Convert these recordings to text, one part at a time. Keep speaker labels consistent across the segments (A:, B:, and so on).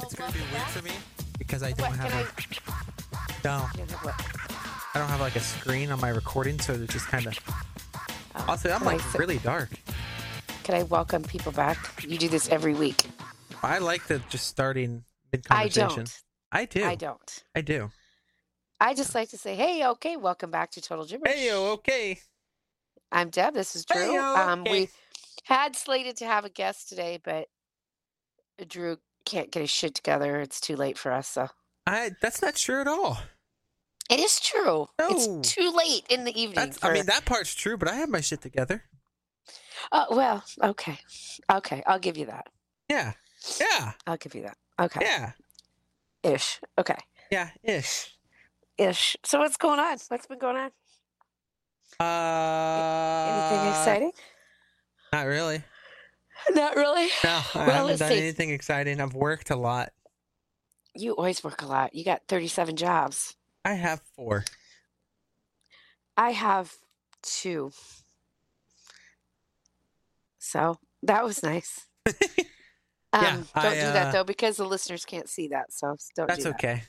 A: it's gonna be weird for me because I don't
B: What,
A: have
B: can
A: like no,
B: You know what?
A: I don't have like a screen on my recording, so it's just kind of.
B: Um,
A: Also, I'm
B: can I
A: like
B: sit-
A: really dark.
B: Can I welcome people back? You do this every week.
A: I like the just starting mid
B: I
A: conversation.
B: don't.
A: I do.
B: I don't.
A: I do.
B: I just like to say, hey, okay, welcome back to Total Gibberish.
A: Hey yo, okay.
B: I'm Deb. This is Drew.
A: Heyo,
B: um,
A: okay.
B: We had slated to have a guest today, but Drew can't get his shit together. It's too late for us. So
A: I that's not true at all.
B: it is true.
A: No.
B: It's too late in the evening.
A: That's, I
B: for-
A: mean that part's true, but I have my shit together.
B: Oh, well, okay, okay. I'll give you that.
A: Yeah. Yeah.
B: I'll give you that. Okay,
A: Yeah.
B: ish. Okay,
A: Yeah. Ish.
B: ish. So what's going on? What's been going on?
A: Uh,
B: Anything exciting?
A: Not really.
B: Not really.
A: No, I
B: Well,
A: haven't
B: let's
A: done
B: see.
A: anything exciting. I've worked a lot.
B: You always work a lot. You got 37 jobs.
A: I have four.
B: I have two. So that was nice. Um,
A: Yeah,
B: don't
A: I,
B: do
A: uh,
B: that though because the listeners can't see that. So don't
A: That's
B: do that.
A: okay.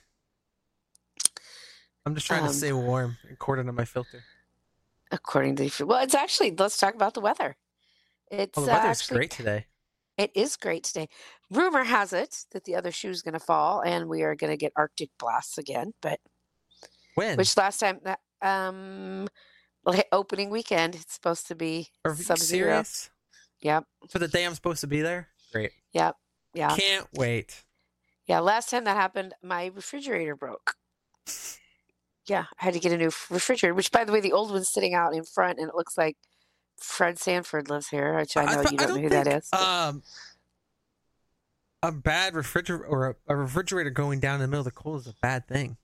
A: I'm just trying
B: Um,
A: to stay warm according to my filter.
B: According to the, well, it's actually let's talk about the weather. It's
A: Well,
B: uh,
A: Oh, the weather's
B: actually
A: great today.
B: it is great today. Rumor has it that the other shoe is going to fall and we are going to get Arctic blasts again. But
A: When?
B: which last time that um la- opening weekend it's supposed to be
A: Are you
B: sub-zero.
A: serious?
B: Yep.
A: For the day I'm supposed to be there? Great.
B: Yep. Yeah.
A: Can't wait.
B: Yeah, last time that happened, my refrigerator broke. Yeah, I had to get a new f- refrigerator, which, by the way, the old one's sitting out in front, and it looks like Fred Sanford lives here, which I know
A: th-
B: you don't know who that
A: think,
B: is. but-
A: Um, a bad refrigerator or a, a refrigerator going down in the middle of the cold is a bad thing.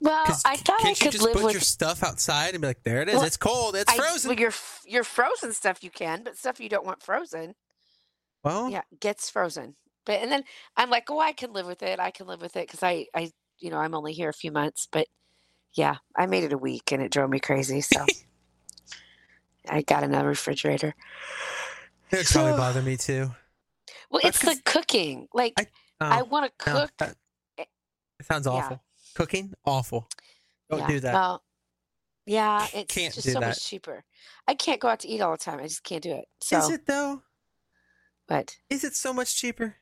B: well,
A: 'Cause
B: Uh, I
A: c-
B: thought I
A: can't you
B: could
A: just
B: live
A: put
B: with
A: your stuff outside and be like, there it is.
B: Well,
A: it's cold. It's
B: I-
A: frozen.
B: well, your f- your frozen stuff you can, but stuff you don't want frozen,
A: well,
B: yeah, gets frozen. But and then I'm like, oh, I can live with it. I can live with it because I, I, you know, I'm only here a few months, but yeah, I made it a week, and it drove me crazy. So I got another refrigerator.
A: it would probably bother me too.
B: Well,
A: That's
B: it's the cooking. Like
A: I- Oh,
B: I want to
A: no,
B: cook.
A: that- it sounds
B: yeah.
A: awful. Cooking? Awful. Don't
B: yeah.
A: do that.
B: Well, yeah, it's
A: Can't
B: just
A: do
B: so
A: that.
B: much cheaper. I can't go out to eat all the time. I just can't do it.
A: Is
B: So,
A: it though?
B: but
A: Is it so much cheaper?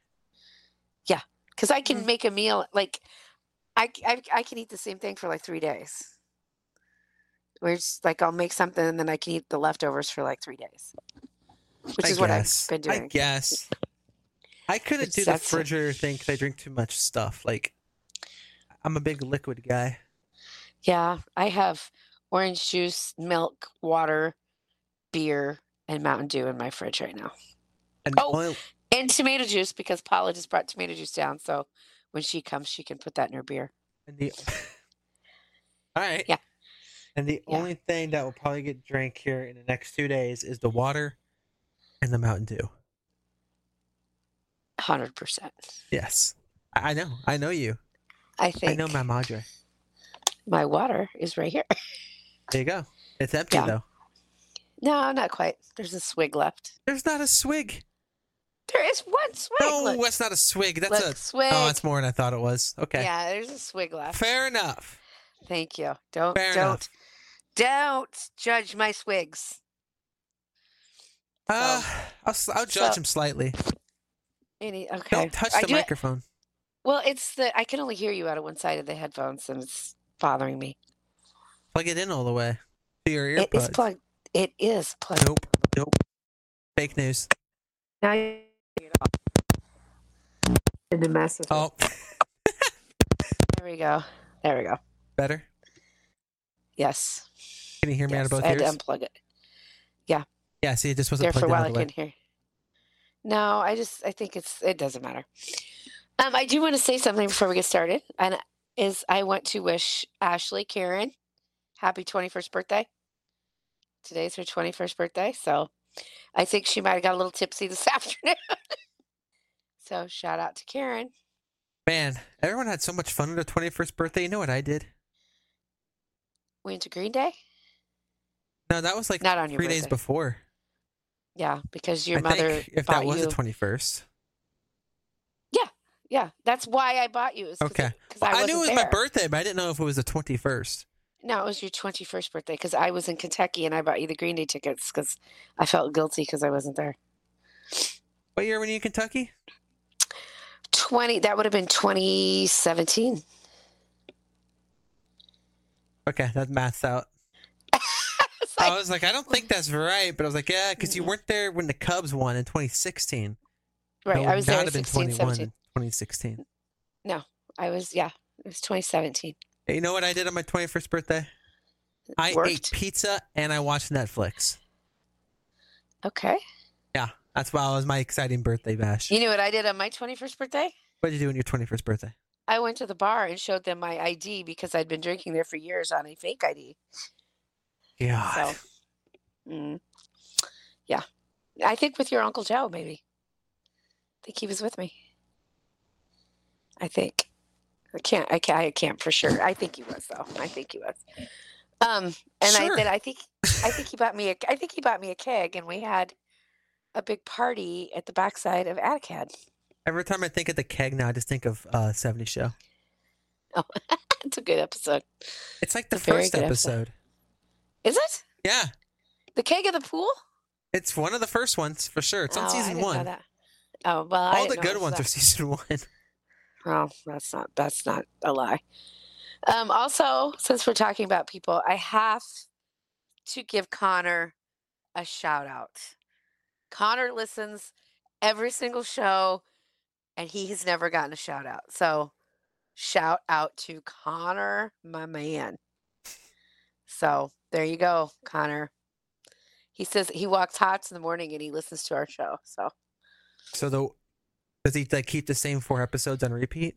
B: because I can
A: Mm.
B: make a meal, like I, c- I, I can eat the same thing for like three days. Where it's like I'll make something and then I can eat the leftovers for like three days, which
A: I
B: is what I've
A: guess.
B: been
A: I
B: doing.
A: guess. I couldn't
B: It's-
A: do the
B: that's it.
A: refrigerator thing because I drink too much stuff. Like, I'm a big liquid guy.
B: Yeah, I have orange juice, milk, water, beer, and Mountain Dew in my fridge right now.
A: And
B: Oh.
A: only-
B: And tomato juice because Paula just brought tomato juice down. So when she comes, she can put that in her beer.
A: and the, all right.
B: Yeah.
A: And the
B: Yeah.
A: only thing that will probably get drank here in the next two days is the water and the Mountain Dew.
B: 100%.
A: Yes. I I know. I know you.
B: I think
A: I know my madre.
B: my water is right here.
A: There you go. It's empty
B: Yeah.
A: though.
B: No, not quite. There's a swig left.
A: There's not a swig.
B: There is one swig.
A: No,
B: look,
A: that's not a swig. That's
B: look,
A: a.
B: swig.
A: Oh, it's more than I thought it was. Okay.
B: Yeah, there's a swig left.
A: Fair enough.
B: Thank you. Don't
A: Fair
B: don't
A: enough.
B: don't judge my swigs.
A: Uh, I'll, s- I'll judge
B: so-
A: him slightly.
B: Any okay.
A: Don't touch
B: I
A: the
B: do it-
A: microphone.
B: Well, it's the I can only hear you out of one side of the headphones and it's bothering me.
A: Plug it in all the way to your
B: It is
A: earbuds.
B: plugged. It is plugged.
A: nope. Nope. Fake news.
B: Now you in the mess with it.
A: Oh,
B: There we go. There we go.
A: better.
B: Yes.
A: Can you hear me out
B: yes.
A: of both
B: I had
A: ears?
B: to unplug it.
A: yeah. See, it just wasn't
B: There for
A: plugged
B: a
A: in all
B: while I
A: the way.
B: couldn't hear. No, I just I think it's it doesn't matter. Um, I do want to say something before we get started, and is I want to wish Ashley Karen happy twenty first birthday. Today's her twenty first birthday, so I think she might have got a little tipsy this afternoon. so shout out to Karen.
A: Man, everyone had so much fun on their 21st birthday. You know what I did?
B: We went to Green Day.
A: No, that was like
B: Not on your
A: three days
B: birthday.
A: before.
B: Yeah, because your
A: I
B: mother
A: think if that
B: bought
A: was
B: you.
A: the 21st.
B: Yeah, that's why I bought you. Is 'cause
A: Okay.
B: Because
A: I,
B: I,
A: knew it was
B: wasn't
A: my
B: there.
A: birthday, but I didn't know if it was the 21st.
B: No, it was your 21st birthday because I was in Kentucky and I bought you the Green Day tickets because I felt guilty because I wasn't there.
A: What year were you in Kentucky?
B: 20, that would have been 2017.
A: Okay, that maths out.
B: It's
A: I
B: like,
A: was like, I don't think that's right, but I was like, yeah, because you weren't there when the Cubs won in 2016.
B: right,
A: That
B: I
A: would
B: was
A: not
B: there
A: have
B: at
A: been
B: 16,
A: 21 in
B: 17.
A: 2016.
B: I was, yeah, it was 2017.
A: Hey, you know what I did on my 21st birthday? I ate
B: Worked.
A: pizza and I watched Netflix.
B: Okay.
A: That's why it was my exciting birthday bash.
B: You know what I did on my 21st birthday?
A: What did you do on your 21st birthday?
B: I went to the bar and showed them my ID because I'd been drinking there for years on a fake ID.
A: Yeah.
B: So, mm, yeah. I think with your Uncle Joe, maybe. I think he was with me. I think. I can't, I can't, I can't for sure. I think he was though. I think he was. Um, and
A: Sure.
B: I then I think, I think he bought me a, I think he bought me a keg and we had a big party at the backside of Atticad.
A: Every time I think of the keg now, I just think of uh, 70 Show.
B: It's a good episode.
A: It's like the
B: It's a very
A: first
B: good
A: episode.
B: episode. Is it?
A: Yeah.
B: The keg of the pool?
A: It's one of the first ones for sure. It's on
B: Oh, I
A: season
B: didn't know
A: one.
B: that. Oh, well, I
A: All
B: didn't
A: the
B: know
A: good
B: it was
A: ones
B: that.
A: are season one.
B: Oh, that's not that's not a lie. Um, also, since we're talking about people, I have to give Connor a shout out. Connor listens every single show, and he has never gotten a shout out. So, shout out to Connor, my man. So there you go, Connor. He says he walks hot in the morning and he listens to our show. So
A: So the does he like keep the same four episodes on repeat?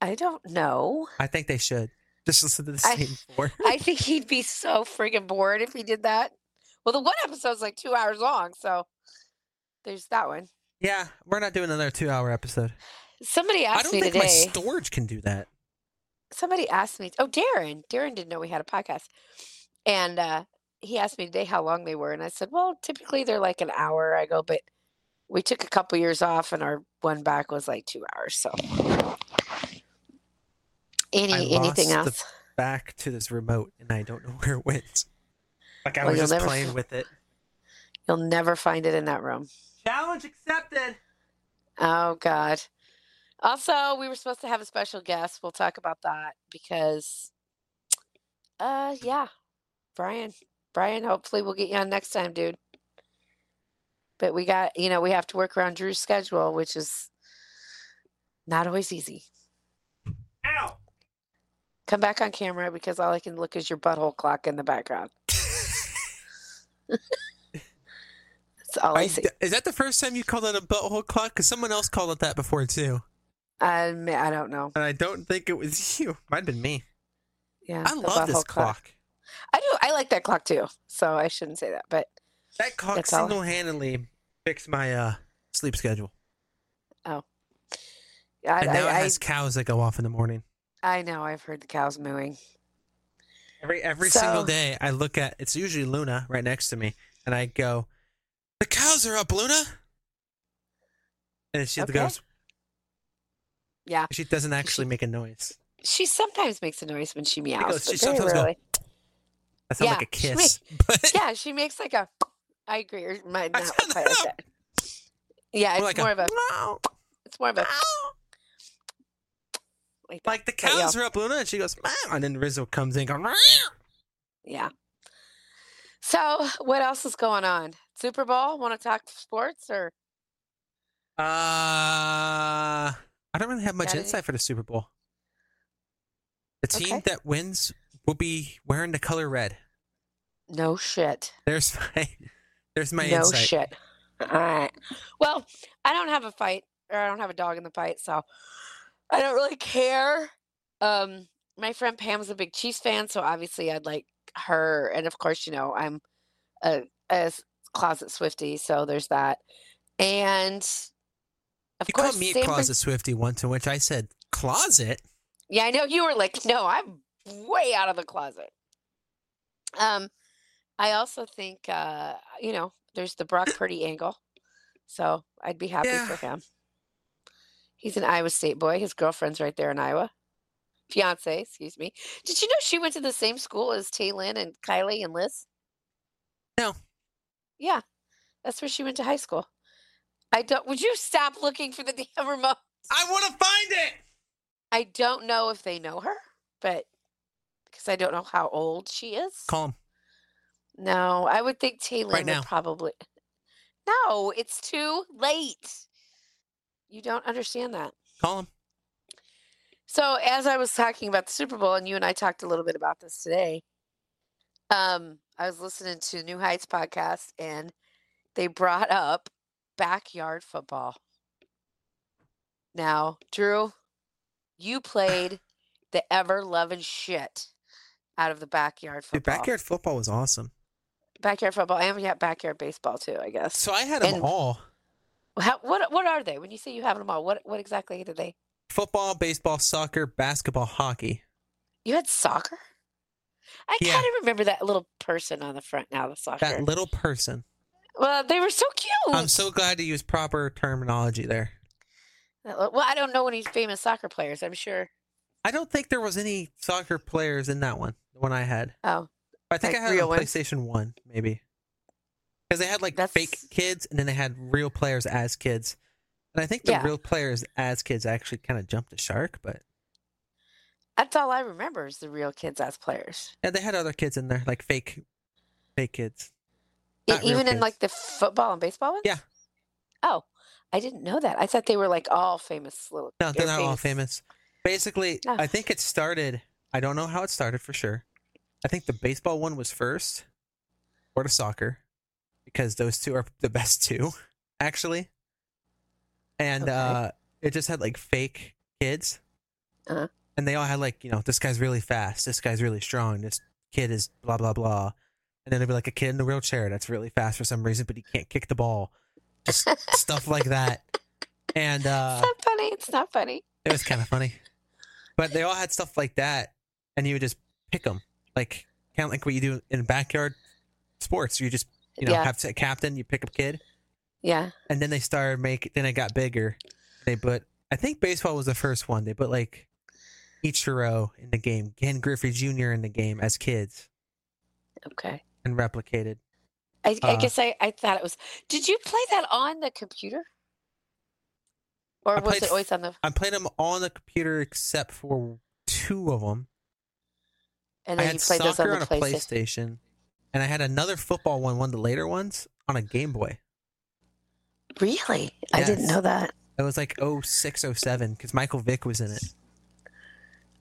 B: I don't know.
A: I think they should. Just listen to the
B: I-
A: same four.
B: I think he'd be so friggin' bored if he did that. Well, the one episode's like two hours long, so there's that one.
A: yeah, we're not doing another two hour episode.
B: Somebody
A: I
B: asked
A: don't
B: me
A: think my
B: today.
A: storage can do that.
B: somebody asked me. Oh, Darren. Darren didn't know we had a podcast, and uh, he asked me today how long they were, and I said, well, typically they're like an hour. I go, but we took a couple years off, and our one back was like two hours. So any anything
A: lost the-
B: else?
A: Back to this remote, and I don't know where it went. Like I
B: Well,
A: was
B: you'll
A: just
B: never
A: playing
B: f-
A: with it.
B: You'll never find it in that room.
A: Challenge accepted.
B: Oh God. Also, we were supposed to have a special guest. We'll talk about that because uh yeah. Brian. Brian, hopefully we'll get you on next time, dude. But we got you know, we have to work around Drew's schedule, which is not always easy.
A: Ow!
B: Come back on camera because all I can look is your butthole clock in the background. That's all I,
A: I-
B: see.
A: is that the first time you called it a butthole clock? Because someone else called it that before too,
B: I, admit- I don't know.
A: and I don't think it was you. Might have been me.
B: Yeah,
A: I
B: the
A: love this
B: butthole
A: clock.
B: I do. I like that clock too. So I shouldn't say that, but
A: That clock
B: That's all.
A: single handedly fixed my uh, sleep schedule.
B: I,
A: And now
B: I,
A: it
B: I,
A: has cows that go off in the morning.
B: I know I've heard the cows mooing.
A: Every every
B: So-
A: single day I look at it's usually Luna right next to me and I go, The cows are up, Luna And she
B: Okay.
A: goes
B: Yeah,
A: she doesn't actually make a noise.
B: she sometimes makes a noise when she meows,
A: goes- she
B: but very
A: sometimes go,
B: rarely.
A: That sounds
B: Yeah,
A: like a
B: she
A: kiss. But
B: yeah, she makes like a. I agree. Or my, not
A: sound
B: quite like
A: up.
B: that. Yeah, it's
A: like
B: more
A: a,
B: of a.
A: "Meow,
B: It's more of a.
A: meow."
B: Like that.
A: like the
B: yeah.
A: cows are up, Luna, and she goes, meow. and then Rizzo comes in going, meow.
B: Yeah. So what else is going on? Super Bowl? Want to talk sports or?
A: Uh, I don't really have much
B: Got any-
A: insight for the Super Bowl. The team
B: Okay.
A: that wins will be wearing the color red.
B: No shit.
A: There's my there's my
B: no
A: insight.
B: shit. All right. Well, I don't have a fight, or I don't have a dog in the fight, so I don't really care. Um, my friend Pam's a big Chiefs fan, so obviously I'd like her, and of course, you know, I'm a, a s- closet Swifty, so there's that. And of
A: You
B: course,
A: called me a
B: San Fran-
A: closet Swifty once, in which I said closet.
B: Yeah, I know you were like, no, I'm way out of the closet. Um, I also think uh, you know, there's the Brock Purdy angle. So I'd be happy
A: Yeah.
B: for him. He's an Iowa State boy. His girlfriend's right there in Iowa. Fiance, excuse me. Did you know she went to the same school as Taylin and Kylie and Liz?
A: No.
B: Yeah, that's where she went to high school. I don't. Would you stop looking for the damn remote?
A: I want to find it.
B: I don't know if they know her, but because I don't know how old she is.
A: Call him.
B: No, I would think Taylor
A: Right
B: would
A: now.
B: probably. No, it's too late. You don't understand that.
A: Call him.
B: So, as I was talking about the Super Bowl, and you and I talked a little bit about this today, um, I was listening to New Heights podcast, and they brought up backyard football. Now, Drew, you played the ever loving shit out of the backyard
A: Dude,
B: football.
A: backyard football was awesome.
B: backyard football, and we got backyard baseball too, I guess.
A: So I had them
B: And-
A: all:
B: How, what what are they? When you say you have them all, what what exactly do they?
A: football, baseball, soccer, basketball, hockey.
B: You had soccer? I
A: Yeah.
B: kind of remember that little person on the front now, the soccer.
A: That little person.
B: well, they were so cute.
A: I'm so glad to use proper terminology there.
B: That li- well, I don't know any famous soccer players. I'm sure.
A: I don't think there was any soccer players in that one. The one I had.
B: Oh,
A: But I think
B: Like
A: I had it
B: real
A: on
B: ones?
A: PlayStation One, maybe. Because they had like
B: That's-
A: fake kids, and then they had real players as kids. And I think the
B: Yeah.
A: real players as kids actually kind of jumped the shark, but
B: that's all I remember is the real kids as players.
A: yeah, they had other kids in there, like fake, fake kids.
B: E-
A: Not real
B: Even in
A: kids.
B: like the football and baseball ones.
A: Yeah.
B: Oh, I didn't know that. I thought they were like all famous little.
A: No, they're
B: or
A: not all famous. Basically,
B: No.
A: I think it started. I don't know how it started for sure. I think the baseball one was first, or the soccer, because those two are the best two, actually. And
B: Okay.
A: uh, it just had like fake kids,
B: Uh-huh.
A: and they all had like you know this guy's really fast, this guy's really strong, this kid is blah blah blah, and then it'd be like a kid in a wheelchair that's really fast for some reason, but he can't kick the ball, just stuff like that. And uh,
B: It's not funny. It's not funny.
A: it was kind of funny. But they all had stuff like that, and you would just pick them, like kind of like what you do in backyard sports. You just you know
B: Yeah.
A: have a captain, you pick a kid,
B: Yeah.
A: and then they started make. Then it got bigger. They put I think baseball was the first one. They put like Ichiro in the game, Ken Griffey Jr. in the game as kids,
B: Okay.
A: and replicated.
B: I, I
A: Uh,
B: guess I, I thought it was. Did you play that on the computer? Or
A: I
B: was
A: played
B: it always on the
A: I played them all on the computer except for two of them.
B: and
A: I
B: then you
A: had
B: played those on
A: soccer
B: the
A: on, a
B: PlayStation?
A: PlayStation, and I had another football one, one of the later ones, on a Game Boy.
B: Really? I didn't
A: Yes.
B: know that.
A: It was like 06, 07, because Michael Vick was in it.
B: I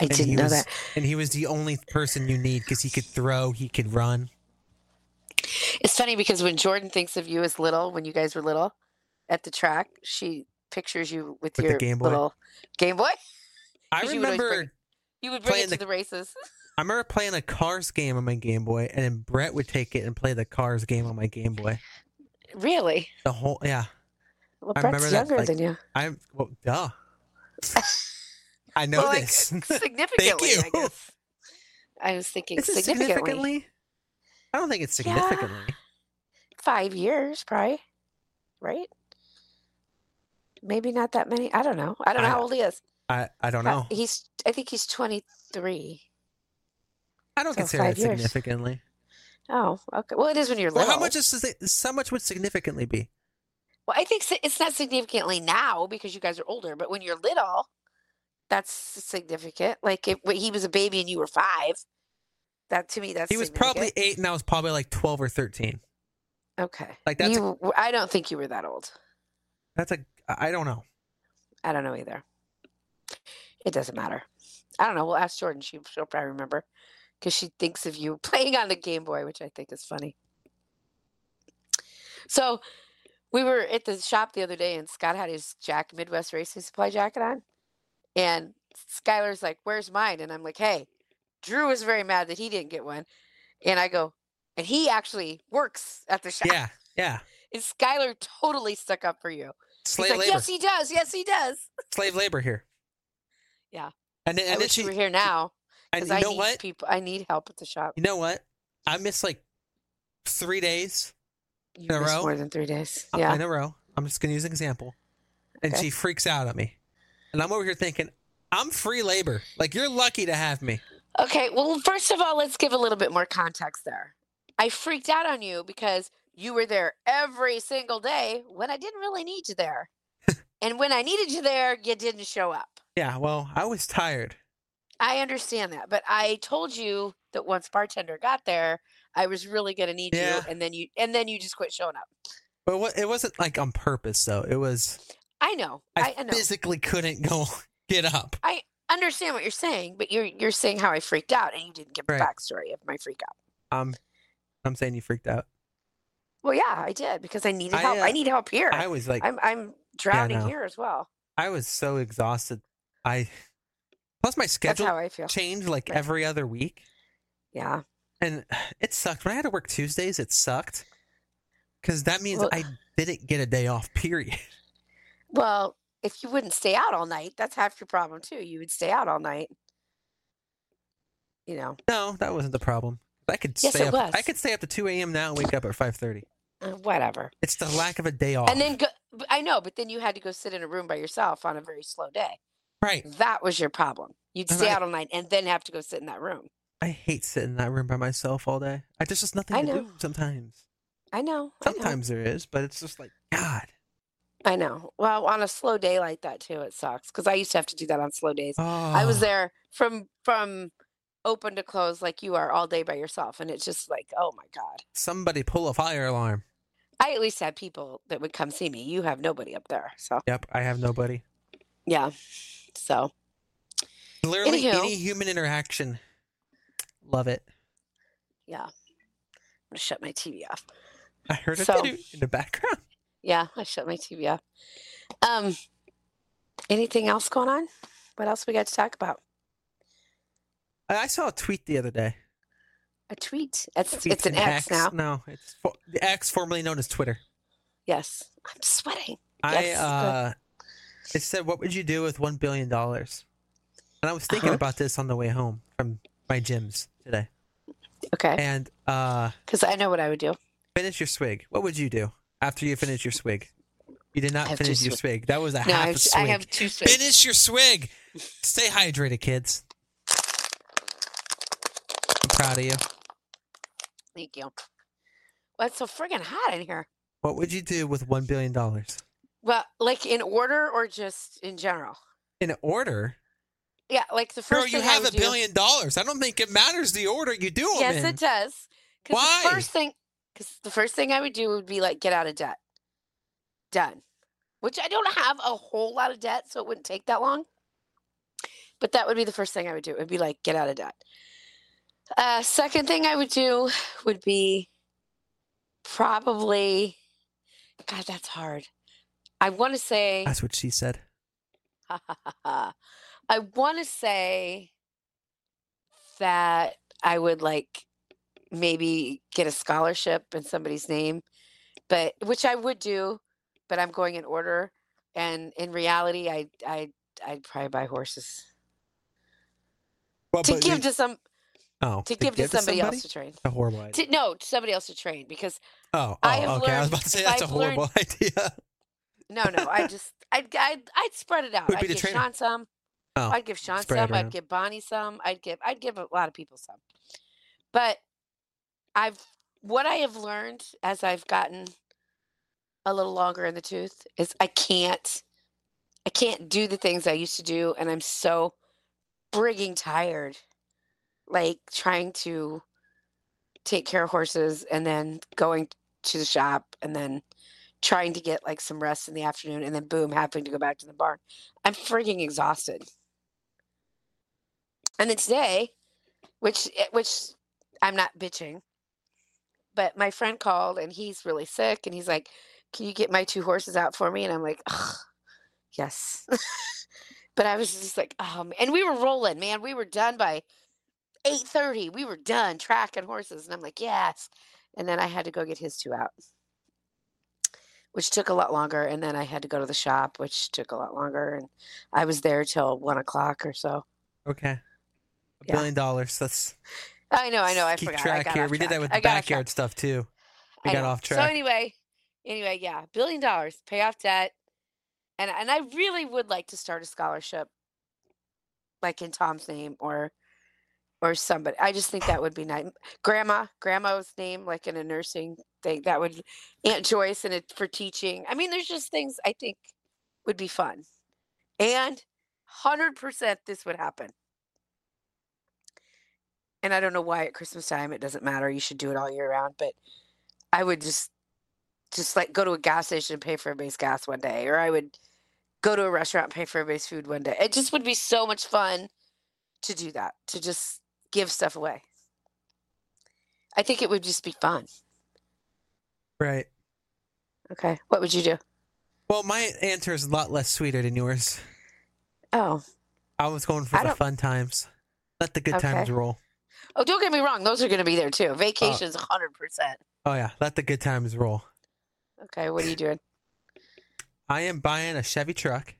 A: And
B: didn't
A: he
B: know
A: was,
B: that.
A: And he was the only person you need because he could throw, he could run.
B: It's funny because when Jordan thinks of you as little, when you guys were little at the track, she pictures you with,
A: the
B: your
A: Game Boy.
B: little Game Boy.
A: I
B: 'Cause you would always bring-
A: remember,
B: You would bring
A: Playing
B: it to
A: the-
B: the races.
A: I remember playing a Cars game on my Game Boy, and then Brett would take it and play the Cars game on my Game Boy.
B: Really?
A: The whole, yeah,
B: Well,
A: I remember
B: Brett's
A: that,
B: younger
A: like,
B: than you.
A: I, well, duh. I know
B: Well, like,
A: this.
B: significantly, I
A: you.
B: guess. I was thinking
A: Is it
B: significantly.
A: I don't think it's
B: Yeah.
A: significantly.
B: five years, probably, right? Maybe not that many. I don't know. I don't know
A: I-
B: how old he is.
A: I, I don't
B: Uh,
A: know.
B: He's, I think he's 23.
A: I don't
B: so
A: consider it
B: five years.
A: significantly.
B: Oh, okay. Well, it is when you're
A: Well,
B: little.
A: how much is is- how much would significantly be?
B: Well, I think si- it's not significantly now because you guys are older, but when you're little, that's significant. Like if when he was a baby and you were five, that to me, that's
A: He was probably eight, and I was probably like twelve or thirteen.
B: significant. okay.
A: like, that's a-
B: you, w- I don't think you were that old.
A: That's a I I don't know.
B: I don't know either. It doesn't matter. I don't know. We'll ask Jordan. She, she'll probably remember because she thinks of you playing on the Game Boy, which I think is funny. So we were at the shop the other day, and Scott had his Jack Midwest Racing Supply jacket on, and Skylar's like, "Where's mine?" And I'm like, "Hey, Drew was very mad that he didn't get one," and I go, "And he actually works at the shop."
A: Yeah, yeah.
B: And Skylar totally stuck up for you. He's
A: Slave
B: like,
A: labor,
B: "Yes, he does. Yes, he does."
A: slave labor here.
B: Yeah.
A: and then,
B: I
A: and then
B: wish
A: she,
B: you were here now
A: and
B: because
A: you
B: I
A: know
B: need
A: what?
B: people. I need help at the shop.
A: You know what? I missed like three days
B: You
A: In a
B: missed
A: row?
B: more than three days.
A: uh,
B: Yeah.
A: in a row. I'm just gonna use an example, and
B: Okay.
A: she freaks out at me. And I'm over here thinking, I'm free labor. Like you're lucky to have me.
B: Okay, well, first of all, let's give a little bit more context there. I freaked out on you because you were there every single day when I didn't really need you there. and when I needed you there, you didn't show up.
A: Yeah, well, I was tired.
B: I understand that, but I told you that once bartender got there, I was really going to need
A: Yeah.
B: you and then you and then you just quit showing up.
A: But what, it wasn't like on purpose though. It was
B: I know. I,
A: I,
B: I know.
A: physically couldn't go get up.
B: understand what you're saying, but you're you're saying how I freaked out and you didn't give the
A: Right.
B: backstory of my freak out.
A: I'm I'm saying you freaked out.
B: Well, yeah, I did because I needed
A: I,
B: help.
A: uh,
B: I need help here.
A: I was like
B: I'm I'm drowning
A: no.
B: here as well.
A: I was so exhausted. I plus my
B: That's
A: schedule
B: how I feel.
A: changed like
B: Right.
A: every other week,
B: Yeah.
A: and it sucked. When I had to work Tuesdays, it sucked because that means
B: Well-
A: I didn't get a day off. Period.
B: Well, if you wouldn't stay out all night, that's half your problem too. You would stay out all night. You know.
A: No, that wasn't the problem. I could
B: Yes,
A: stay
B: it
A: up.
B: was.
A: I could stay up to two a.m. now and wake up at five thirty.
B: uh, Whatever.
A: It's the lack of a day off.
B: And then go, b- I know, but then you had to go sit in a room by yourself on a very slow day.
A: right,
B: That was your problem. You'd
A: And
B: stay
A: I-
B: out all night and then have to go sit in that room.
A: I hate sitting in that room by myself all day. I just just nothing
B: I
A: to
B: know.
A: do sometimes.
B: I know. I know,
A: Sometimes there is, but it's just like God.
B: I know. Well, on a slow day like that too, it sucks because I used to have to do that on slow days.
A: Oh,
B: I was there from from open to close like you are all day by yourself, and it's just like, oh my god.
A: Somebody pull a fire alarm.
B: I at least had people that would come see me. You have nobody up there, so
A: Yep, I have nobody.
B: yeah. So
A: Literally
B: Anywho.
A: any human interaction. Love it.
B: yeah, I'm gonna shut my TV off.
A: I heard it
B: So-
A: in the background.
B: Yeah, I shut my TV off. Um, anything else going on? What else we got to talk about?
A: I I saw a tweet the other day.
B: A tweet. It's it's
A: Tweet's
B: an X, now.
A: No, it's for, the X formerly known as Twitter.
B: Yes, I'm sweating.
A: I
B: Yes, go
A: uh, it said, "What would you do with one billion dollars?" And I was thinking
B: Uh-huh.
A: about this on the way home from my gyms today.
B: Okay,
A: And uh,
B: because I know what I would do.
A: finish your swig. What would you do after you finish your swig? You did
B: I
A: not
B: have two
A: finish your
B: swig-
A: swig. That was a
B: No,
A: half
B: I
A: a
B: have, I
A: swig.
B: have two swigs.
A: Finish your swig. Stay hydrated, kids. I'm proud of you.
B: Thank you. Well, it's so friggin' hot in here.
A: What would you do with one billion dollars?
B: Well, like in order or just in general?
A: In order,
B: Yeah, like the first
A: girl, you
B: thing I
A: have
B: would
A: a billion dollars. I don't think it matters the order you do
B: Do,
A: them
B: yes,
A: in.
B: it does. 'Cause
A: Why?
B: The first thing, because the first thing I would do would be like get out of debt. Done. Which I don't have a whole lot of debt, so it wouldn't take that long. But that would be the first thing I would do. It would be like get out of debt. Uh, second thing I would do would be probably. God, that's hard. I want to say.
A: That's what she said.
B: I want to say that I would like maybe get a scholarship in somebody's name, but which I would do, but I'm going in order. And in reality, I I I'd probably buy horses
A: Well,
B: to
A: but
B: give
A: you-
B: to some
A: oh,
B: to give to somebody, else to train.
A: A horrible idea.
B: To, no, to somebody else to train because
A: oh,
B: I
A: oh,
B: have
A: okay. I was
B: learned-
A: about to say
B: if
A: that's a
B: I've learned-
A: horrible idea.
B: no, no, I just I'd I'd, I'd spread it out.
A: Would
B: I'd
A: be the
B: give
A: trainer.
B: Sean some.
A: Oh,
B: I'd give Sean
A: spread it
B: some.
A: around.
B: I'd give Bonnie some. I'd give I'd give a lot of people some. But I've what I have learned as I've gotten a little longer in the tooth is I can't I can't do the things I used to do and I'm so frigging tired like trying to take care of horses and then going to the shop and then trying to get like some rest in the afternoon and then boom having to go back to the barn. I'm frigging exhausted. And then today, which eh, which I'm not bitching, but my friend called and he's really sick and he's like, "Can you get my two horses out for me?" And I'm like, Ugh, "Yes." but I was just like, "Oh," man." and we were rolling, man. We were done by eight thirty. We were done tracking horses, and I'm like, "Yes." And then I had to go get his two out, which took a lot longer. And then I had to go to the shop, which took a lot longer. And I was there till one o'clock or so.
A: okay. A
B: Yeah.
A: billion dollars. Let's
B: I know, I know. I
A: keep
B: forgot. I
A: track
B: got
A: here.
B: off
A: We did
B: track.
A: that with
B: I
A: the
B: got off track.
A: backyard stuff too. We
B: I
A: got
B: know.
A: off
B: So
A: track.
B: anyway, anyway, yeah, billion dollars, pay off debt, and and I really would like to start a scholarship, like in Tom's name or or somebody. I just think that would be nice. Grandma, grandma's name, like in a nursing thing. That would Aunt Joyce and it for teaching. I mean, there's just things I think would be fun, and hundred percent this would happen. And I don't know why at Christmas time it doesn't matter. You should do it all year round, but I would just just like go to a gas station and pay for everybody's gas one day, or I would go to a restaurant and pay for everybody's food one day. It just would be so much fun to do that, to just give stuff away. I think it would just be fun.
A: Right.
B: Okay. What would you do?
A: Well, my answer is a lot less sweeter than yours.
B: Oh.
A: I was going for
B: I
A: the
B: don't-
A: fun times. Let the good
B: Okay.
A: times roll.
B: Oh, don't get me wrong. Those are going to be there too. Vacations, 100%.
A: Oh yeah, let the good times roll.
B: Okay. What are you doing?
A: I am buying a Chevy truck.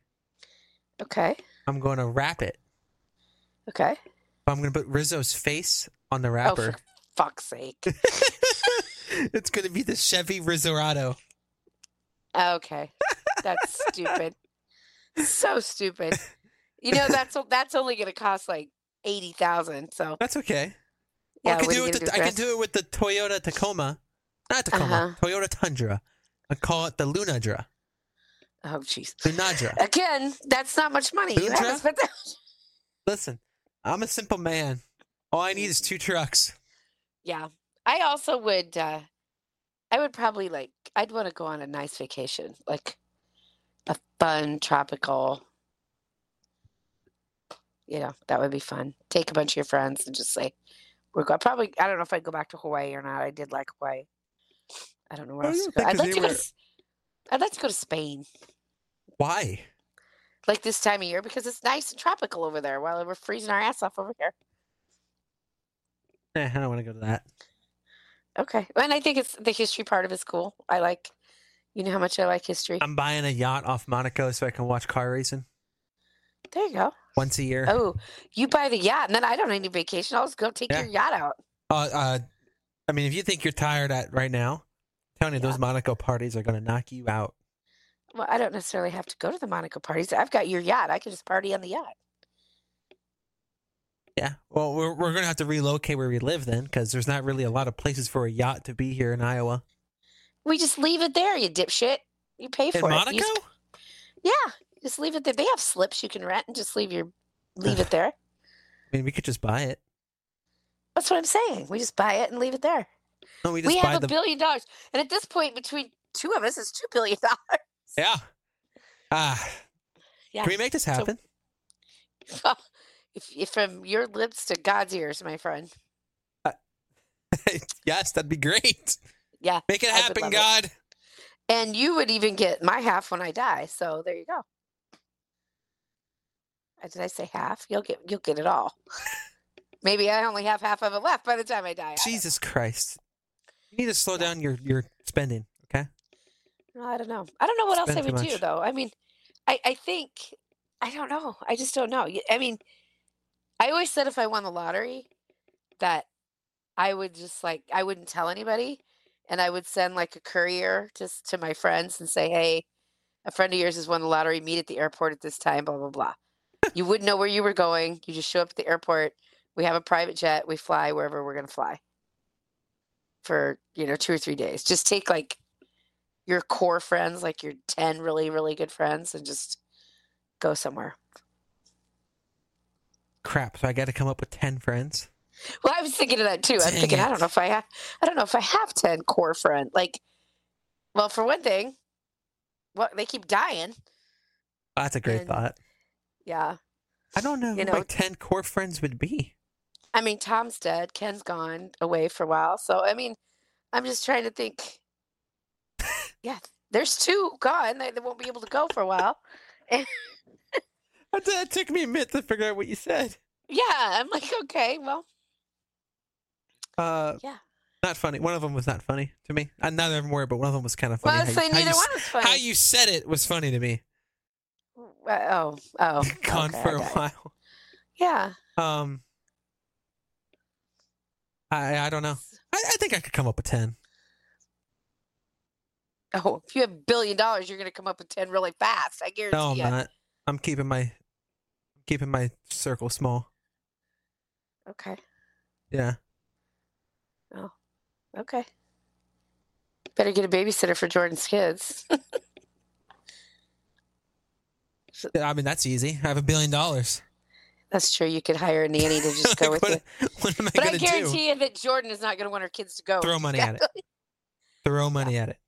B: Okay.
A: I'm going to wrap it.
B: Okay.
A: I'm going to put Rizzo's face on the
B: Oh, for
A: wrapper.
B: fuck's sake.
A: it's going to be the Chevy Rizzorado.
B: Oh, Okay. That's stupid. So stupid. You know that's o- that's only going to cost like 80,000. So,
A: That's okay.
B: yeah,
A: I can
B: what are
A: do
B: you
A: it.
B: gonna
A: With
B: with
A: the,
B: the
A: I can
B: rest?
A: do it with the Toyota Tacoma, not Tacoma,
B: Uh-huh.
A: Toyota Tundra. I call it the Lunadra.
B: Oh, jeez.
A: Lunadra.
B: Again, that's not much money. You
A: Boondra?
B: haven't spent that.
A: Listen, I'm a simple man. All I need is two trucks.
B: Yeah. I also would uh I would probably like I'd want to go on a nice vacation, like a fun tropical you know, that would be fun. Take a bunch of your friends and just say we're going probably I don't know if I'd go back to Hawaii or not. I did like Hawaii. I don't know where
A: I
B: else to
A: don't
B: go.
A: think
B: I'd
A: there's
B: like to go to
A: anywhere-
B: s- I'd like to go to Spain,
A: Why?
B: like this time of year because it's nice and tropical over there while we're freezing our ass off over here.
A: Eh, I don't want to go to that.
B: Okay. And I think it's the history part of it's cool. I like you know how much I like history.
A: I'm buying a yacht off Monaco so I can watch car racing
B: There you go.
A: once a year.
B: Oh, you buy the yacht, and then I don't need a vacation. I'll just go take
A: Yeah.
B: your yacht out.
A: Uh, uh, I mean, if you think you're tired at right now, Tony,
B: Yeah.
A: those Monaco parties are going to knock you out.
B: Well, I don't necessarily have to go to the Monaco parties. I've got your yacht. I can just party on the yacht.
A: Yeah. Well, we're, we're going to have to relocate where we live then because there's not really a lot of places for a yacht to be here in Iowa.
B: We just leave it there, you dipshit. You pay for
A: In
B: it.
A: Monaco?
B: You just- yeah, just leave it there. They have slips you can rent, and just leave your leave it there.
A: I mean, we could just buy it.
B: That's what I'm saying. We just buy it and leave it there.
A: No, we just
B: We
A: buy
B: have a
A: the.
B: billion dollars, and at this point, between two of us, it's two billion dollars.
A: yeah. Ah.
B: Yeah.
A: Can we make this happen?
B: If, if from your lips to God's ears, my friend.
A: yes, that'd be great.
B: Yeah,
A: Make it
B: I would
A: happen,
B: love it.
A: God.
B: And you would even get my half when I die. So there you go. Uh, Did I say half? You'll get you'll get it all. Maybe I only have half of it left by the time I die. I don't-
A: Jesus Christ. You need to slow down your, your spending, okay?
B: Well, I don't know. I don't know what else I
A: Spend too
B: would do
A: much.
B: though. I mean, I I think I don't know. I just don't know. Y- I mean, I always said if I won the lottery that I would just like I wouldn't tell anybody and I would send like a courier just to my friends and say, "Hey, a friend of yours has won the lottery. Meet at the airport at this time, blah blah blah." you wouldn't know where you were going. You just show up at the airport. We have a private jet. We fly wherever we're going to fly for, you know, 2 or 3 days. Just take like your core friends, like your 10 really, really good friends, and just go somewhere.
A: Crap. So I got to come up with 10 friends.
B: Well, I was thinking of that too. I'm
A: Dang
B: thinking, I
A: it.
B: don't know if I have, I don't know if I have 10 core friends. Like, well, for one thing, well, they keep dying.
A: Oh, that's a great
B: And-
A: thought.
B: Yeah.
A: I don't know
B: you
A: who
B: know-
A: my 10 core friends would be.
B: I mean, Tom's dead. Ken's gone away for a while. So, I mean, I'm just trying to think. Yeah. There's two gone. They, they won't be able to go for a while.
A: That, that took me a minute to figure out what you said.
B: Yeah. I'm like, okay, well,
A: Uh,
B: Yeah.
A: Not funny. One of them was not funny to me. Uh, neither of them were, but one of them was kind of funny.
B: well,
A: how,
B: so
A: you, how you
B: neither
A: s-
B: one is
A: how
B: funny.
A: you said it was funny to me.
B: Uh, oh, oh.
A: Gone
B: okay, I
A: for a
B: got it.
A: while.
B: Yeah.
A: Um, I I don't know. I, I think I could come up with 10.
B: Oh, if you have a billion dollars, you're going to come up with 10 really fast. I guarantee
A: No, I'm
B: you.
A: not. I'm keeping my keeping my circle small.
B: Okay.
A: Yeah.
B: Okay. Better get a babysitter for Jordan's kids.
A: Yeah, I mean that's easy. I have a billion dollars.
B: That's true. You could hire a nanny to just go
A: Like,
B: with you.
A: what, what am I
B: But I
A: gonna
B: guarantee
A: do?
B: you that Jordan is not going to want her kids to go.
A: Throw money at it. Throw money at it.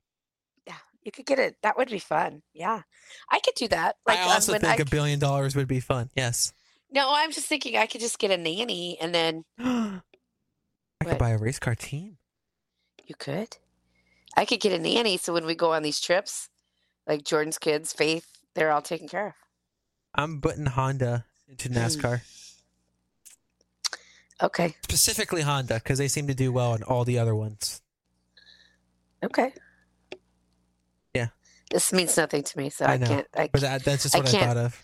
B: You could get it. That would be fun. Yeah. I could do that. Like
A: I
B: um,
A: also
B: when
A: think
B: I-
A: a billion dollars would be fun. Yes.
B: No, I'm just thinking I could just get a nanny and then
A: I
B: What?
A: could buy a race car team.
B: you could. I could get a nanny so when we go on these trips, like Jordan's kids, Faith, they're all taken care of.
A: I'm putting Honda into NASCAR,
B: Okay.
A: specifically Honda, because they seem to do well on all the other ones.
B: Okay.
A: Yeah.
B: This means nothing to me, so I,
A: I know,
B: can't. I
A: But that, that's just
B: I
A: what I,
B: can't-
A: thought of.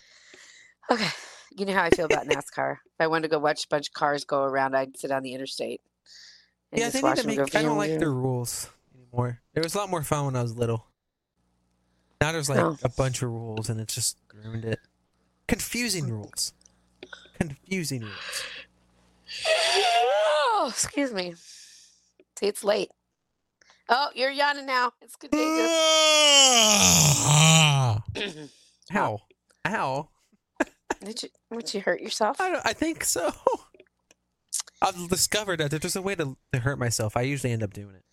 B: Okay. You know how I feel about NASCAR. if I wanted to go watch a bunch of cars go around, I'd sit on the interstate. and
A: Yeah,
B: just
A: they need
B: watch
A: to
B: them
A: make.
B: go
A: I don't like
B: vroom,
A: their rules anymore. There was a lot more fun when I was little. Now there's like
B: Oh.
A: a bunch of rules, and it's just ruined it. Confusing rules. Confusing rules.
B: Oh, excuse me. See, it's late. Oh, you're yawning now. It's contagious.
A: How? How?
B: Did you, would you hurt yourself?
A: I, don't- I think so. I've discovered that there's a way to, to hurt myself. I usually end up doing it.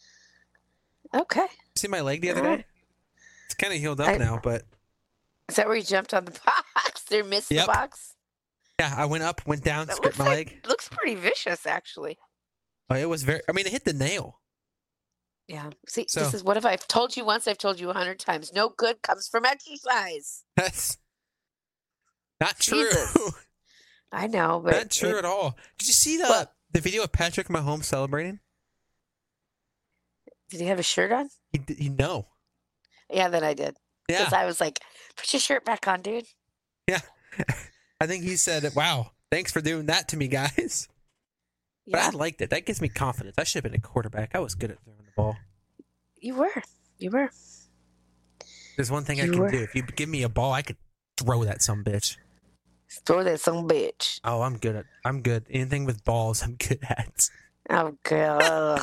B: Okay.
A: See my leg the other
B: Alright.
A: day? It's kind of healed up
B: I-
A: now, but
B: Is that where you jumped on the box? There missed
A: Yep.
B: the box.
A: yeah, I went up, went down,
B: That
A: scraped
B: looks
A: my
B: like-
A: leg.
B: looks pretty vicious, actually.
A: Oh, it was very. I mean, it hit the nail.
B: Yeah. See,
A: So-
B: this is what if I've told you once, I've told you a hundred times. No good comes from exercise.
A: That's not true.
B: Jesus. I know, but
A: not true
B: it-
A: at all. Did you see the
B: Well-
A: the video of Patrick Mahomes celebrating?
B: did he have a shirt on?
A: He d- he no.
B: Yeah, then I did.
A: Yeah,
B: Because I was like, put your shirt back on, dude.
A: I think he said, "Wow, thanks for doing that to me, guys." But
B: Yeah,
A: I liked it. That gives me confidence. I should have been a quarterback. I was good at throwing the ball.
B: you were. You were.
A: There's one thing I
B: You
A: can
B: were-
A: do. If you give me a ball, I could throw that some bitch.
B: Throw that some bitch.
A: Oh, I'm good at. I'm good. Anything with balls, I'm good at.
B: Oh, girl. ugh.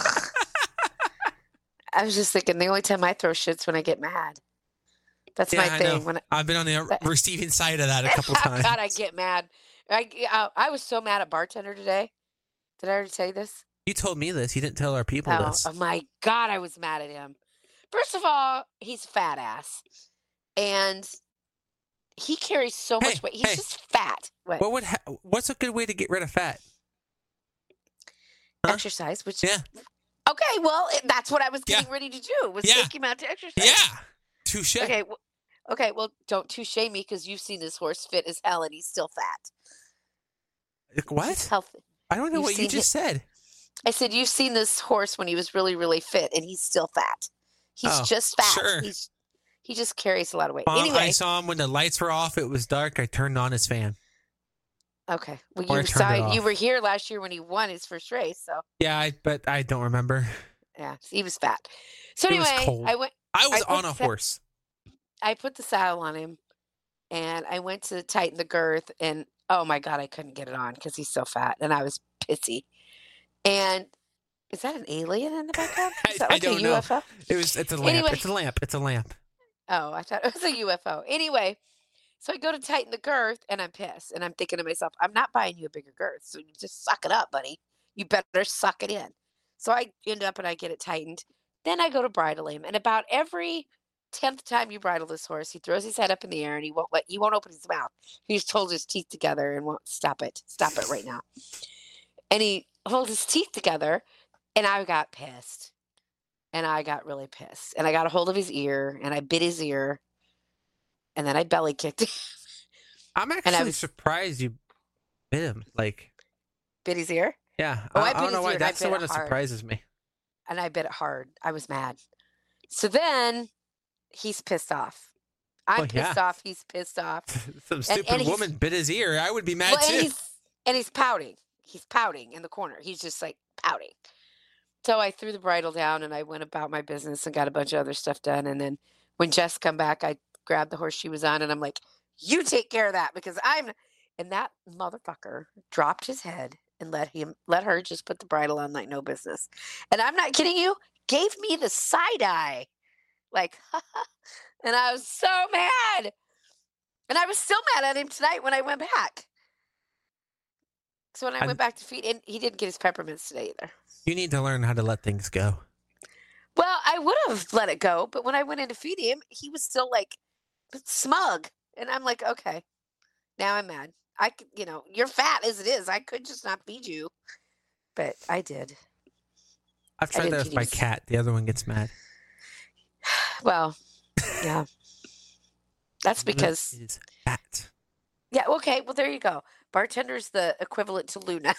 B: I was just thinking the only time I throw shits when I get mad. That's
A: Yeah,
B: my
A: I
B: thing.
A: know.
B: When I,
A: I've been on the receiving side of that a couple
B: Oh,
A: times.
B: God, I get mad. I, I, I was so mad at bartender today. Did I already tell you this?
A: You told me this. You didn't tell our people
B: Oh,
A: this.
B: oh my God, I was mad at him. First of all, he's a fat ass. And he carries so
A: Hey,
B: much weight. He's
A: hey.
B: just fat. What?
A: What would? Ha- what's a good way to get rid of fat? huh?
B: Exercise, which
A: Yeah.
B: Okay, well, it- that's what I was
A: Yeah.
B: getting ready to do was
A: Yeah.
B: take him out to exercise.
A: Touche.
B: Okay. w okay. Well, don't touche me because you've seen this horse fit as hell and he's still fat.
A: Like,
B: He's
A: What?
B: healthy.
A: I don't know
B: You've
A: what you
B: seen
A: just said.
B: I said you've seen this horse when he was really, really fit and he's still fat. He's
A: Oh,
B: just fat.
A: sure.
B: He's he just carries a lot of weight.
A: Mom, I
B: anyway,
A: saw him when the lights were off. It was dark. I turned on his fan.
B: okay. Well,
A: or I
B: you
A: turned it
B: saw you
A: off.
B: were here last year when he won his first race, so
A: Yeah, I, but I don't remember.
B: yeah, he was fat. So
A: It was
B: anyway,
A: cold.
B: I went.
A: I was
B: I
A: on a
B: looked at-
A: horse.
B: I put the saddle on him and I went to tighten the girth and oh my god, I couldn't get it on because he's so fat and I was pissy. And is that an alien in the background?
A: I-
B: Is that
A: I
B: like a
A: don't know.
B: UFO?
A: It was. It's a lamp.
B: Anyway.
A: It's a lamp. It's a lamp.
B: Oh, I thought it was a UFO. Anyway, so I go to tighten the girth and I'm pissed. And I'm thinking to myself, I'm not buying you a bigger girth. So you just suck it up, buddy. You better suck it in. So I end up and I get it tightened. Then I go to bridle him. And about every 10th time you bridle this horse, he throws his head up in the air and he won't let, he won't open his mouth. He just holds his teeth together and won't stop it. Stop it right now. And he holds his teeth together. And I got pissed. And I got really pissed. And I got a hold of his ear and I bit his ear. And then I belly kicked him,
A: I'm actually
B: was-
A: surprised you bit him. Like,
B: bit his ear,
A: yeah.
B: Oh, I
A: I, I
B: bit
A: don't know
B: his
A: why.
B: ear and I
A: That's the
B: bit
A: one
B: it
A: that
B: hard.
A: surprises me.
B: and I bit it hard. I was mad. So then he's pissed off. I'm
A: Well, yeah.
B: pissed off. He's pissed off.
A: Some stupid
B: and he's-
A: woman bit his ear. I would be mad
B: well, and
A: too.
B: he's and he's pouting. He's pouting in the corner. He's just like pouting. So I threw the bridle down and I went about my business and got a bunch of other stuff done. And then when Jess come back, I grabbed the horse she was on and I'm like, "You take care of that because I'm." And that motherfucker dropped his head and let him let her just put the bridle on like no business. And I'm not kidding you. Gave me the side eye, like, and I was so mad. And I was still mad at him tonight when I went back. So when I
A: I'm-
B: went back to feed, and he didn't get his peppermints today either.
A: You need to learn how to let things go.
B: Well, I would have let it go, but when I went in to feed him, he was still like smug, and I'm like, okay, now I'm mad. I could, you know, you're fat as it is. I could just not feed you, but I did.
A: I've
B: I
A: tried
B: didn't
A: that with my
B: use-
A: cat. The other one gets mad.
B: Well, yeah, that's
A: The other
B: because
A: is fat.
B: yeah. Okay, well there you go. Bartender's the equivalent to Luna,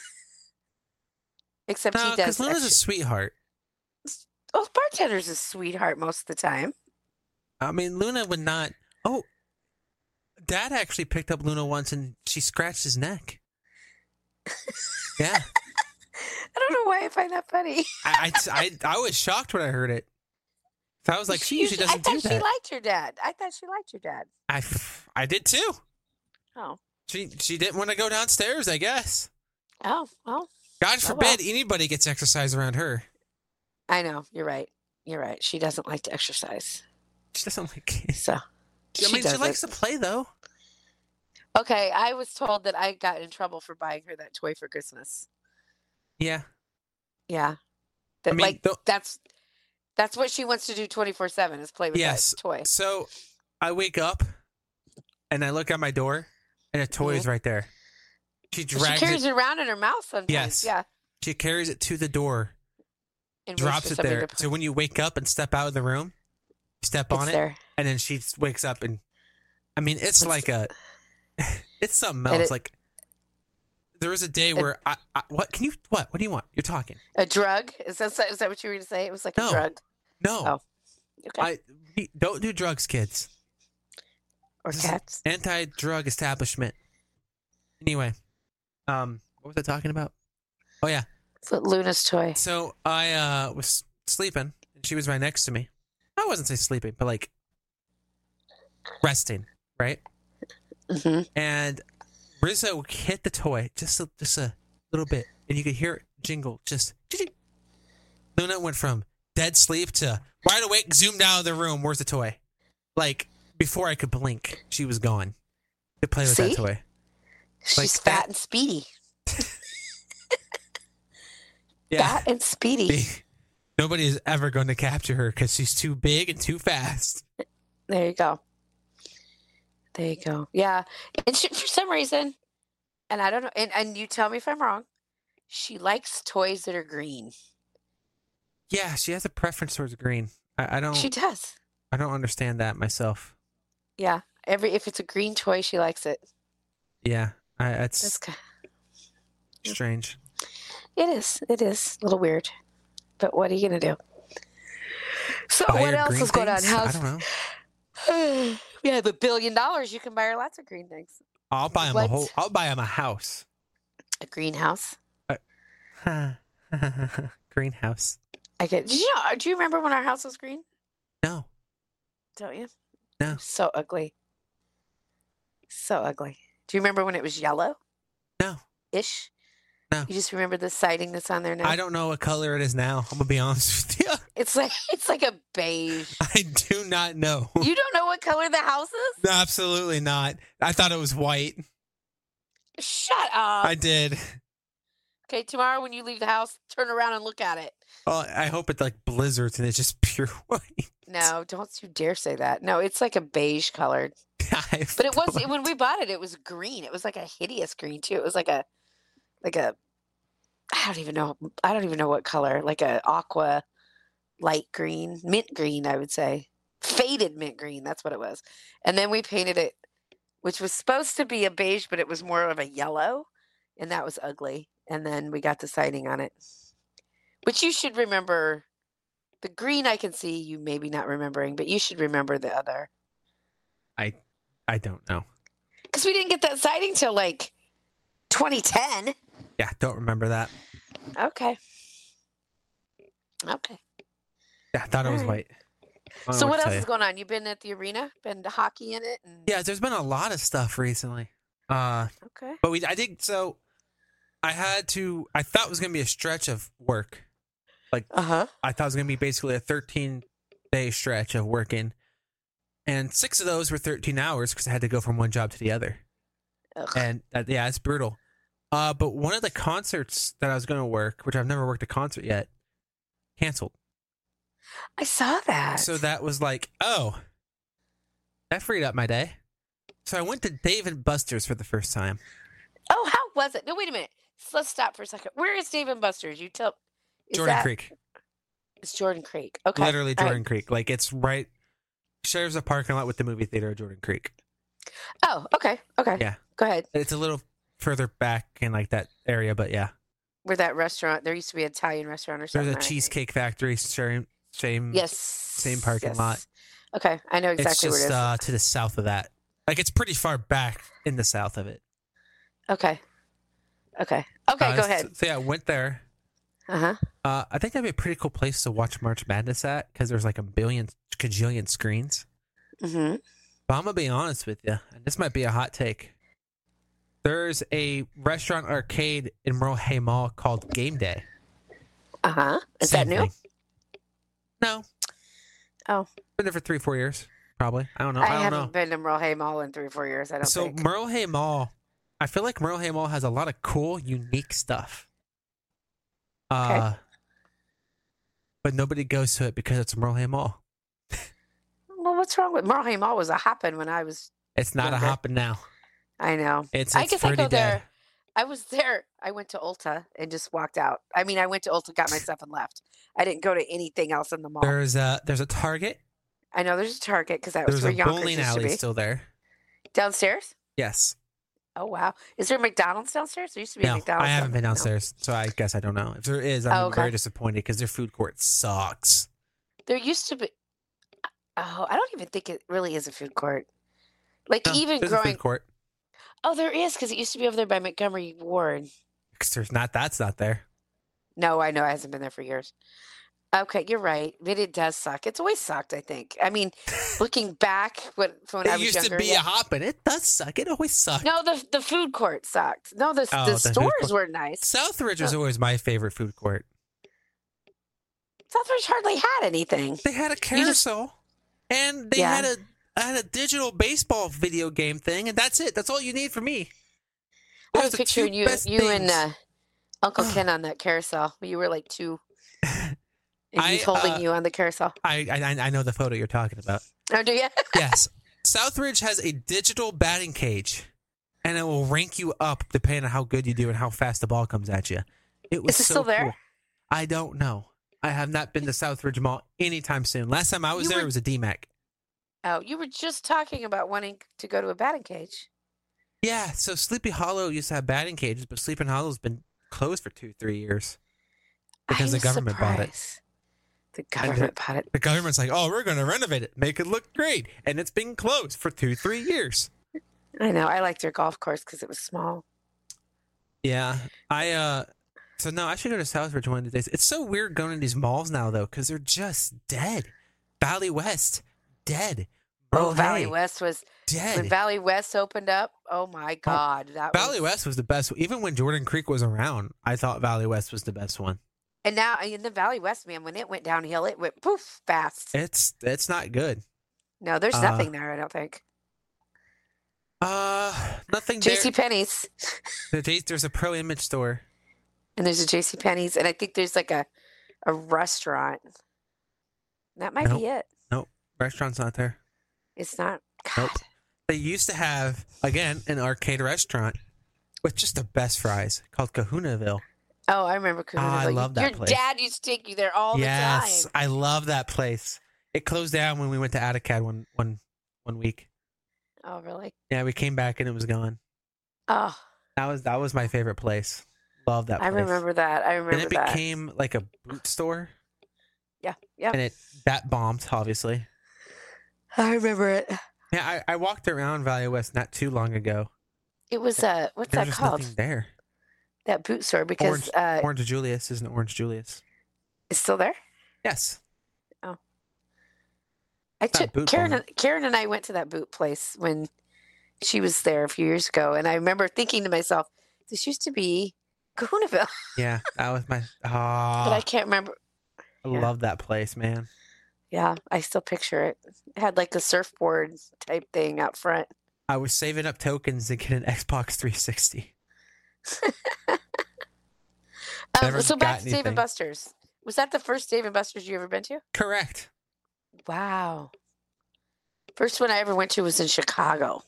B: except
A: No,
B: he does.
A: because Luna's a
B: extra-
A: sweetheart.
B: oh, bartender's a sweetheart most of the time.
A: I mean, Luna would not. Oh, Dad actually picked up Luna once, and she scratched his neck. Yeah,
B: I don't know why I find that funny.
A: I, I, I, I was shocked when I heard it. So I was like, she usually
B: I
A: doesn't
B: thought
A: do
B: she
A: that.
B: liked your dad. I thought she liked your dad.
A: I, f- I did too.
B: Oh,
A: She, she didn't want to go downstairs. I guess.
B: oh, well. Oh,
A: God
B: well.
A: forbid anybody gets exercise around her.
B: I know you're right. You're right. She doesn't like to exercise,
A: She doesn't like.
B: so
A: I mean, she
B: doesn't.
A: likes to play though.
B: Okay, I was told that I got in trouble for buying her that toy for Christmas.
A: Yeah.
B: Yeah,
A: I
B: that
A: mean,
B: like
A: tho-
B: that's that's what she wants to do twenty four seven is play with
A: Yes.
B: that toy.
A: So I wake up and I look at my door and a toy is right there. She
B: She
A: drags
B: carries
A: it.
B: it around in her mouth sometimes.
A: Yes.
B: Yeah,
A: She carries it to the door,
B: and waits for
A: drops it
B: somebody
A: there.
B: to-
A: So when you wake up and step out of the room, step on
B: it's
A: it,
B: there.
A: and then she wakes up and I mean, it's,
B: It's-
A: like a, it's something
B: And
A: else.
B: it-
A: like there was a day where I, I, what can you, what, what do you want? You're talking.
B: A drug? Is that is that what you were going to say? It was like
A: No.
B: a drug.
A: No,
B: Oh. Okay.
A: I we- don't do drugs, kids.
B: or
A: this is-
B: cats?
A: anti-drug establishment. Anyway, um, what was I talking about? Oh yeah,
B: It's like Luna's toy.
A: so I uh was sleeping, and she was right next to me. I wasn't say sleeping, but like resting, right?
B: hmm
A: And Rizzo hit the toy just a, just a little bit, and you could hear it jingle. Just Luna went from dead sleep to wide awake, zoomed out of the room. Where's the toy? Like before I could blink, she was gone to play with
B: See?
A: that toy.
B: She's
A: Like
B: fat
A: that-
B: and speedy.
A: Yeah.
B: Fat and speedy.
A: Nobody is ever going to capture her because she's too big and too fast.
B: There you go. There you go. Yeah. And she, for some reason, and I don't know, and, and you tell me if I'm wrong, she likes toys that are green.
A: Yeah, she has a preference towards green. I, I don't.
B: She does.
A: I don't understand that myself.
B: Yeah. Every if it's a green toy, she likes it.
A: Yeah, I, that's,
B: That's ki-
A: strange.
B: it is. It is a little weird, but what are you gonna do? So
A: Buy
B: what
A: her
B: else
A: green
B: is going on?
A: things? I
B: How's
A: don't know.
B: we have a billion dollars? You can buy her lots of green things.
A: I'll buy him a
B: What?
A: whole. I'll buy him a house.
B: A greenhouse.
A: Greenhouse.
B: I get. Did you know, do you remember when our house was green?
A: No,
B: Don't you?
A: No.
B: So ugly. So ugly. Do you remember when it was yellow
A: no.
B: ish?
A: No.
B: You just remember the siding that's on there now?
A: I don't know what color it is now. I'm gonna be honest with you.
B: It's like it's like a beige.
A: I do not know.
B: you don't know what color the house is?
A: Absolutely not. I thought it was white.
B: Shut up.
A: I did.
B: okay, tomorrow when you leave the house, turn around and look at it.
A: Oh, I hope it like blizzards and it's just pure white.
B: No, don't you dare say that. No, it's like a beige colored.
A: I
B: But it was
A: don't-
B: when we bought it, it was green. It was like a hideous green too. It was like a like a I don't even know I don't even know what color, like a aqua light green, mint green, I would say. Faded mint green, that's what it was. And then we painted it which was supposed to be a beige, but it was more of a yellow, and that was ugly. And then we got the siding on it. But you should remember the green I can see you maybe not remembering, but you should remember the other.
A: I don't know.
B: Because we didn't get that sighting till like 2010.
A: Yeah, don't remember that.
B: Okay. Okay.
A: Yeah, I thought it was
B: Alright.
A: white. I don't
B: So
A: know
B: what
A: to
B: else
A: tell
B: is
A: you.
B: going on? You've been at the arena, been to hockey in it, and
A: Yeah, there's been a lot of stuff recently. Uh,
B: Okay.
A: but we I did so. I had to. I thought it was gonna be a stretch of work.
B: Uh huh.
A: I thought it was gonna be basically a 13 day stretch of working, and six of those were 13 hours because I had to go from one job to the other. and that, yeah, it's brutal. Uh, but one of the concerts that I was going to work, which I've never worked a concert yet, canceled.
B: I saw that.
A: So that was like, oh, that freed up my day. So I went to Dave and Buster's for the first time.
B: Oh, how was it? No, wait a minute. S- Let's stop for a second. Where is Dave and Buster's? You tell. is
A: Jordan
B: that-
A: Creek,
B: It's Jordan Creek. Okay.
A: literally
B: all right.
A: Jordan Creek. Like it's right, shares a parking lot with the movie theater of Jordan Creek.
B: Oh, okay. Okay.
A: Yeah.
B: Go ahead.
A: It's a little further back in like that area, but yeah,
B: Where that restaurant? There used to be an Italian restaurant or something.
A: there's a
B: I think.
A: cheesecake factory. Same, same.
B: Yes.
A: parking lot.
B: yes. Okay, I know exactly
A: it's
B: where
A: just
B: it is.
A: uh, to the south of that. Like it's pretty far back in the south of it.
B: okay. Okay. Okay.
A: Uh,
B: go
A: so-
B: ahead.
A: So, yeah, I went there.
B: Uh huh.
A: Uh, I think that'd be a pretty cool place to watch March Madness at because there's like a billion, cajillion screens.
B: Mm-hmm.
A: But I'm gonna be honest with you, and this might be a hot take. There's a restaurant arcade in Merle Hay Mall called Game Day.
B: Uh huh. Is
A: Same
B: that new?
A: thing. No.
B: Oh.
A: Been there for three, four years, probably. I don't know.
B: I,
A: I, don't
B: haven't
A: know.
B: been to Merle Hay Mall in three or four years. I don't
A: So
B: think.
A: Merle Hay Mall, I feel like Merle Hay Mall has a lot of cool, unique stuff. Uh, But nobody goes to it because it's Merle Hay Mall.
B: Well, what's wrong with Merle Hay Mall? Was a hoppin' when I was.
A: It's not
B: Okay.
A: a hopping now.
B: I know.
A: It's, it's
B: I guess I
A: pretty
B: go
A: dead.
B: there. I was there. I went to Ulta and just walked out. I mean, I went to Ulta, got my stuff, and left. I didn't go to anything else in the mall.
A: There's a there's a Target.
B: I know there's a Target because that was
A: There's
B: where
A: a
B: Yonkers
A: bowling
B: used to
A: alley
B: be.
A: still there.
B: Downstairs?
A: Yes.
B: Oh wow! Is there a McDonald's downstairs? There used to be a
A: No,
B: McDonald's.
A: I haven't been
B: No.
A: downstairs, so I guess I don't know. If there is, I'm
B: Oh, okay.
A: very disappointed because their food court sucks.
B: There used to be. Oh, I don't even think it really is a food court. Like
A: No,
B: even
A: there's a
B: growing.
A: food court.
B: Oh, there is because it used to be over there by Montgomery Ward.
A: 'Cause there's not that's not there.
B: No, I know it hasn't been there for years. Okay, you're right. But it does suck. It's always sucked. I think. I mean, looking back, when from when I
A: it
B: was
A: used
B: younger,
A: to be
B: yeah.
A: a hopping. It does suck. It always sucks.
B: No, the the food court sucked. No, the
A: Oh,
B: the
A: the food
B: stores
A: court.
B: were nice.
A: Southridge was always my favorite food court.
B: Southridge hardly had anything.
A: They had a
B: just-
A: carousel, and they
B: Yeah.
A: had a had a digital baseball video game thing, and that's it. That's all you need for me.
B: I
A: Those
B: was
A: are the two
B: picturing you
A: best
B: you and
A: things.
B: uh, Uncle Ken on that carousel. You were like two, and
A: I,
B: he's holding
A: uh,
B: you on the carousel.
A: I, I I know the photo you're talking about.
B: Oh, do you?
A: Yes, Southridge has a digital batting cage, and it will rank you up depending on how good you do and how fast the ball comes at you. It was
B: Is it
A: so
B: still there?
A: cool. I don't know. I have not been to Southridge Mall anytime soon. Last time I was
B: You
A: there,
B: were-
A: it was a DMAC.
B: Oh, you were just talking about wanting to go to a batting cage.
A: Yeah, so Sleepy Hollow used to have batting cages, but Sleepy Hollow's been closed for two, three years. Because the
B: was
A: government bought it.
B: surprised. The government bought it.
A: The government's like, oh, we're going to renovate it, make it look great. And it's been closed for two, three years.
B: I know. I liked your golf course because it was small.
A: Yeah. I, uh, so no, I should go to Southbridge one of the days. It's so weird going to these malls now, though, because they're just dead. Valley West, dead.
B: Oh,
A: Merle
B: Valley
A: Hay,
B: West was when
A: dead.
B: Valley West opened up. Oh my God, that
A: Valley
B: was,
A: West was the best. Even when Jordan Creek was around, I thought Valley West was the best one.
B: And now in the Valley West, man, when it went downhill, it went poof fast.
A: It's it's not good.
B: No, there's
A: Eh, uh,
B: nothing there. I don't think.
A: Uh, nothing. there.
B: J.C. Penney's
A: The J- There's a pro image store.
B: and there's a J.C. Penney's and I think there's like a a restaurant. That might
A: Nope.
B: be it.
A: Restaurant's not there.
B: It's not. God.
A: Nope. They used to have, again, an arcade restaurant with just the best fries called Kahunaville.
B: Oh, I remember. Kahuna
A: Ah, I
B: Hill. You-
A: love that
B: Your
A: place.
B: dad used to take you there all
A: yes,
B: the time.
A: I love that place. It closed down when we went to Atticad one, one, one week.
B: Oh, really?
A: Yeah, we came back and it was gone.
B: Oh,
A: That was that was my favorite place. Love that
B: I
A: place.
B: remember that. I remember
A: Then it
B: that.
A: became like a boot store
B: yeah, yeah.
A: and it that bombed, obviously.
B: I remember it.
A: Yeah, I, I walked around Valley West not too long ago.
B: It was uh, what's that
A: There's just
B: called?
A: nothing there.
B: That boot store because
A: Orange-
B: uh,
A: Orange Julius isn't Orange Julius.
B: it's still there.
A: Yes.
B: I
A: That
B: took
A: boot
B: Karen.
A: barn.
B: Karen and I went to that boot place when she was there a few years ago, and I remember thinking to myself, "This used to be Kahunaville,"
A: Yeah. That was my. Oh,
B: but I
A: I,
B: can't remember. yeah.
A: love that place, man.
B: Yeah, I still picture it. It had like a surfboard type thing out front.
A: I was saving up tokens to get an Xbox 360. Never
B: Um, so back
A: got
B: to Dave
A: anything.
B: and Buster's. Was that the first Dave and Buster's you ever been to?
A: Correct.
B: Wow. First one I ever went to was in Chicago.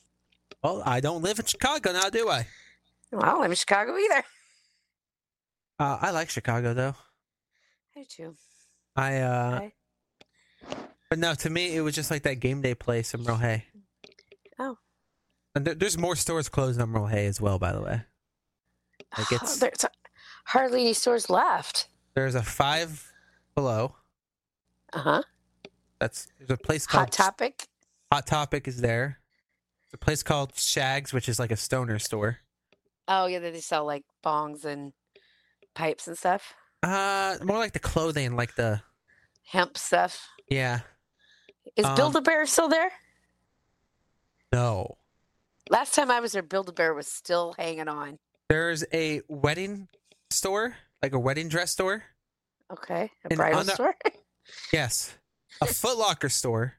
A: Well, I don't live in Chicago now, do I?
B: Well, I'm in Chicago either.
A: Uh, I like Chicago though.
B: I do too.
A: I uh,
B: Okay.
A: but no, to me it was just like that game day place in Merle Hay.
B: Oh.
A: And there, there's more stores closed on Merle Hay as well, by the way. Like it's
B: oh, There's hardly any stores left.
A: there's a five below.
B: Uh huh.
A: That's there's a place called
B: Hot Topic.
A: Hot Topic is there. There's a place called Shags, which is like a stoner store.
B: Oh yeah, they sell like bongs and pipes and stuff,
A: Uh, more like the clothing, like the
B: hemp stuff.
A: yeah.
B: Is
A: Um,
B: Build a Bear still there?
A: No,
B: Last time I was there, Build a Bear was still hanging on.
A: there's a wedding store, like a wedding dress store.
B: Okay, a
A: And
B: bridal
A: on the-
B: store.
A: Yes. A Foot Locker store,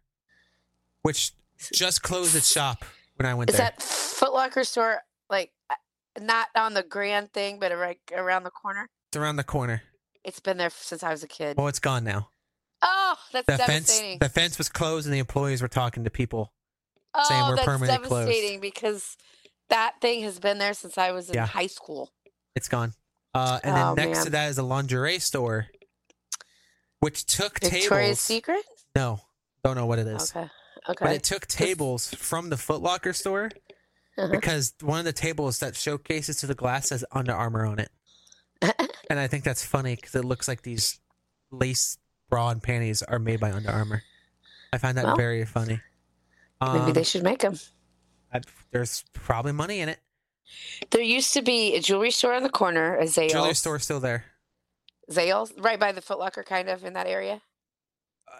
A: which just closed its shop when I went
B: Is
A: there.
B: that Foot Locker store like uh, not on the grand thing, but like around the corner?
A: it's around the corner.
B: It's been there since I was a kid.
A: Well, it's gone now.
B: Oh, that's
A: The fence,
B: devastating.
A: the fence was closed, and the employees were talking to people.
B: oh,
A: saying we're
B: that's
A: permanently closed.
B: devastating because that thing has been there since I was in
A: Yeah.
B: high school.
A: It's gone. Uh, and then
B: Oh,
A: next to
B: man.
A: that is a lingerie store, which took
B: Victoria's
A: tables.
B: Secret.
A: No, don't know what it is.
B: Okay.
A: But
B: Okay.
A: it took tables from the Foot Locker store
B: Uh-huh.
A: because one of the tables that showcases to the glass has Under Armour on it. and I think that's funny because it looks like these lace bra and panties are made by Under Armour. I find that
B: Well,
A: very funny.
B: Maybe
A: Um,
B: they should make them.
A: I- there's probably money in it.
B: There used to be a jewelry store on the corner, a Zales.
A: Jewelry store's still there.
B: Zales, right by the Foot Locker, kind of in that area.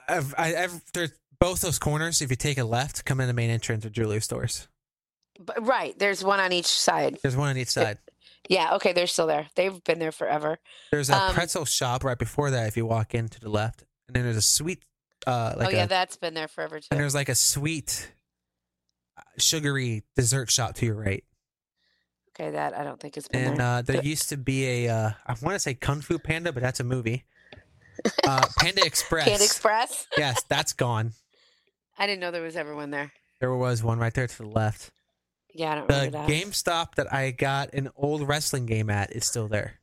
A: I've, I, I've, there's both those corners. If you take a left, come in the main entrance of jewelry stores.
B: But, right, there's one on each side.
A: There's one on each side.
B: Yeah, okay, they're still there. They've been there forever.
A: There's a
B: Um,
A: pretzel shop right before that. If you walk in to the left, and then there's a sweet, uh, like
B: oh yeah,
A: a,
B: that's been there forever
A: and
B: too.
A: there's like a sweet, uh, sugary dessert shop to your right.
B: Okay, that I don't think it's been
A: And
B: there.
A: uh, there
B: Mm-hmm. Th-
A: used to be a, uh, I want to say Kung Fu Panda, but that's a movie. Uh, Panda Express.
B: Candy Express.
A: yes, that's gone.
B: I didn't know there was ever one there.
A: There was one right there to the left.
B: Yeah, I don't
A: The
B: remember that.
A: GameStop that I got an old wrestling game at is still there.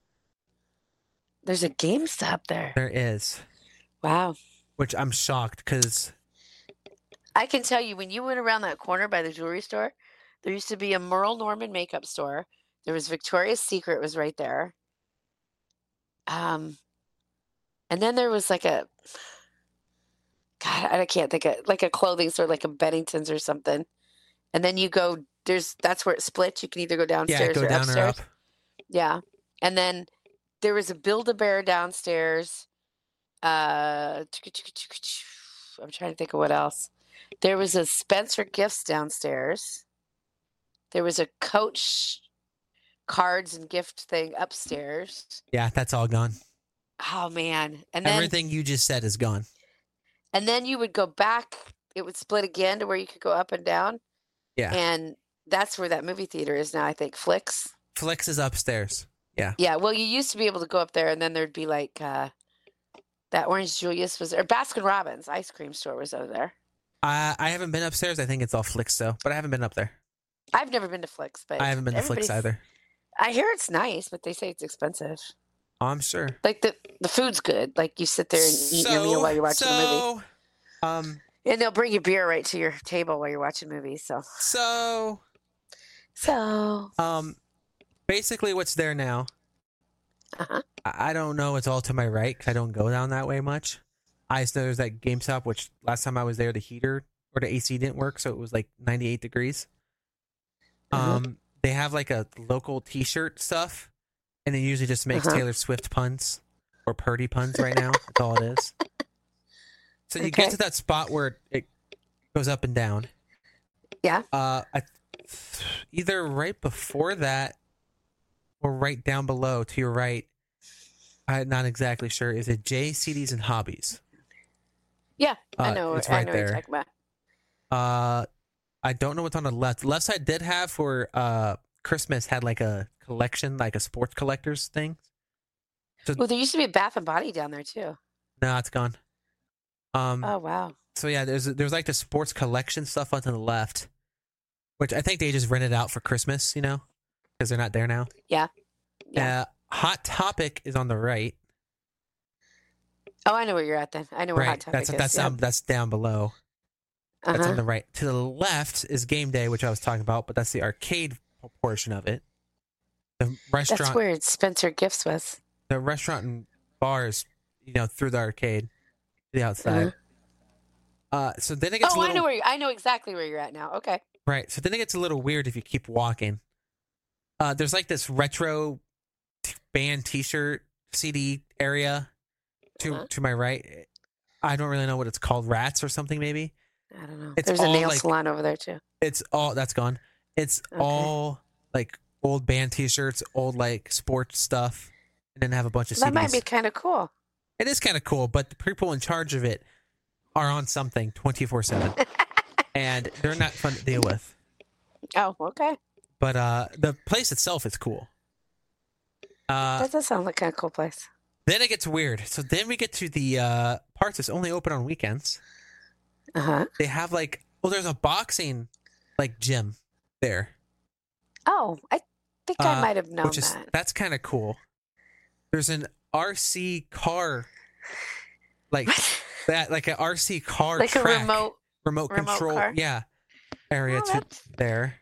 B: There's a GameStop there.
A: There is,
B: Wow.
A: which I'm shocked because
B: I can tell you when you went around that corner by the jewelry store, there used to be a Merle Norman makeup store. There was Victoria's Secret was right there. Um and then there was like a God, I can't think of like a clothing store, like a Bennington's or something. And then you go there's that's where it splits. You can either go downstairs
A: yeah, go
B: or
A: down
B: upstairs.
A: or up.
B: Yeah. And then there was a Build a Bear downstairs. Uh, I'm trying to think of what else. There was a Spencer Gifts downstairs. There was a Coach cards and gift thing upstairs.
A: Yeah, that's all gone.
B: Oh man. And then
A: Everything you just said is gone.
B: and then you would go back, it would split again to where you could go up and down.
A: Yeah.
B: And that's where that movie theater is now, I think, Flicks.
A: Flex is upstairs.
B: Yeah, well, you used to be able to go up there, and then there'd be like uh, that Orange Julius was, or Baskin Robbins ice cream store was over there.
A: I I haven't been upstairs. I think it's all Flicks though, but I haven't been up there.
B: I've never been to Flicks, but
A: I haven't been to Flicks
B: everybody's-
A: either.
B: I hear it's nice, but they say it's expensive.
A: I'm sure.
B: Like the the food's good. Like you sit there and eat your meal while you're watching the movie,
A: so, Um,
B: and they'll bring you beer right to your table while you're watching movies. So,
A: so,
B: so
A: um, basically, what's there now?
B: Uh-huh.
A: I I don't know. It's all to my right 'cause I don't go down that way much. I just know there's that GameStop, which last time I was there, the heater or the AC didn't work, so it was like 98 degrees.
B: Mhm.
A: Um, they have like a local T-shirt stuff, and it usually just makes
B: Uh-huh.
A: Taylor Swift puns or Purdy puns. Right now, that's all it is. So you
B: Okay.
A: get to that spot where it goes up and down.
B: Yeah.
A: Uh, I, either right before that or right down below to your right. I'm not exactly sure. Is it J CDs and hobbies?
B: Yeah, I
A: Uh,
B: know.
A: It's
B: I
A: right
B: know what you're
A: there.
B: talking about.
A: Uh, I don't know what's on the left. Left side did have for uh Christmas had like a collection, like a sports collectors thing.
B: Well, there used to be a Bath and Body down there too.
A: No, it's gone. Um,
B: Oh wow.
A: so yeah, there's there's like the sports collection stuff onto the left, which I think they just rented out for Christmas, you know, because they're not there now.
B: Yeah.
A: Uh, Hot Topic is on the right.
B: Oh, I know where you're at then. I know where
A: right.
B: Hot Topic
A: That's
B: is.
A: that's
B: yeah.
A: down that's down below. That's
B: Uh-huh.
A: on the right. To the left is Game Day, which I was talking about, but that's the arcade portion of it. The
B: That's
A: restaurant,
B: where Spencer Gifts was.
A: the restaurant and bars, you know, through the arcade, to the outside. Uh, so then it gets
B: Mm-hmm. Oh,
A: a
B: I
A: little
B: know where you, I know exactly where you're at now. Okay.
A: Right. So then it gets a little weird if you keep walking. Uh, there's like this retro t- band T-shirt CD area to
B: Uh-huh.
A: to my right. I don't really know what it's called. Rats or something maybe.
B: I don't know.
A: It's
B: There's a
A: all,
B: nail
A: like-
B: salon over there too.
A: It's all that's gone. It's
B: Okay.
A: all like old band T-shirts, old like sports stuff, and then have a bunch of
B: That
A: CDs.
B: might be kind of cool.
A: It is kind of cool, but the people in charge of it are on something twenty four seven, and they're not fun to deal with.
B: Oh, okay.
A: but uh the place itself is cool uh
B: that does sound like kind of cool place.
A: then it gets weird so then we get to the uh parts that's only open on weekends
B: Uh huh.
A: they have like well there's a boxing like gym there
B: Oh, I think I
A: Uh,
B: might have known
A: which is
B: that.
A: that's kind of cool there's an rc car like that like an rc car
B: like
A: track,
B: a remote.
A: remote
B: remote
A: control
B: car?
A: yeah area
B: Oh,
A: to
B: that's-
A: there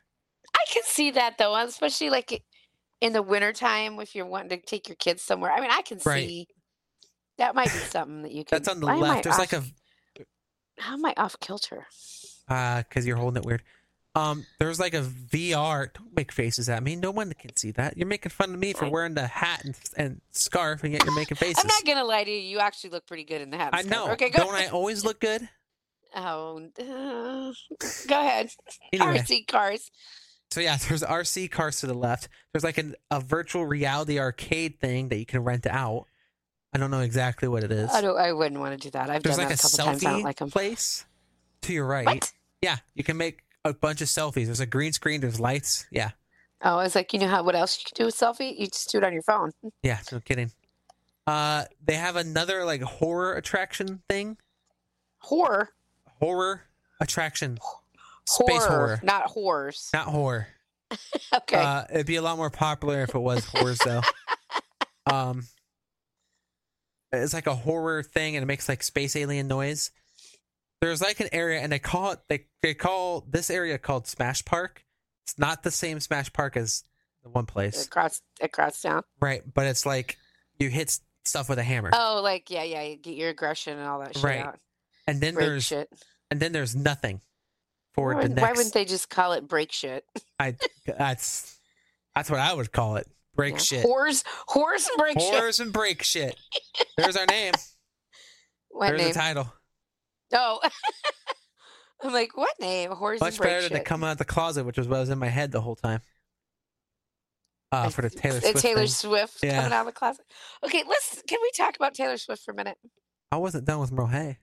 B: I can see that though, especially like in the wintertime if you're wanting to take your kids somewhere. I mean, I can
A: Right.
B: see that might be something that you can.
A: that's on the
B: why am I
A: left there's like
B: off-
A: a
B: How am I off kilter?
A: because Uh, you're holding it weird. Um, there's like a VR. Don't make faces at me. No one can see that. You're making fun of me for
B: Right.
A: wearing the hat and, and scarf, and yet you're making faces.
B: I'm not gonna lie to you. You actually look pretty good in the hat.
A: I
B: and scarf.
A: know.
B: Okay, go.
A: Don't I always look good?
B: Oh, uh, go ahead.
A: Anyway,
B: RC cars.
A: so yeah, there's RC cars to the left. There's like an, a virtual reality arcade thing that you can rent out. I don't know exactly what it is.
B: I don't. Oh, I wouldn't want to do that. I've
A: There's
B: done
A: like a,
B: that a couple times. I
A: selfie
B: don't like them.
A: place to your right.
B: What?
A: Yeah, you can make a bunch of selfies. There's a green screen. There's lights. Yeah,
B: Oh, I was like, you know how? What else you can do with selfie? You just do it on your phone.
A: Yeah, no kidding. Uh, they have another like horror attraction thing.
B: Horror.
A: Horror attraction, Space horror.
B: Not horrors.
A: not horror.
B: okay.
A: Uh, it'd be a lot more popular if it was horrors though. um, it's like a horror thing, and it makes like space alien noise. There's like an area, and they call it they they call this area called Smash Park. It's not the same Smash Park as the one place,
B: across across town.
A: right? But it's like you hit s- stuff with a hammer,
B: Oh, like yeah, yeah. You get your aggression and all that shit
A: Right.
B: out.
A: and then
B: break
A: there's
B: shit.
A: and then there's nothing for
B: Why,
A: the
B: wouldn't- why wouldn't
A: next.
B: they just call it break shit?
A: I that's that's what I would call it. Break
B: Yeah.
A: shit.
B: Whores, whores and break shit.
A: Whores and break shit. There's our name.
B: What
A: There's
B: name?
A: the title.
B: oh, I'm like, what name? Whores
A: Much
B: and break
A: better
B: shit.
A: than the coming out the closet, which was what was in my head the whole time. Uh,
B: I-
A: for the Taylor
B: Uh,
A: Swift.
B: Taylor
A: thing.
B: Swift
A: Yeah.
B: coming out of the closet. Okay, let's. Can we talk about Taylor Swift for a minute?
A: I wasn't done with Mohe.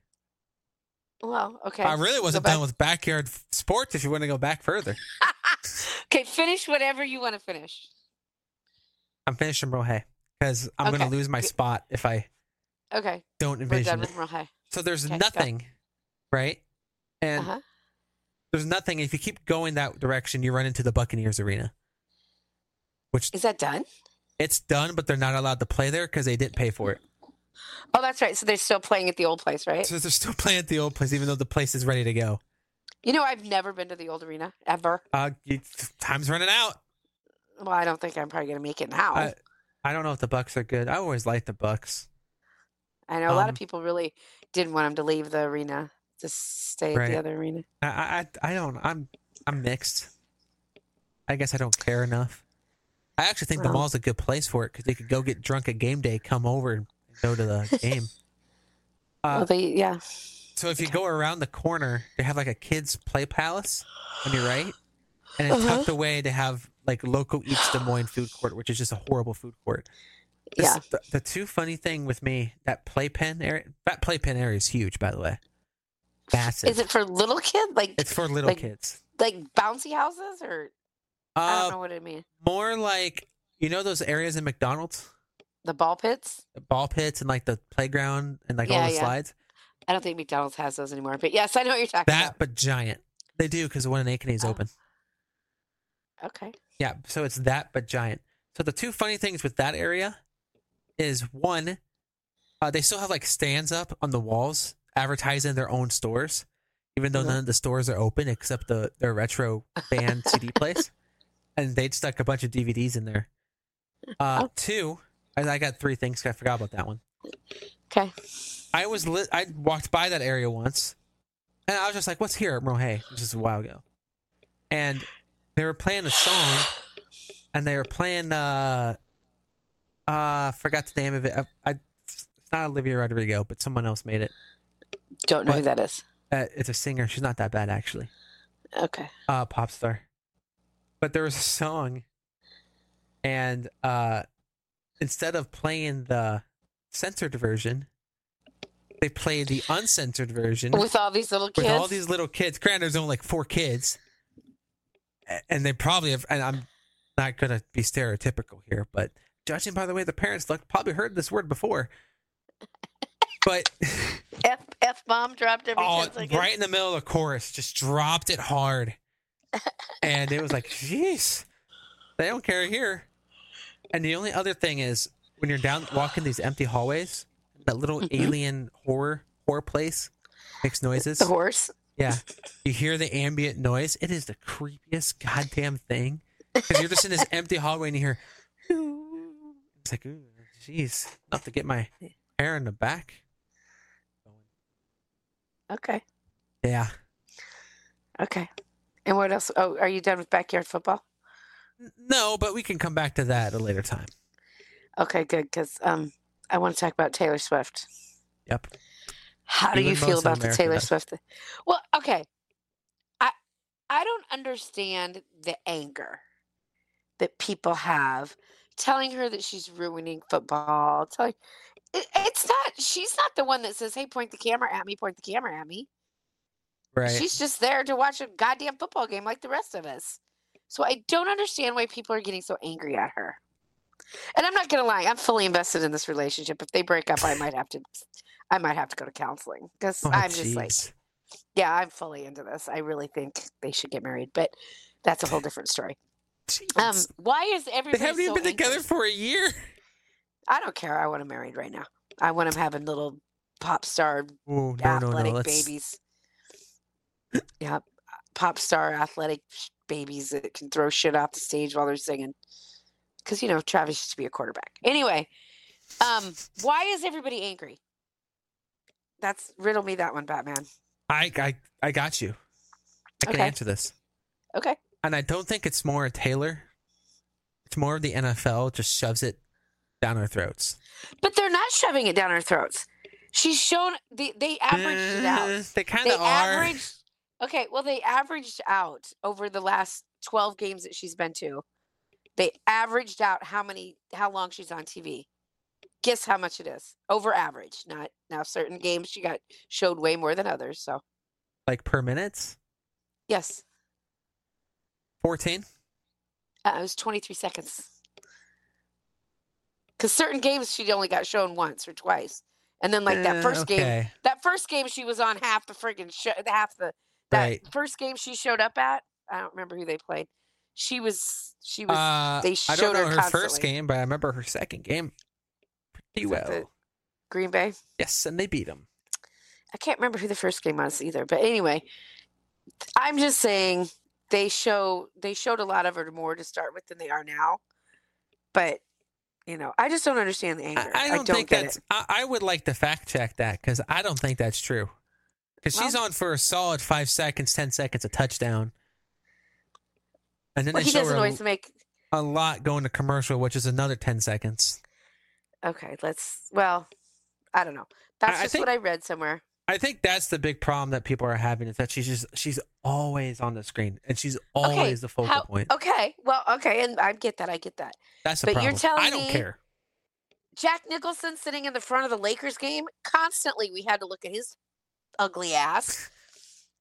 B: Well, okay.
A: I really wasn't
B: back.
A: done with backyard f- sports. If you want to go back further,
B: okay, finish whatever you want to finish.
A: I'm finishing Mohe because I'm going
B: Okay.
A: to lose my
B: Good.
A: spot if I
B: Okay,
A: don't
B: we're done
A: envision it.
B: with Mariah.
A: So there's
B: Okay, go.
A: nothing, right? And
B: Uh-huh.
A: there's nothing. If you keep going that direction, you run into the Buccaneers arena.
B: Is that done?
A: It's done, but they're not allowed to play there because they didn't pay for it.
B: Oh, that's right. So they're still playing at the old place, right?
A: So they're still playing at the old place, even though the place is ready to go.
B: You know, I've never been to the old arena ever.
A: Uh, you, time's running out.
B: Well, I don't think I'm probably gonna make it now.
A: I, I don't know if the Bucks are good. I always like the Bucks.
B: I know a lot
A: um,
B: of people really didn't want him to leave the arena to stay at
A: Right.
B: the other arena.
A: I, I, I I don't. I'm, I'm mixed. I guess I don't care enough. I actually think the
B: Well.
A: mall's a good place for it because you could go get drunk at game day, come over, and go to the game. Uh,
B: well, they yeah.
A: So if you go around the corner, they have like a kids' play palace on your right, and it's
B: Uh-huh.
A: tucked away to have like Loco Eats Des Moines food court, which is just a horrible food court. This-
B: Yeah.
A: The, the two funny thing with me that playpen area, that playpen area is huge, by the way. Massive.
B: Is it for little kids? Like
A: It's for little
B: like-
A: kids.
B: like bouncy houses or I don't
A: Uh,
B: know what it means.
A: more like you know those areas in McDonald's,
B: The ball pits?
A: the ball pits and like the playground and like all
B: Yeah,
A: the
B: yeah.
A: slides.
B: I don't think McDonald's has those anymore. But yes, I know what you're talking
A: That, but giant. They do because the one in Ankeny is
B: Oh.
A: open.
B: about. Okay.
A: Yeah, so it's that but giant. So the two funny things with that area is one, uh, they still have like stands up on the walls advertising their own stores, even though
B: Mhm.
A: none of the stores are open except the their retro band CD place, and they'd stuck a bunch of DVDs in there. Uh, Two, and I got three things. 'cause I forgot about that one.
B: Okay.
A: I was lit. I walked by that area once, and I was just like, "What's here at Mohe?" This is a while ago, and they were playing a song, and they were playing uh, uh, forgot the name of it. I, I it's not Olivia Rodrigo, but someone else made it.
B: Don't know who
A: But-
B: that is.
A: Uh, it's a singer. She's not that bad actually.
B: Okay.
A: uh pop star but there was a song and uh instead of playing the censored version they played the uncensored version with,
B: With all these little kids.
A: all these little kids granted there's only like four kids A- and they probably have and i'm not gonna be stereotypical here but judging by the way the parents looked probably heard this word before but
B: F F bomb dropped every
A: Oh,
B: 10 seconds.
A: right in the middle of the chorus, just dropped it hard, and it was like, jeez, they don't care here. And the only other thing is when you're down walking these empty hallways, that little
B: Mhm.
A: alien horror horror place makes noises.
B: The horse.
A: Yeah, you hear the ambient noise. It is the creepiest goddamn thing because you're just in this empty hallway and you hear. "Ooh." It's like, ooh, jeez, enough to get my hair in the back.
B: Okay.
A: Yeah.
B: Okay. And what else? Oh, are you done with backyard football?
A: No, but we can come back to that at a later time.
B: Okay, good. Because um, I want to talk about Taylor Swift.
A: Yep.
B: How do
A: Even
B: you
A: most
B: feel
A: of
B: about the
A: America
B: Taylor
A: does.
B: Swift? thing? Well, okay. I I don't understand the anger that people have telling her that she's ruining football. Telling it, it's not she's not the one that says, "Hey, point the camera at me, point the camera at me."
A: Right.
B: She's just there to watch a goddamn football game like the rest of us. So I don't understand why people are getting so angry at her. And I'm not gonna lie, I'm fully invested in this relationship. If they break up, I might have to, I might have to go to counseling because
A: Oh,
B: I'm just like,
A: jeez.
B: yeah, I'm fully into this. I really think they should get married, but that's a whole different story. Um,
A: Jeez.
B: why is
A: they
B: everybody?
A: haven't even
B: so
A: been
B: angry?
A: together for a year.
B: I don't care. I want them married right now. I want them having little pop star
A: Oh no, no,
B: athletic
A: no. Let's,
B: babies. yeah, pop star athletic sh- babies that can throw shit off the stage while they're singing. Because you know Travis used to be a quarterback. Anyway, um, why is everybody angry? That's riddle me that one, Batman.
A: I, I, I got you. I can
B: Okay.
A: answer this,
B: Okay,
A: and I don't think it's more Taylor. It's more of the NFL just shoves it down our throats.
B: but they're not shoving it down our throats. She's shown they they averaged it out.
A: Eh, They kind
B: they
A: of are.
B: averaged okay well they averaged out over the last 12 games that she's been to they averaged out how many how long she's on tv guess how much it is over average not now certain games she got showed way more than others so
A: like per minutes.
B: yes
A: Fourteen.
B: uh, it was 23 seconds because certain games she only got shown once or twice and then like that first game
A: okay.
B: that first game she was on half the friggin' show, half the that
A: Right.
B: first game she showed up at. I don't remember who they played. She was she was
A: Uh,
B: they
A: I
B: showed
A: don't know
B: her
A: her, first
B: constantly.
A: game, but I remember her second game pretty
B: Is that
A: well.
B: the- Green Bay.
A: Yes, and they beat them.
B: I can't remember who the first game was either. But anyway, I'm just saying they show they showed a lot of her more to start with than they are now. But you know, I just don't understand the anger.
A: I, I don't think
B: get
A: that's.
B: it.
A: I, I would like to fact check that because I don't think that's true. Because she's
B: Well-
A: on for a solid five seconds, ten seconds, a touchdown, and then
B: Well,
A: they
B: he
A: show
B: doesn't
A: her
B: always
A: a,
B: make.
A: a lot going to commercial, which is another ten seconds.
B: Okay, let's. Well, I don't know. That's
A: I
B: just
A: think-
B: what I read somewhere.
A: I think that's the big problem that people are having is that she's just she's always on the screen and she's always the focal
B: how-
A: point.
B: Okay. Well, okay. And I get that. I get that.
A: That's the
B: but
A: problem.
B: you're telling
A: I don't
B: me-
A: care.
B: Jack Nicholson sitting in the front of the Lakers game, constantly we had to look at his ugly ass.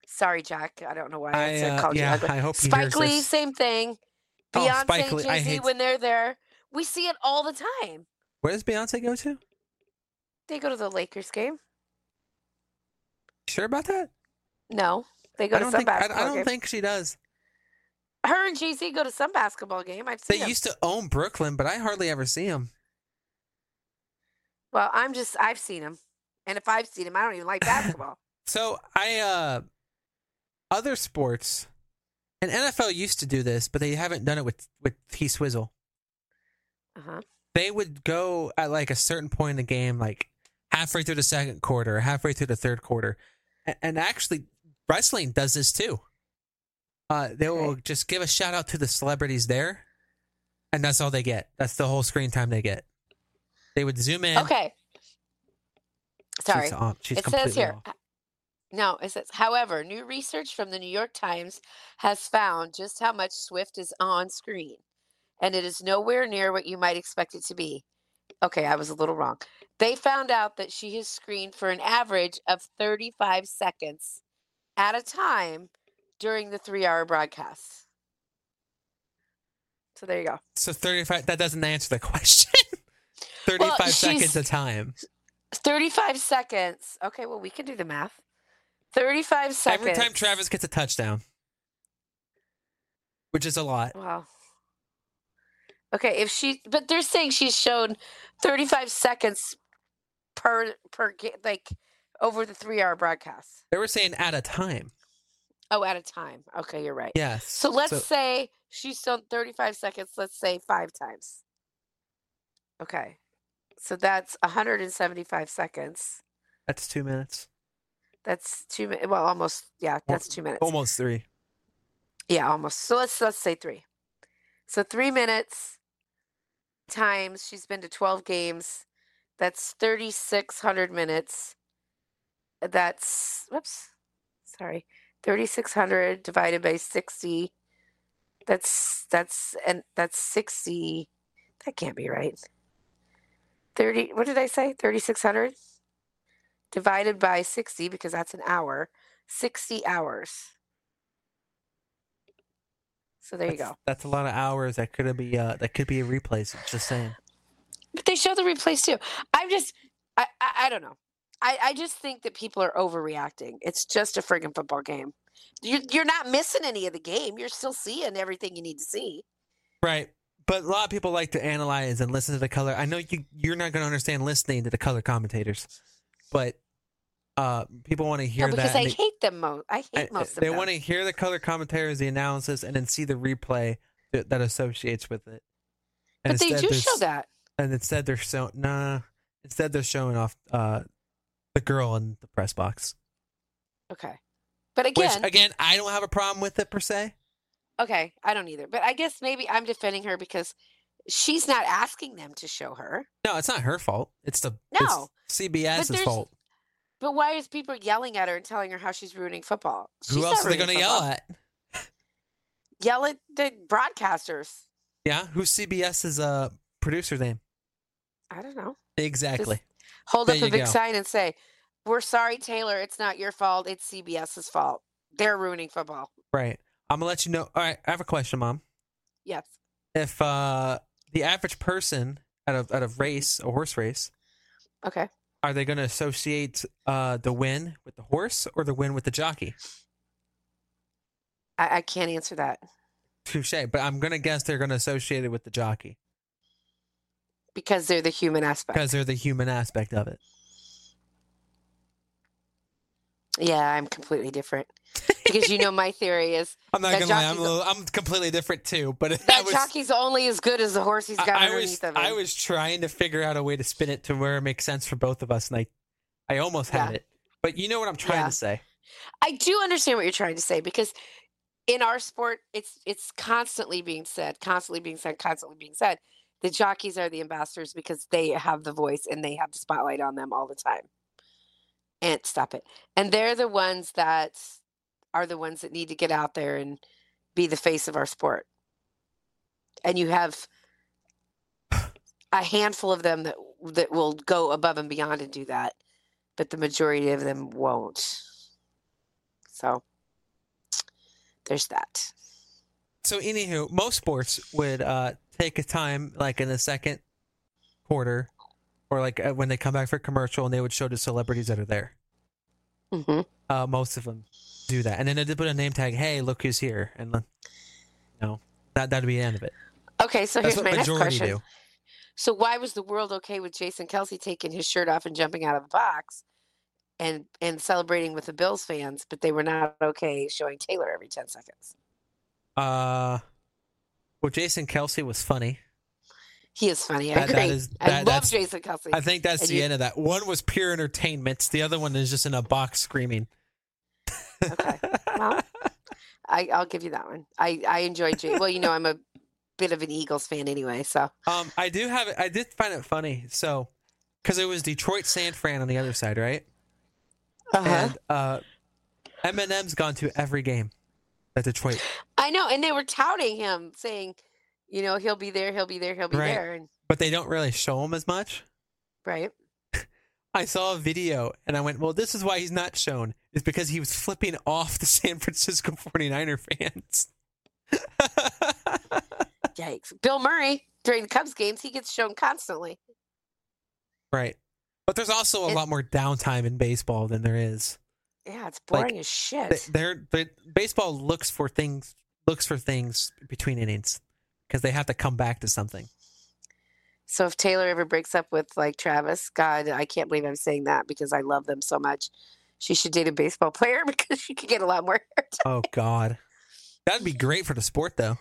B: Sorry, Jack. I don't know why I,
A: I,
B: said
A: uh,
B: called
A: yeah,
B: you ugly.
A: I hope he hears
B: Spike Lee,
A: this.
B: same thing.
A: Oh,
B: Beyonce
A: Spike Lee, I
B: Jay Z,
A: hate-
B: when they're there, we see it all the time.
A: Where does Beyonce go to?
B: They go to the Lakers game.
A: Sure about that?
B: No, they go
A: I
B: to
A: don't
B: some
A: think I,
B: basketball
A: I don't
B: game.
A: think she does.
B: Her and Jay Z go to some basketball game. I've
A: They
B: seen. 'em.
A: used to own Brooklyn, but I hardly ever see them.
B: Well, I'm just I've seen him, and if I've seen him, I don't even like basketball.
A: So I uh other sports and NFL used to do this, but they haven't done it with with T Swizzle.
B: Uh-huh.
A: They would go at like a certain point in the game, like halfway through the second quarter, halfway through the third quarter, and, and actually wrestling does this too. Uh, they will
B: Okay.
A: just give a shout out to the celebrities there, and that's all they get. That's the whole screen time they get. They would zoom in.
B: Okay.
A: She's
B: Sorry.
A: on- she's
B: it says
A: completely
B: here.
A: off.
B: uh, No, it says, however, new research from the New York Times has found just how much Swift is on screen, and it is nowhere near what you might expect it to be. Okay, I was a little wrong. They found out that she is screened for an average of 35 seconds at a time during the three hour broadcast. So there you go.
A: So 35, that doesn't answer the question. 35
B: Well,
A: seconds
B: she's-
A: a time.
B: 35 seconds. Okay, well, we can do the math. 35 seconds.
A: Every time Travis gets a touchdown, which is a lot.
B: Wow. Okay, if she, but they're saying she's shown 35 seconds per per ga- like over the three hour broadcast.
A: They were saying at a time.
B: Oh, at a time. Okay, you're right.
A: Yes.
B: So let's say she's shown 35 seconds. Let's say five times. Okay, so that's 175 seconds.
A: that's two minutes.
B: That's two. mi- Well, almost. Yeah, that's two minutes.
A: Almost three.
B: Yeah, almost. So let's let's say three. So three minutes times she's been to twelve games. That's thirty six hundred minutes. Uh, That's whoops, sorry, thirty six hundred divided by sixty. That's that's and that's sixty. That can't be right. Thirty. What did I say? Thirty six hundred divided by sixty because that's an hour. Sixty hours. So there you
A: That's-
B: go.
A: That's a lot of hours. That could be uh, that could be a replays. It's just saying.
B: But they show the replays too. I'm just, I, I, I don't know. I, I just think that people are overreacting. It's just a friggin' football game. You're, you're not missing any of the game. You're still seeing everything you need to see.
A: Right. But a lot of people like to analyze and listen to the color. I know you you're not going to understand listening to the color commentators, but uh, people want to hear
B: no,
A: that.
B: because
A: and
B: I
A: they-
B: hate them most. I
A: I-
B: hate most of
A: they
B: them.
A: want to hear the color commentaries, the analysis, and then see the replay that, that associates with it. And
B: but they
A: instead
B: do
A: they're
B: show
A: s-
B: that.
A: And instead they're showing nah. Instead they're showing off uh, the girl in the press box.
B: Okay. But again,
A: Which again, I don't have a problem with it per se.
B: okay, I don't either. But I guess maybe I'm defending her because she's not asking them to show her.
A: No, it's not her fault. It's the
B: No.
A: it's CBS's
B: there's-
A: fault.
B: But why is people yelling at her and telling her how she's ruining football?
A: Who
B: She's
A: else
B: not
A: are they
B: ruining
A: going to yell
B: football.
A: at?
B: Yell at the broadcasters.
A: Yeah, who's CBS's uh producer's name?
B: I don't know.
A: Exactly.
B: hold
A: There
B: up a
A: you
B: big
A: go.
B: sign and say, "We're sorry, Taylor. It's not your fault. It's CBS's fault. They're ruining football."
A: Right. I'm gonna let you know. All right, I have a question, Mom.
B: Yes.
A: If uh the average person at a at a race, a horse race,
B: Okay.
A: are they gonna associate uh the win with the horse or the win with the jockey?
B: I, I can't answer that
A: Touche. But I'm gonna guess they're gonna associate it with the jockey
B: because they're the human aspect.
A: because they're the human aspect of it.
B: Yeah, I'm completely different. Because you know my theory is
A: I'm not
B: That
A: gonna lie. I'm
B: jockey's
A: a little, I'm completely different too. But I
B: that
A: was
B: jockey's only as good as the horse he's got
A: I, I was
B: underneath of him.
A: I was trying to figure out a way to spin it to where it makes sense for both of us, and I I almost had
B: Yeah.
A: it. But you know what I'm trying
B: Yeah.
A: to say.
B: I do understand what you're trying to say because in our sport, it's it's constantly being said, constantly being said, constantly being said. The jockeys are the ambassadors because they have the voice and they have the spotlight on them all the time. and stop it. And they're the ones that are the ones that need to get out there and be the face of our sport. And you have a handful of them that that will go above and beyond and do that, but the majority of them won't. So there's that.
A: So, anywho, most sports would uh, take a time like in the second quarter, or like uh, when they come back for commercial, and they would show the celebrities that are there.
B: hmm
A: Uh, most of them do that, and then they'd put a name tag. Hey, look who's here, and then, you know, that that'd be the end of it.
B: Okay, so
A: That's
B: here's
A: what
B: my next
A: majority
B: question.
A: do.
B: So why was the world okay with Jason Kelsey taking his shirt off and jumping out of the box and and celebrating with the Bills fans, but they were not okay showing Taylor every 10 seconds?
A: Uh, well, Jason Kelsey was funny.
B: He is funny. I
A: That- that
B: agree.
A: is-
B: I
A: that-
B: love
A: that's-
B: Jason Kelsey.
A: I think that's
B: And
A: the
B: you-
A: end of that. One was pure entertainment. The other one is just in a box screaming.
B: Okay. Well, I, I'll give you that one. I, I enjoy Jay. Well, you know, I'm a bit of an Eagles fan anyway, so
A: Um, I do have. I did find it funny. So, because it was Detroit, San Fran on the other side, right?
B: Uh-huh.
A: And uh, Eminem's gone to every game at Detroit.
B: I know, and they were touting him, saying, you know, he'll be there, he'll be there, he'll be
A: Right.
B: there, and
A: but they don't really show him as much.
B: right.
A: I saw a video and I went, well, this is why he's not shown. It's because he was flipping off the San Francisco 49er fans.
B: Yikes! Bill Murray during the Cubs games, he gets shown constantly.
A: right. But there's also a
B: It-
A: lot more downtime in baseball than there is.
B: Yeah, it's
A: Like,
B: boring as shit.
A: They- They're, they baseball looks for things looks for things between innings because they have to come back to something.
B: So if Taylor ever breaks up with like Travis, God, I can't believe I'm saying that because I love them so much. She should date a baseball player because she could get a lot more.
A: Oh God, that'd be great for the sport though.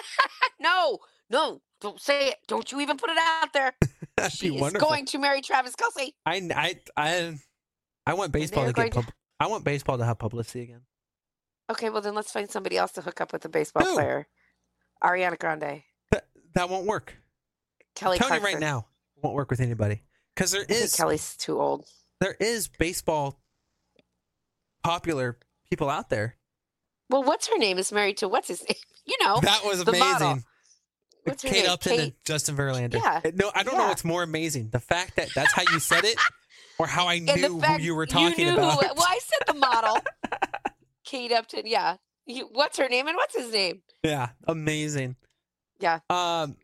B: no, no, don't say it. Don't you even put it out there.
A: That'd
B: she
A: be
B: is
A: wonderful.
B: going to marry Travis Kelsey.
A: I I I I want baseball
B: they're
A: to get
B: going
A: pub- I want baseball to have publicity again.
B: Okay, well then let's find somebody else to hook up with a baseball
A: Who?
B: player. Ariana Grande,
A: That that won't work.
B: Kelly.
A: Tony right
B: Clarkson.
A: now won't work with anybody because there
B: I think
A: is
B: Kelly's too old.
A: there is baseball popular people out there.
B: Well, what's her name? Is married to what's his name? You know,
A: that was
B: Oh, the model.
A: amazing.
B: What's her
A: Kate
B: name?
A: Upton and
B: Kate-
A: Justin Verlander.
B: Yeah.
A: Uh, No, I don't know
B: Yeah.
A: what's more amazing: the fact that that's how you said it, or how I
B: and
A: knew
B: the fact
A: who you were
B: you
A: talking
B: knew
A: about.
B: Who, well, I said the model, Kate Upton. Yeah, You- what's her name and what's his name?
A: Yeah, amazing.
B: Yeah.
A: Um,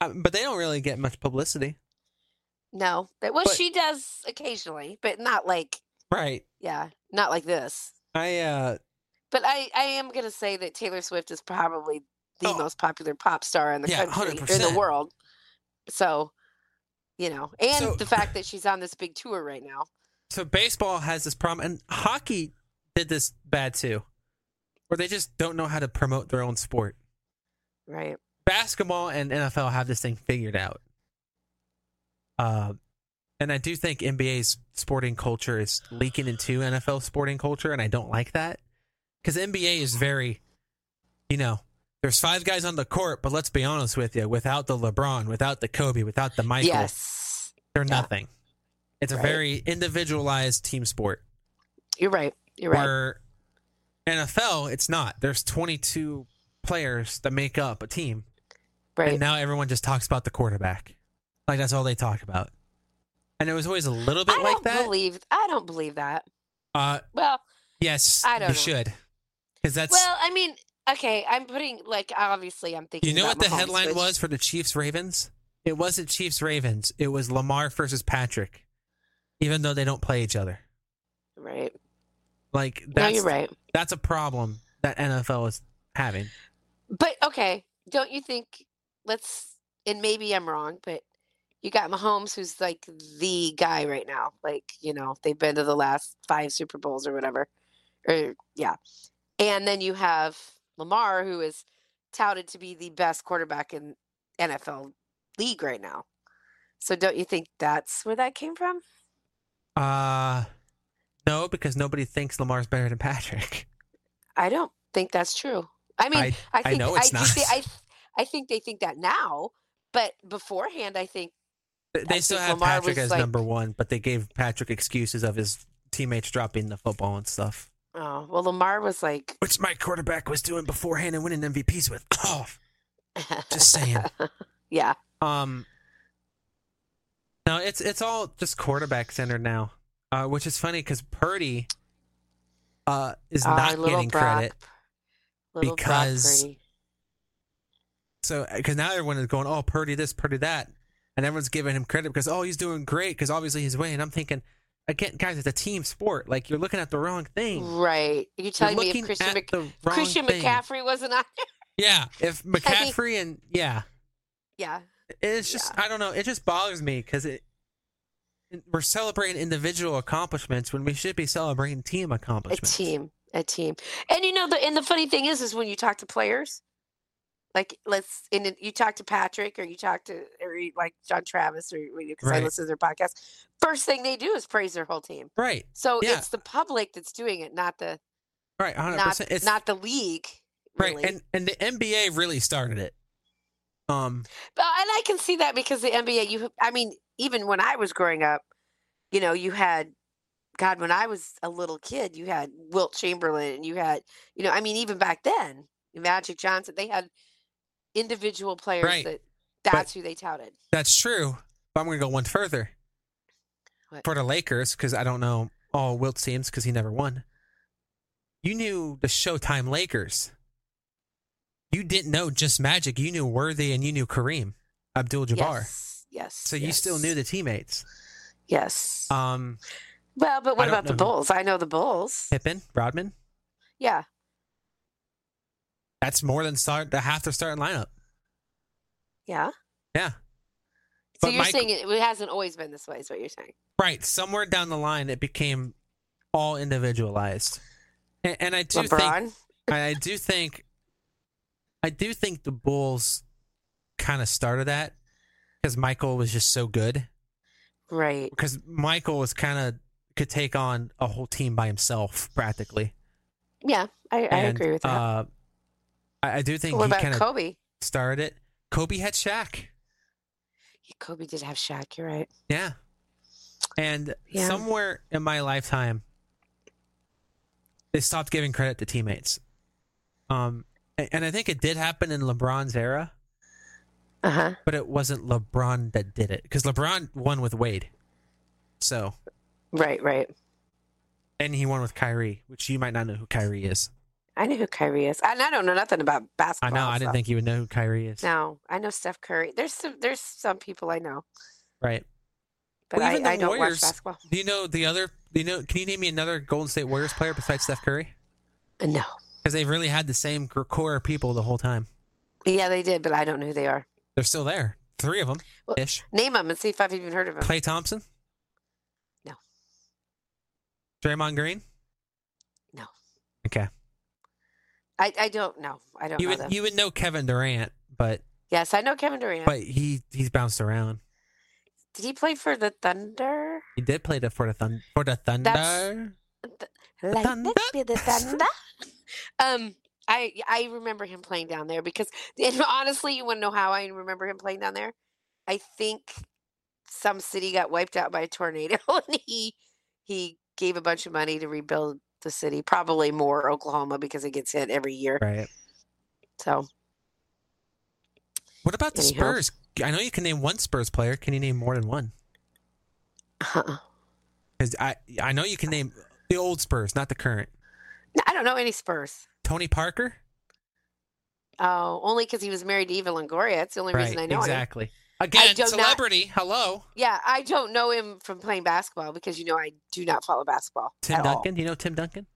A: uh, but they don't really get much publicity,
B: No, that well,
A: But-
B: she does occasionally, but not like
A: right?
B: yeah, not like this.
A: I uh,
B: But I, I am gonna say that Taylor Swift is probably the
A: Oh.
B: most popular pop star in the
A: Yeah,
B: country or in
A: 100%.
B: the world. So, you know, and
A: So-
B: the fact that she's on this big tour right now.
A: so baseball has this problem, and hockey did this bad too, where they just don't know how to promote their own sport.
B: Right.
A: Basketball and NFL have this thing figured out. Um, and I do think NBA's sporting culture is leaking into NFL sporting culture, and I don't like that because NBA is very, you know. There's five guys on the court, but let's be honest with you. Without the LeBron, without the Kobe, without the Michael,
B: Yes.
A: they're
B: Yeah.
A: nothing. It's a
B: Right.
A: very individualized team sport.
B: You're right. You're right.
A: Where NFL, it's not. There's 22 players that make up a team,
B: right.
A: and now everyone just talks about the quarterback. Like that's all they talk about. And it was always a little bit
B: I
A: like
B: don't
A: that.
B: believe I don't believe that.
A: uh,
B: Well,
A: yes,
B: I don't
A: you
B: know.
A: should, because that's
B: well, I mean, okay, I'm putting like obviously I'm thinking
A: you know what
B: about
A: the
B: Mahomes,
A: headline
B: which-
A: was for the Chiefs Ravens. It wasn't Chiefs Ravens. It was Lamar versus Patrick, even though they don't play each other.
B: Right.
A: Like
B: No,
A: that's
B: you're right.
A: that's a problem that NFL is having.
B: But okay, don't you think? Let's and maybe I'm wrong, but you got Mahomes, who's like the guy right now. Like you know, they've been to the last five Super Bowls or whatever, or yeah. And then you have Lamar, who is touted to be the best quarterback in NFL league right now. So don't you think that's where that came from?
A: Uh no, because nobody thinks Lamar's better than Patrick.
B: I don't think that's true. I mean,
A: I-
B: I think
A: know it's
B: think
A: not.
B: they- I I think they think that now, but beforehand, I think
A: They, they
B: I
A: still
B: think
A: have
B: Lamar
A: Patrick
B: was,
A: as
B: like-
A: number one, but they gave Patrick excuses of his teammates dropping the football and stuff.
B: Oh, well, Lamar was like,
A: Which my quarterback was doing beforehand and winning MVPs with. Oh, just saying.
B: yeah.
A: Um, no, it's it's all just quarterback centered now, uh, which is funny because Purdy uh, is
B: Oh,
A: not
B: little
A: getting
B: Brock,
A: credit.
B: Little
A: because-
B: Brock Purdy.
A: So because now everyone is going, oh Purdy this, Purdy that, and everyone's giving him credit because oh he's doing great because obviously he's winning. I'm thinking, again, guys, it's a team sport. Like you're looking at the wrong thing.
B: Right. You're telling
A: Hmm. you're
B: me
A: looking
B: if Christian,
A: at
B: Mc-
A: the wrong
B: Christian
A: thing.
B: McCaffrey wasn't on there?
A: Yeah, if McCaffrey and yeah,
B: Yeah.
A: it's just I don't know. It just bothers me because it we're celebrating individual accomplishments when we should be celebrating team
B: A
A: accomplishments.
B: team. A team. And you know, the and the funny thing is, is when you talk to players, like let's, and then you talk to Patrick or you talk to, or you- like John Travis or, because
A: Right.
B: I listen to their podcast, first thing they do is praise their whole team.
A: Right,
B: So
A: Yeah.
B: it's the public that's doing it, not the,
A: right, hundred
B: not,
A: percent. It's
B: not the league.
A: right,
B: really.
A: and and the NBA really started it. Um,
B: But- and I can see that because the NBA, you, I mean, even when I was growing up, you know, you had, God, when I was a little kid, you had Wilt Chamberlain and you had, you know, I mean, even back then, Magic Johnson, they had individual players
A: Right.
B: that that's who they touted.
A: that's true, but I'm gonna go one further
B: What?
A: for the Lakers because I don't know all Wilt teams because he never won. You knew the Showtime Lakers. You didn't know just Magic. You knew Worthy and you knew Kareem Abdul-Jabbar.
B: Yes. Yes.
A: So you still knew
B: yes,
A: the teammates.
B: Yes.
A: Um,
B: well, but what
A: don't
B: about the
A: know who-
B: Bulls? I know the Bulls.
A: Pippen, Rodman.
B: Yeah.
A: That's more than start the half their starting lineup.
B: Yeah.
A: Yeah.
B: So
A: But
B: you're
A: Mike-
B: saying it, it hasn't always been this way, is what you're saying.
A: Right. Somewhere down the line, it became all individualized. And, and I do think
B: LeBron?
A: I, I do think I do think the Bulls kind of started that because Michael was just so good.
B: Right.
A: Because Michael was kind of could take on a whole team by himself practically.
B: Yeah. I, I
A: And,
B: agree with that.
A: Uh, I, I do think
B: what
A: he
B: about
A: kind of
B: Kobe?
A: started it. Kobe had Shaq.
B: Yeah, Kobe did have Shaq. You're right.
A: Yeah. And
B: Yeah.
A: somewhere in my lifetime, they stopped giving credit to teammates. Um, a- and I think it did happen in LeBron's era,
B: Uh huh.
A: but it wasn't LeBron that did it because LeBron won with Wade. So,
B: Right, right.
A: and he won with Kyrie, which you might not know who Kyrie is.
B: I know who Kyrie is, and I don't know nothing about
A: I
B: basketball.
A: know. I didn't
B: so-
A: think you would know who Kyrie is.
B: No, I know Steph Curry. There's some. There's some people I know,
A: Right.
B: but
A: Well,
B: I,
A: even the
B: I don't
A: Warriors-
B: watch basketball.
A: Do you know the other? Do you know? Can you name me another Golden State Warriors player besides Steph Curry?
B: Uh, No.
A: Because they've really had the same gr- core of people the whole time.
B: Yeah, they did, but I don't know who they are.
A: They're still there. Three of them
B: Well,
A: ish.
B: Name them and see if I've even heard of them.
A: Clay Thompson?
B: No.
A: Draymond Green?
B: No.
A: Okay.
B: I, I don't know. I don't
A: You
B: know
A: would
B: them.
A: you would know Kevin Durant, but
B: yes, I know Kevin Durant.
A: but he he's bounced around.
B: did he play for the Thunder?
A: He did play the for the thun- for the Thunder.
B: Like
A: Thunder.
B: that be the thunder. um, I I remember him playing down there because, and honestly, you want to know how I remember him playing down there? I think some city got wiped out by a tornado, and he he gave a bunch of money to rebuild the city. Probably more Oklahoma because it gets hit every year.
A: Right.
B: So
A: What about the
B: Anyhow.
A: Spurs? I know you can name one Spurs player. Can you name more than one?
B: uh-uh.
A: Because I I know you can name the old Spurs, not the current.
B: No, I don't know any Spurs.
A: Tony Parker.
B: Oh, only because he was married to Eva Longoria. That's the only
A: right.
B: reason I know him.
A: exactly. Again,
B: do not-
A: celebrity. Hello.
B: Yeah, I don't know him from playing basketball because you know I do not follow basketball.
A: Tim
B: at all.
A: Duncan. Do You know Tim Duncan?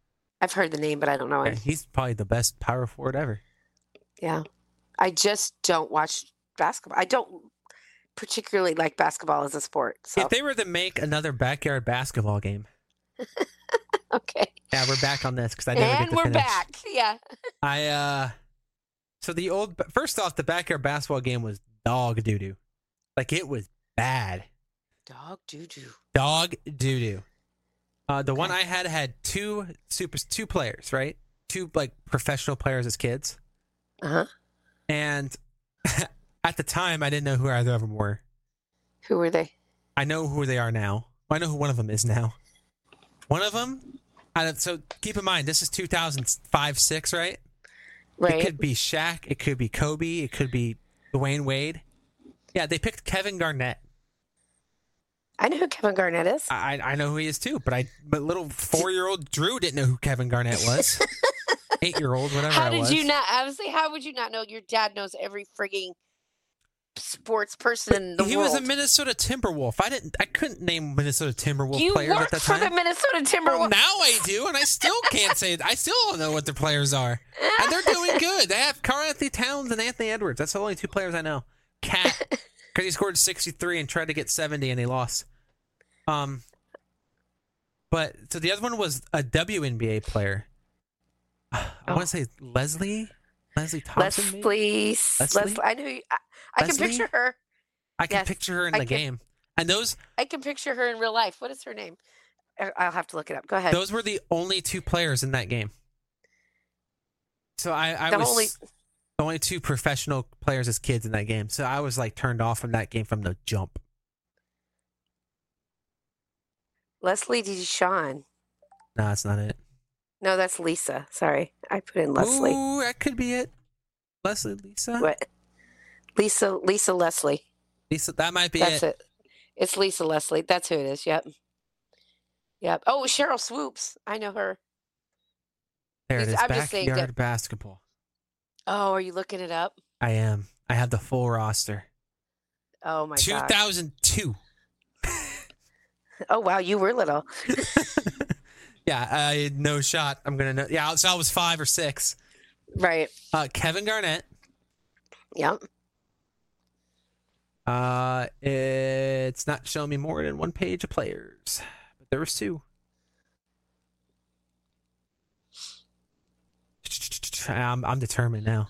B: I've heard the name, but I don't know
A: Okay,
B: him.
A: He's probably the best power forward ever.
B: Yeah. I just don't watch basketball. I don't particularly like basketball as a sport. So,
A: If they were to make another backyard basketball game,
B: okay.
A: yeah, we're back on this because I never get
B: And
A: to
B: we're
A: finish.
B: back. Yeah.
A: I uh, so the old first off, the backyard basketball game was dog doo doo, like it was bad,
B: Dog doo doo.
A: dog doo doo. Uh, the one
B: Okay.
A: I had had two super two players, right? Two like professional players as kids,
B: Uh huh.
A: and at the time I didn't know who either of them were.
B: Who were they?
A: I know who they are now. Well, I know who one of them is now. One of them. Out of, so keep in mind, this is 2005, six, right? It
B: Right.
A: could be Shaq. It could be Kobe. It could be Dwayne Wade. Yeah, they picked Kevin Garnett.
B: I know who Kevin Garnett is.
A: I I- I know who he is too, but I but little four year old Drew didn't know who Kevin Garnett was. Eight year old, whatever.
B: How
A: I
B: did
A: was.
B: you not? Honestly, how would you not know? Your dad knows every frigging sports person in the
A: he
B: world.
A: was a Minnesota Timberwolf. I didn't. I couldn't name Minnesota Timberwolf
B: you
A: players at
B: worked
A: that
B: for the
A: time.
B: Minnesota
A: Well,
B: Timberwolves.
A: now I do, and I still can't say. I still don't know what their players are,
B: Eh.
A: and they're doing good. They have Carl Anthony Towns and Anthony Edwards. That's the only two players I know. Cat, because he scored sixty three and tried to get seventy, and he lost. Um, but so the other one was a WNBA player. I
B: Oh.
A: want to say Leslie, Leslie Thompson. maybe?
B: Leslie, s-
A: Leslie?
B: Leslie, I knew. I, I can
A: Leslie?
B: picture her.
A: I can
B: yes,
A: picture her in
B: I
A: the
B: can-
A: game, and those
B: I can picture her in real life. What is her name? I- I'll have to look it up. Go ahead.
A: those were the only two players in that game. So I, I
B: The
A: was
B: only-
A: the only two professional players as kids in that game. So I was like turned off from that game from the jump.
B: Leslie Deshawn.
A: No, that's not it.
B: No, that's Lisa. Sorry, I put in Leslie.
A: Ooh, that could be it. Leslie, Lisa,
B: What? Lisa, Lisa Leslie.
A: Lisa, that might be
B: That's
A: it.
B: it. It's Lisa Leslie. That's who it is. Yep. Yep. Oh, Cheryl Swoops. I know her.
A: There it
B: Lisa-
A: is.
B: I'm just saying that-
A: Backyard basketball.
B: Oh, are you looking it up?
A: I am. I have the full roster.
B: Oh my
A: Two
B: god.
A: thousand two.
B: Oh wow, you were little.
A: Yeah, I had no shot. I'm gonna know. Yeah, so I was five or six.
B: Right.
A: Uh, Kevin Garnett.
B: Yep.
A: Uh, it's not showing me more than one page of players, but there was two. I'm, I'm determined now.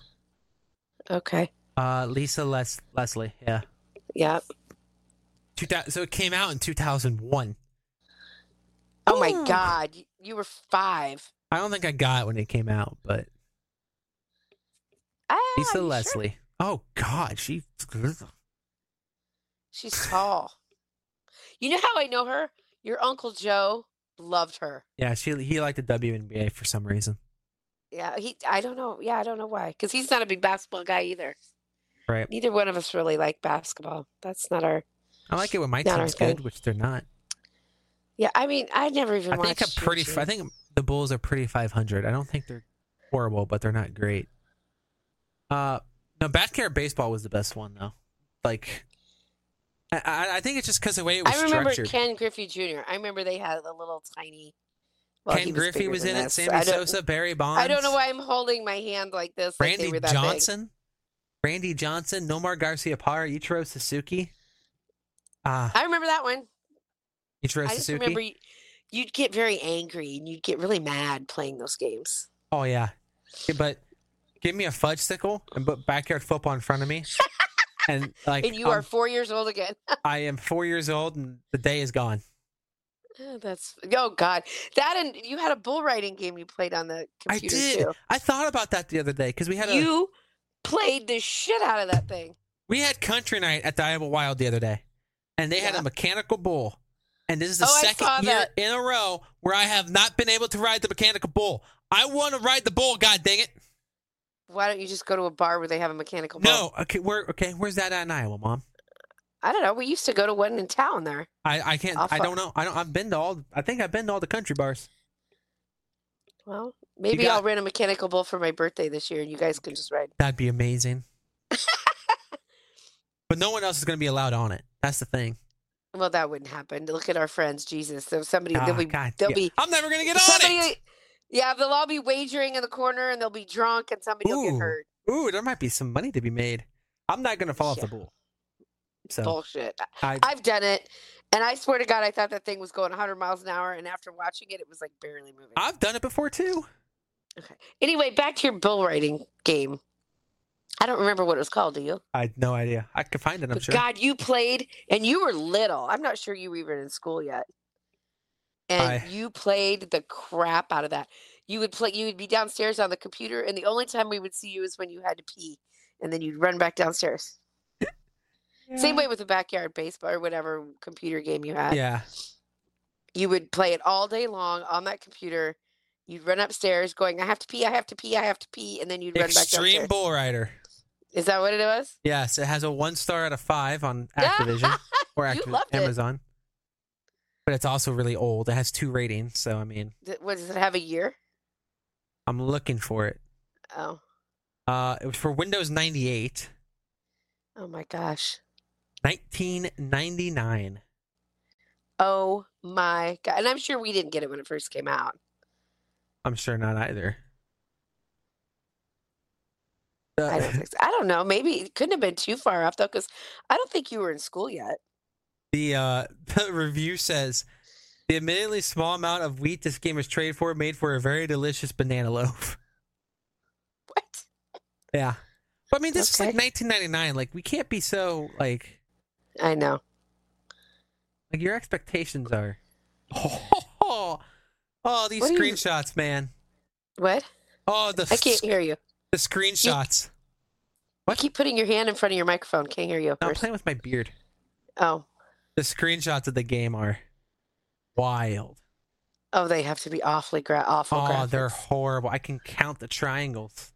B: Okay.
A: Uh, Lisa Les- Leslie, yeah.
B: Yep.
A: 2000, so it came out in 2001.
B: Oh
A: Ooh.
B: my god, y- you were 5.
A: I don't think I got it when it came out, but
B: Ah,
A: Lisa
B: you sure?
A: Leslie. Oh God, she.
B: She's tall. You know how I know her? Your uncle Joe loved her.
A: Yeah, she. He liked the WNBA for some reason,
B: Yeah, he I don't know. Yeah, I don't know why cuz he's not a big basketball guy either.
A: right?
B: Neither one of us really like basketball. That's not our
A: I like it when my
B: Not our
A: team's good,
B: thing.
A: which they're not.
B: Yeah, I mean, I never even
A: I
B: watched
A: think I'm pretty.
B: your
A: I
B: team.
A: think the Bulls are pretty 500. I don't think they're horrible, but they're not great. Uh, no, backyard baseball was the best one though. Like, I- I, I think it's just because the way it was
B: I remember
A: structured.
B: Ken Griffey Jr. I remember they had a little tiny well,
A: Ken
B: he was
A: Griffey
B: bigger
A: was
B: than
A: in it.
B: us.
A: Sammy
B: I don't-
A: Sosa, Barry Bonds.
B: I don't know why I'm holding my hand like this. Like they
A: Randy
B: were that
A: Johnson, Randy Johnson, Nomar Garcia Parra, Ichiro Suzuki. Ah,
B: Big. I remember that one.
A: Ichiro
B: I just
A: Suzuki.
B: remember y- you'd get very angry and you'd get really mad playing those games.
A: Oh yeah, Yeah, but give me a fudge stickle and put backyard football in front of me, and like
B: and you
A: I'm
B: are four years old again.
A: I am four years old and the day is gone.
B: That's oh god. That and you had a bull riding game you played on the
A: I
B: computer
A: did.
B: too.
A: I thought about that the other day because we had a
B: You played the shit out of that thing.
A: we had country night at the Iowa Wild the other day, and they had
B: Yeah.
A: a mechanical bull. And this is the
B: Oh, I saw
A: second year
B: that.
A: in a row where I have not been able to ride the mechanical bull. I want to ride the bull. God dang it!
B: Why don't you just go to a bar where they have a mechanical bull?
A: No. Okay. Where? Okay. Where's that at in Iowa, Mom?
B: I don't know. We used to go to one in town there.
A: I, I can't.
B: I'll
A: I
B: fu-
A: don't know. I don't. I've been to all. I think I've been to all the country bars.
B: Well, maybe I'll rent a mechanical bull for my birthday this year, and you guys can just ride.
A: That'd be amazing. but no one else is going to be allowed on it. That's the thing.
B: Well, that wouldn't happen. Look at our friends, Jesus. So somebody,
A: Ah,
B: they'll be,
A: God,
B: they'll
A: yeah.
B: be
A: I'm never gonna get on
B: somebody.
A: it.
B: Yeah, they'll all be wagering in the corner, and they'll be drunk, and somebody will
A: Ooh,
B: get hurt.
A: Ooh, there might be some money to be made. I'm not gonna fall off the
B: Yeah.
A: bull. So
B: Bullshit. I-
A: I
B: I've done it, and I swear to God, I thought that thing was going 100 miles an hour, and after watching it, it was like barely moving.
A: I've done it before too.
B: Okay. Anyway, back to your bull riding game. I don't remember what it was called. Do you?
A: I had no idea. I could find it. I'm
B: But
A: sure.
B: God, you played and you were little. I'm not sure you were even in school yet. And
A: I-
B: you played the crap out of that. You would play you would be downstairs on the computer and the only time we would see you is when you had to pee and then you'd run back downstairs. Same way with the backyard baseball or whatever computer game you had.
A: Yeah.
B: You would play it all day long on that computer. You'd run upstairs going, I have to pee, I have to pee, I have to pee. And then you'd run back
A: Extreme
B: downstairs.
A: Bull Rider.
B: Is that what it was?
A: Yes, it has a one star out of five on Activision or
B: You
A: Activ-
B: loved it.
A: Amazon. But it's also really old. It has two ratings, so I mean,
B: Th- What does it have a year?
A: I'm looking for it.
B: Oh,
A: Uh, it was for Windows 98,
B: oh my gosh.
A: 1999.
B: Oh my god. And I'm sure we didn't get it when it first came out.
A: I'm sure not either.
B: I don't,
A: The,
B: think so. I don't know. Maybe it couldn't have been too far off though, because I don't think you were in school yet.
A: the, uh, the review says the admittedly small amount of wheat this game is traded for made for a very delicious banana loaf.
B: What?
A: Yeah. But I mean, this is
B: Okay.
A: like 1999. Like, we can't be so, like,
B: I know.
A: like your expectations are. Oh, these
B: What do you-
A: screenshots, man.
B: What?
A: Oh, the,
B: I can't hear you.
A: the screenshots. What?
B: You keep putting your hand in front of your microphone. Can't hear you. at
A: No, I'm
B: First.
A: playing with my beard.
B: Oh,
A: The screenshots of the game are wild.
B: oh, they have to be awfully gra- awful.
A: Oh,
B: graphics.
A: they're horrible. I can count the triangles.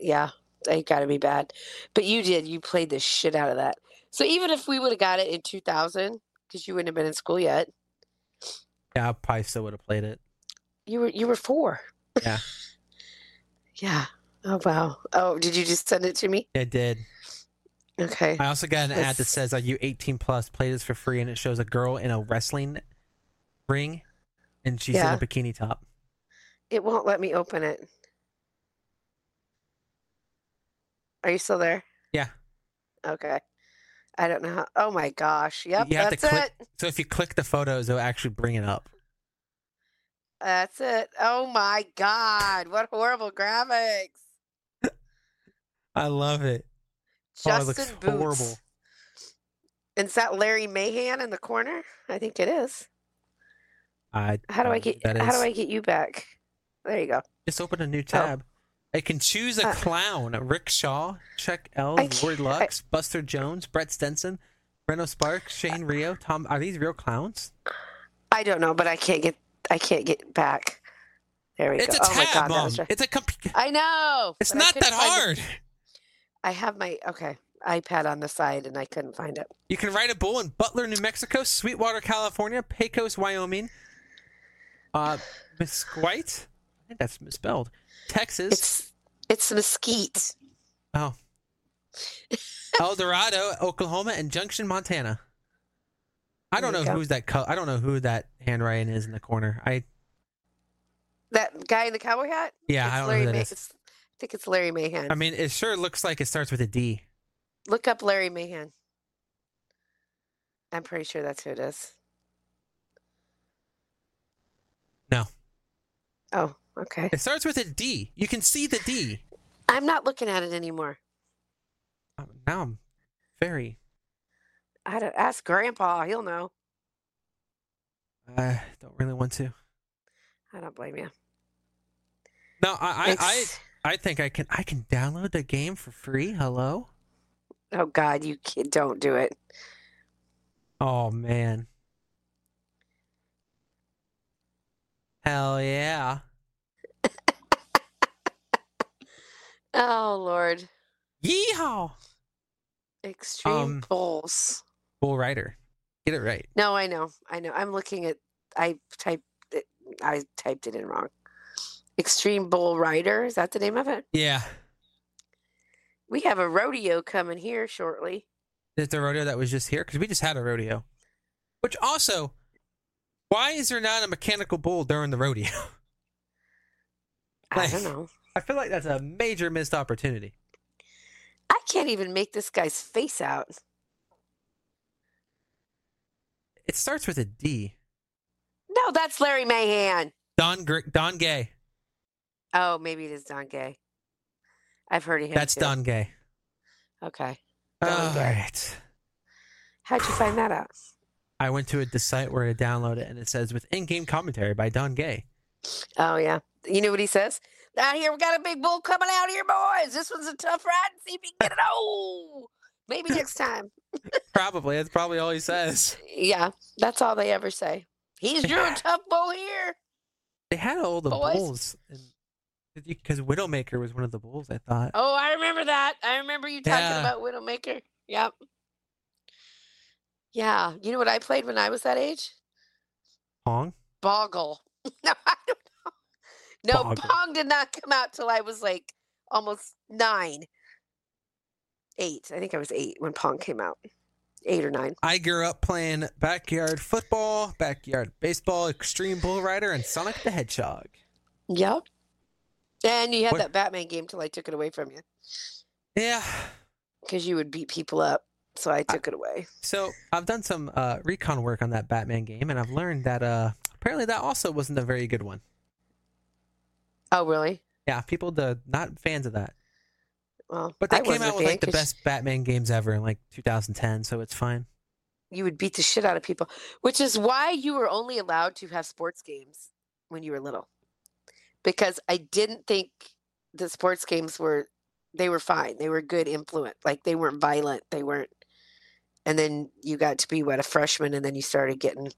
B: yeah, they got to be bad. But you did. You played the shit out of that. So even if we would have got it in 2000, because you wouldn't have been in school yet,
A: Yeah, I probably still would have played it.
B: you were you were four.
A: Yeah.
B: yeah. Oh wow. Oh, did you just send it to me?
A: It did.
B: Okay.
A: I also got an ad that
B: That's-
A: says, "Are you 18 plus? Play this for free," and it shows a girl in a wrestling ring, and she's
B: Yeah.
A: in a bikini top.
B: It won't let me open it. Are you still there?
A: Yeah.
B: Okay. I don't know how. Oh my gosh. Yep.
A: You have to
B: that's
A: click-
B: it.
A: So if you click the photos, it'll actually bring it up.
B: That's it. Oh my God. What horrible graphics.
A: I love it. Oh, it
B: Justin
A: looks
B: Boots.
A: horrible.
B: Is that Larry Mahan in the corner? I think it is.
A: I
B: How do I
A: don't know
B: get
A: who Mm, that
B: how do
A: is.
B: I get you back? There you go.
A: just open a new tab? I can choose a
B: Oh. Uh,
A: clown: Rick Shaw, Chuck L,
B: I can't-
A: Lord Lux, Buster Jones, Brett Stenson, Reno Sparks, Shane
B: Uh,
A: Rio, Tom. Are these real clowns?
B: I don't know, but I can't get I can't get back. There we
A: It's a
B: go. oh my
A: tab,
B: god, that
A: mom.
B: was dr-
A: It's a comp-
B: I know.
A: It's
B: but I
A: not
B: couldn't
A: that
B: find it.
A: hard.
B: I have my okay iPad on the side, and I couldn't find it.
A: You can ride a bull in Butler, New Mexico, Sweetwater, California, Pecos, Wyoming, uh, Mesquite. I think that's misspelled. Texas,
B: It's it's mesquite.
A: El Dorado, Oklahoma, and Junction, Montana. I don't
B: There
A: know
B: you go.
A: who's that. Co- I don't know who that handwriting is in the corner. I
B: That guy in the cowboy hat.
A: yeah,
B: It's
A: I don't know
B: Larry
A: who that
B: Ma-
A: is.
B: it's- I think it's Larry Mahan.
A: I mean, it sure looks like it starts with a D.
B: Look up Larry Mahan. I'm pretty sure that's who it is.
A: No.
B: Oh, okay.
A: It starts with a D. You can see the D.
B: I'm not looking at it anymore.
A: Um, Now I'm very.
B: I don't ask Grandpa; he'll know.
A: I uh, don't really want to.
B: I don't blame you.
A: No, I I, I
B: It's-
A: I think I can I can download the game for free. Hello.
B: oh God, you kid, don't do it.
A: Oh man. Hell yeah.
B: Oh Lord,
A: Yeehaw.
B: extreme
A: Um,
B: bulls.
A: Bull Rider. Get it right.
B: No, I know. I know. I'm looking at I typed it I typed it in wrong. Extreme Bull Rider, is that the name of it?
A: Yeah.
B: We have a rodeo coming here shortly.
A: Is the rodeo that was just here? Because we just had a rodeo. Which also, why is there not a mechanical bull during the rodeo?
B: I don't
A: Nice.
B: know.
A: I feel like that's a major missed opportunity.
B: I can't even make this guy's face out.
A: It starts with a D.
B: No, that's Larry Mahan.
A: Don Gr- Don Gay.
B: Oh, maybe it is Don Gay. I've heard of him.
A: That's
B: too. Ah.
A: Don Gay.
B: Okay.
A: All
B: Don
A: right.
B: Gay. How'd you find that out?
A: I went to a the site where I download it, and it says with in-game commentary by Don Gay.
B: Oh yeah. You know what he says? Down here, we got a big bull coming out here, boys. This one's a tough ride. See if you can get it. Oh, maybe next time.
A: Probably. That's probably all he says.
B: Yeah, that's all they ever say. He's your tough bull here.
A: They had all the
B: Boys.
A: bulls, because Widowmaker was one of the bulls. I thought.
B: Oh, I remember that. I remember you talking
A: Yeah.
B: about Widowmaker. Yep. Yeah. You know what I played when I was that age?
A: Pong.
B: Boggle. No, I don't know. No,
A: Boggle.
B: Pong did not come out till I was like almost nine. Eight. I think I was eight when Pong came out. Eight or nine.
A: I grew up playing backyard football, backyard baseball, extreme bull rider, and Sonic the Hedgehog.
B: Yep. And you had
A: What-
B: that Batman game till I took it away from you
A: Yeah.
B: because you would beat people up. So I took it away.
A: So I've done some uh, recon work on that Batman game, and I've learned that uh, apparently that also wasn't a very good one.
B: Oh, really?
A: Yeah, people the not fans of that.
B: Well,
A: But
B: I
A: they came
B: wasn't a
A: out with
B: fan
A: like the
B: 'cause
A: best Batman games ever in like 2010, so it's fine.
B: You would beat the shit out of people, which is why you were only allowed to have sports games when you were little, because I didn't think the sports games were they were fine. They were good influence, like they weren't violent. They weren't. And then you got to be what a freshman, and then you started getting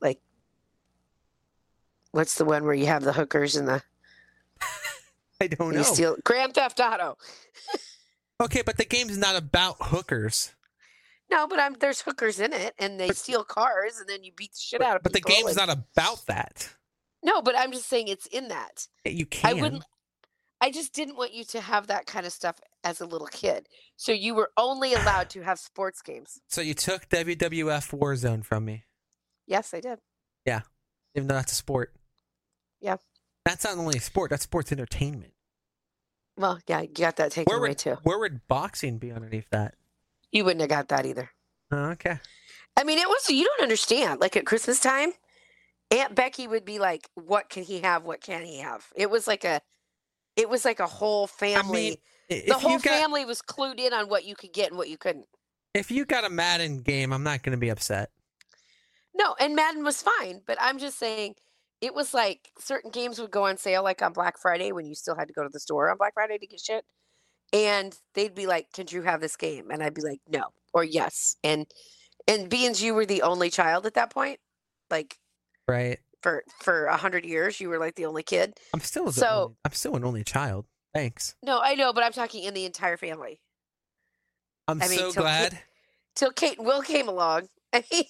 B: like what's the one where you have the hookers and the
A: I don't
B: and
A: know.
B: you steal Grand Theft Auto.
A: okay, but the game's not about hookers.
B: No, but I'm, there's hookers in it, and they
A: But-
B: steal cars, and then you beat the shit out of
A: But the
B: people.
A: game's
B: and-
A: not about that.
B: No, but I'm just saying it's in that.
A: You can.
B: I wouldn't. I just didn't want you to have that kind of stuff as a little kid. So you were only allowed to have sports games.
A: So you took WWF Warzone from me,
B: Yes, I did.
A: even though that's a sport.
B: Yeah.
A: That's not only a sport. That's sports entertainment.
B: Well, yeah, you got that taken
A: Where
B: away
A: would
B: too.
A: where would boxing be underneath that?
B: You wouldn't have got that either.
A: Oh, okay.
B: I mean, it was you don't understand. Like at Christmas time, Aunt Becky would be like, "What can he have? What can he have?" It was like a, it was like a whole family.
A: I-
B: the
A: if
B: whole
A: you got,
B: family was clued in on what you could get and what you couldn't.
A: If you got a Madden game, I'm not going to be upset.
B: No, and Madden was fine, but I'm just saying it was like certain games would go on sale like on Black Friday when you still had to go to the store on Black Friday to get shit. And they'd be like, "Can you have this game?" And I'd be like, "No," or "Yes." And and being you were the only child at that point, like
A: Right.
B: for for a hundred years, you were like the only kid.
A: I'm still the
B: So-
A: only- I'm still an only child. Thanks.
B: No, I know, but I'm talking in the entire family.
A: I'm
B: I mean,
A: so
B: till
A: glad.
B: Till Kate and Will came along. I mean,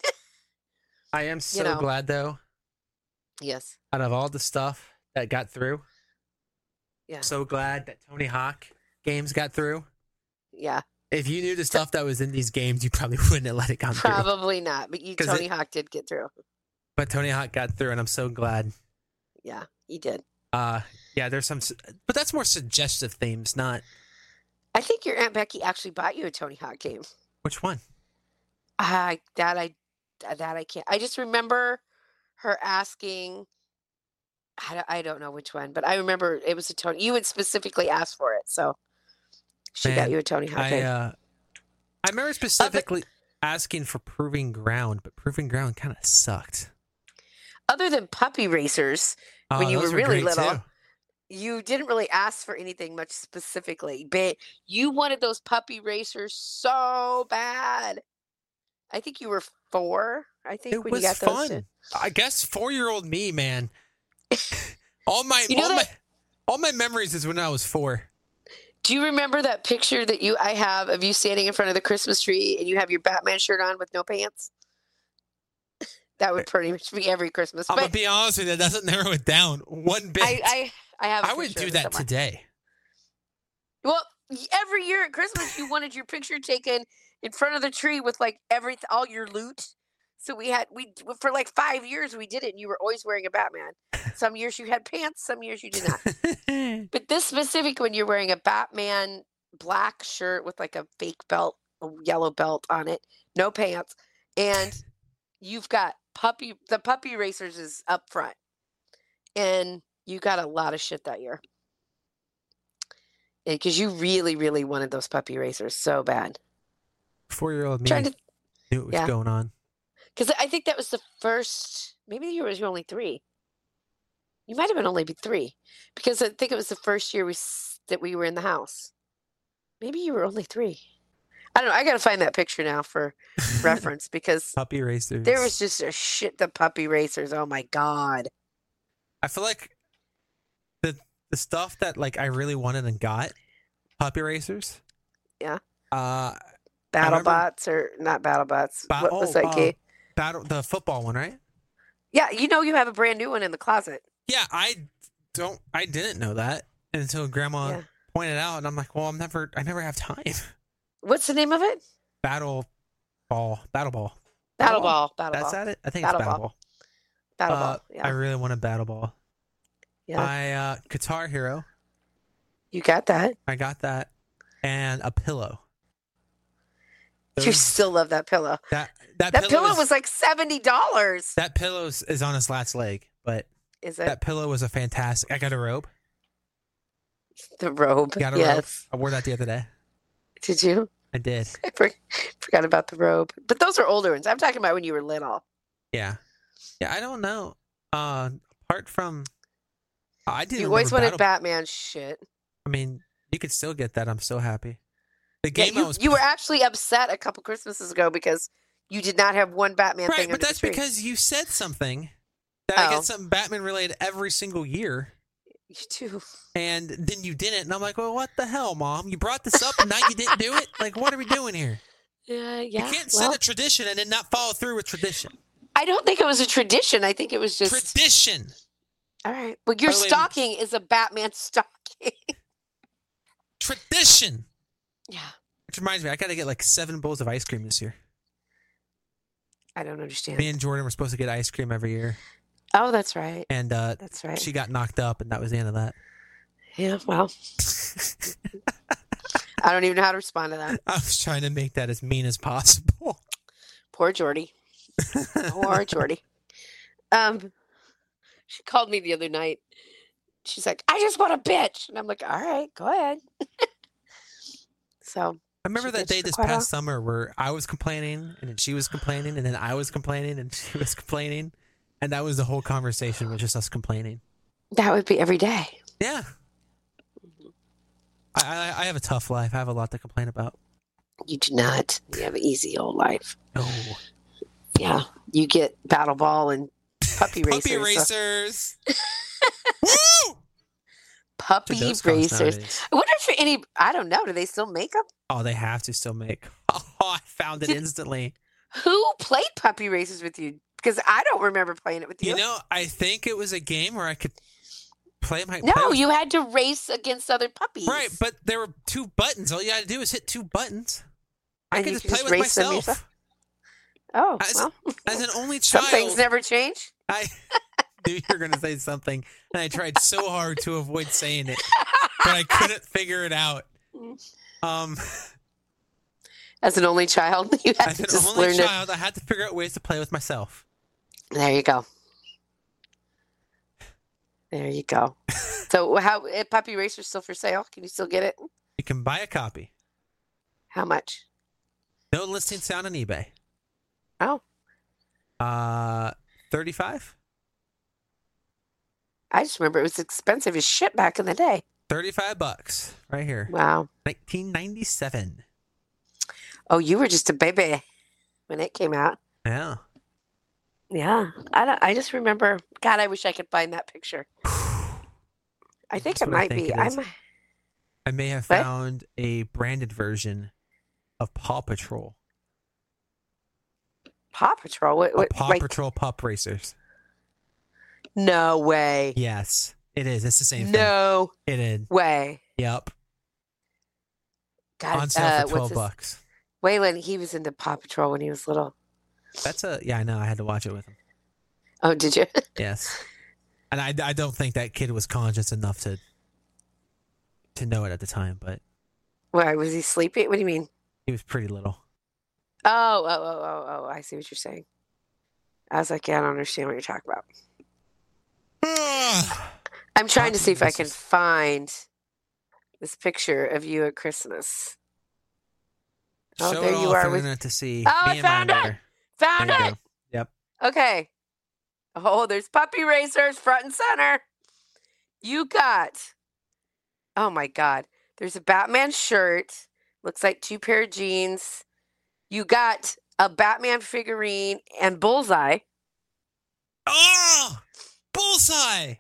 A: I am so
B: know.
A: glad though.
B: yes,
A: Out of all the stuff that got through,
B: Yeah.
A: So glad that Tony Hawk games got through.
B: yeah,
A: If you knew the stuff that was in these games, you probably wouldn't have let it come through.
B: probably not. But you,
A: 'Cause it-
B: Tony Hawk, did get through.
A: But Tony Hawk got through, and I'm so glad.
B: Yeah, he did.
A: Uh, yeah, there's some, s- but that's more suggestive themes, not
B: I think your aunt Becky actually bought you a Tony Hawk game.
A: which one.
B: I that I uh, that I can't. I just remember her asking. I don't, I don't know which one, but I remember it was a Tony. You had specifically asked for it, so she
A: Man,
B: got you a Tony Hawk
A: I
B: game.
A: uh, I remember specifically asking for proving ground, but proving ground kind of sucked.
B: Other than puppy racers,
A: Oh,
B: When you
A: those
B: were really
A: great,
B: little.
A: too.
B: you didn't really ask for anything much specifically, but you wanted those puppy racers so bad. I think you were four. I think
A: it
B: when
A: was
B: you got those.
A: fun. I guess four year old me, man. all my
B: You know
A: all
B: that-
A: my all my memories is when I was four.
B: Do you remember that picture that you I have of you standing in front of the Christmas tree and you have your Batman shirt on with no pants? That would pretty much be every Christmas.
A: I'm gonna
B: But
A: be honest with you, that doesn't narrow it down one bit.
B: I, I I have. a
A: I would
B: picture of
A: do
B: it
A: that
B: somewhere.
A: today.
B: Well, y- every year at Christmas, you wanted your picture taken in front of the tree with like every all your loot. So we had we d- for like five years we did it, and you were always wearing a Batman. Some years you had pants, some years you did not. But this specific one, you're wearing a Batman black shirt with like a fake belt, a yellow belt on it, no pants, and you've got puppy. The puppy racers is up front, and you got a lot of shit that year because you really, really wanted those puppy racers so bad.
A: four year old me
B: Trying to,
A: knew what was
B: yeah.
A: going on.
B: because I think that was the first. Maybe you were you were only three. You might have been only be three because I think it was the first year we s- that we were in the house. Maybe you were only three. I don't know. I gotta find that picture now for reference because
A: Puppy racers.
B: there was just a shit. The puppy racers. Oh my god.
A: I feel like the the stuff that like I really wanted and got, puppy racers.
B: Yeah.
A: Uh, remember-
B: BattleBots or not BattleBots?
A: Ba-
B: what was
A: oh,
B: that
A: uh,
B: game?
A: battle the football one, right?
B: Yeah, you know you have a brand new one in the closet.
A: Yeah, I don't. I didn't know that until Grandma
B: Yeah.
A: pointed out, and I'm like, well, I'm never. I never have time.
B: What's the name of it?
A: Battle ball, battle ball.
B: Battle
A: Battle
B: Ball. Battle
A: That's
B: Ball.
A: at it. I think
B: Battle
A: it's
B: Ball.
A: battle ball.
B: Battle
A: Uh,
B: Ball. Yeah,
A: I really want a battle ball.
B: Yeah.
A: I uh, guitar hero.
B: you got that.
A: I got that, and a pillow.
B: You
A: Those-
B: still love that pillow.
A: that that,
B: That pillow
A: is-
B: was like seventy dollars.
A: that pillow is- is on his last leg, but
B: Is it
A: that pillow was a fantastic. I got a robe.
B: the robe?
A: Got a robe.
B: yes.
A: I wore that the other day.
B: Did you?
A: I did.
B: I for- forgot about the robe. But those are older ones. I'm talking about when you were little.
A: Yeah, yeah. I don't know. Uh, apart from, I didn't.
B: you always
A: remember
B: wanted
A: Battle-
B: Batman shit.
A: I mean, you could still get that. I'm so happy. The
B: Yeah,
A: game I
B: you,
A: was
B: you were actually upset a couple Christmases ago because you did not have one Batman
A: right,
B: thing.
A: but
B: under the
A: that's
B: tree.
A: because you said something that I
B: Oh.
A: get something Batman related every single year,
B: you too.
A: and then you didn't. And I'm like, well, what the hell, mom? You brought this up, and now you didn't do it. Like, what are we doing here?
B: Yeah, yeah.
A: you can't
B: well,
A: set a tradition and then not follow through with tradition.
B: I don't think it was a tradition. I think it was just
A: Tradition.
B: all right. Well, your
A: By the way-
B: stocking is a Batman stocking.
A: Tradition.
B: yeah,
A: Which reminds me, I gotta get like seven bowls of ice cream this year.
B: I don't understand.
A: Me and Jordan were supposed to get ice cream every year,
B: oh, that's right.
A: and uh,
B: That's right.
A: she got knocked up, and that was the end of that.
B: yeah. Well, I don't even know how to respond to that.
A: I was trying to make that as mean as possible.
B: Poor Jordy. Poor Jordy. Um, she called me the other night. She's like, "I just want a bitch," and I'm like, "All right, go ahead." so
A: I remember
B: She did
A: that day
B: for
A: this
B: quite a
A: past
B: while.
A: summer where I was complaining and then she was complaining and then I was complaining and she was complaining. And that was the whole conversation was just us complaining.
B: that would be every day.
A: Yeah. I, I, I have a tough life. I have a lot to complain about.
B: You do not. You have an easy old life.
A: Oh.
B: Yeah, you get battle ball and puppy racers.
A: Puppy
B: so-
A: racers. Woo!
B: Puppy
A: Dude, those cost
B: racers.
A: nowadays.
B: I wonder if any. I don't know. Do they still make them?
A: Oh, they have to still make. Oh, I found it
B: Did-
A: instantly.
B: Who played puppy racers with you? Because I don't remember playing it with you.
A: You know, I think it was a game where I could play my. play
B: no,
A: with-
B: you had to race against other puppies.
A: right, but there were two buttons. All you had to do was hit two buttons. I
B: And
A: could
B: you
A: just
B: could
A: play
B: just
A: with
B: race them
A: myself.
B: yourself? oh,
A: as-
B: well,
A: As an only
B: some
A: child,
B: things never change.
A: I knew you were going to say something, and I tried so hard to avoid saying it, but I couldn't figure it out. Um,
B: As an only child, you had
A: as
B: to
A: an
B: just
A: only
B: learn it.
A: child, I had to figure out ways to play with myself.
B: There you go. There you go. so, how eh, puppy racers still for sale? Can you still get it?
A: You can buy a copy.
B: How much?
A: No listing sound on eBay.
B: Oh.
A: Uh, 35?
B: I just remember it was expensive as shit back in the day.
A: 35 bucks right here.
B: Wow.
A: 1997.
B: Oh, you were just a baby when it came out.
A: Yeah.
B: Yeah. I don't, I just remember. God, I wish I could find that picture. I think
A: That's
B: it
A: what I
B: might
A: think
B: be.
A: it
B: I
A: is.
B: might.
A: I may have
B: What?
A: found a branded version of Paw Patrol.
B: Paw Patrol. What?
A: A
B: what
A: Paw
B: like,
A: Patrol Pup Racers.
B: No way.
A: Yes, it is. It's the same
B: No
A: thing. It is.
B: way.
A: Yep.
B: God,
A: On sale
B: uh,
A: for
B: what's
A: 12
B: his-
A: bucks.
B: Waylon, he was into Paw Patrol when he was little.
A: That's a, yeah, I know. I had to watch it with him.
B: Oh, did you?
A: Yes. And I, I don't think that kid was conscious enough to to know it at the time, but
B: Why was he sleeping? What do you mean?
A: he was pretty little.
B: Oh, oh, oh, oh, oh! I see what you're saying. I was like, yeah, I don't understand what you're talking about.
A: Ah.
B: I'm trying to see if I can
A: Compromises.
B: find this picture of you at Christmas. Oh,
A: Show
B: there
A: it all
B: you
A: for
B: are
A: the
B: with-
A: internet to see.
B: Oh, I
A: Me and mine
B: found it!
A: were.
B: Found
A: There you
B: it.
A: go. Yep.
B: Okay. Oh, there's puppy racers front and center. You got, oh my God, there's a Batman shirt. Looks like two pair of jeans. You got a Batman figurine and Bullseye,
A: Oh, bullseye!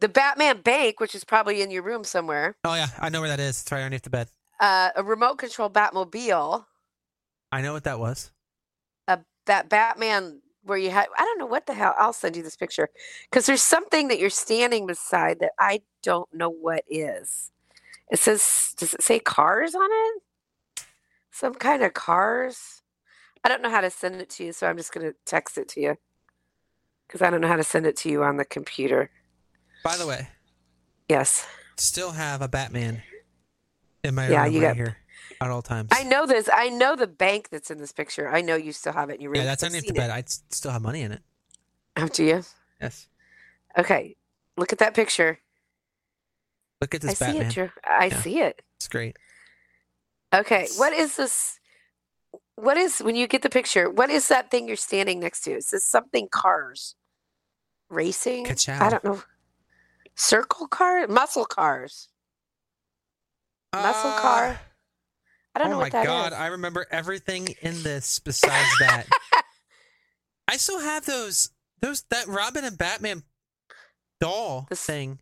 B: the Batman bank, which is probably in your room somewhere,
A: Oh yeah, I know where that is. It's right underneath the bed.
B: uh, a remote control Batmobile,
A: I know what that was.
B: that Batman where you had, I don't know what the hell. I'll send you this picture because there's something that you're standing beside that I don't know what is. It says, does it say cars on it? Some kind of cars? I don't know how to send it to you, so I'm just going to text it to you because I don't know how to send it to you on the computer.
A: By the way,
B: Yes.
A: still have a Batman in my
B: Yeah,
A: room
B: you
A: right
B: got-
A: here at all times.
B: I know this. I know the bank that's in this picture. I know you still have it in your room.
A: yeah, that's
B: 'cause I've
A: underneath the
B: seen it.
A: bed. I s- still have money in it.
B: Oh, do you?
A: Yes.
B: Okay. Look at that picture.
A: Look at this
B: I see
A: Batman.
B: it, Drew. I
A: Yeah.
B: see it.
A: It's great.
B: Okay.
A: It's-
B: What is this? What is when you get the picture? What is that thing you're standing next to? Is this something cars, racing?
A: Ka-chow.
B: I don't know. Circle car, muscle cars. Muscle car.
A: Ah,
B: I don't
A: oh
B: know
A: my
B: what that is.
A: god, I remember everything in this besides that. I still have those those that Robin and Batman doll
B: This-
A: thing.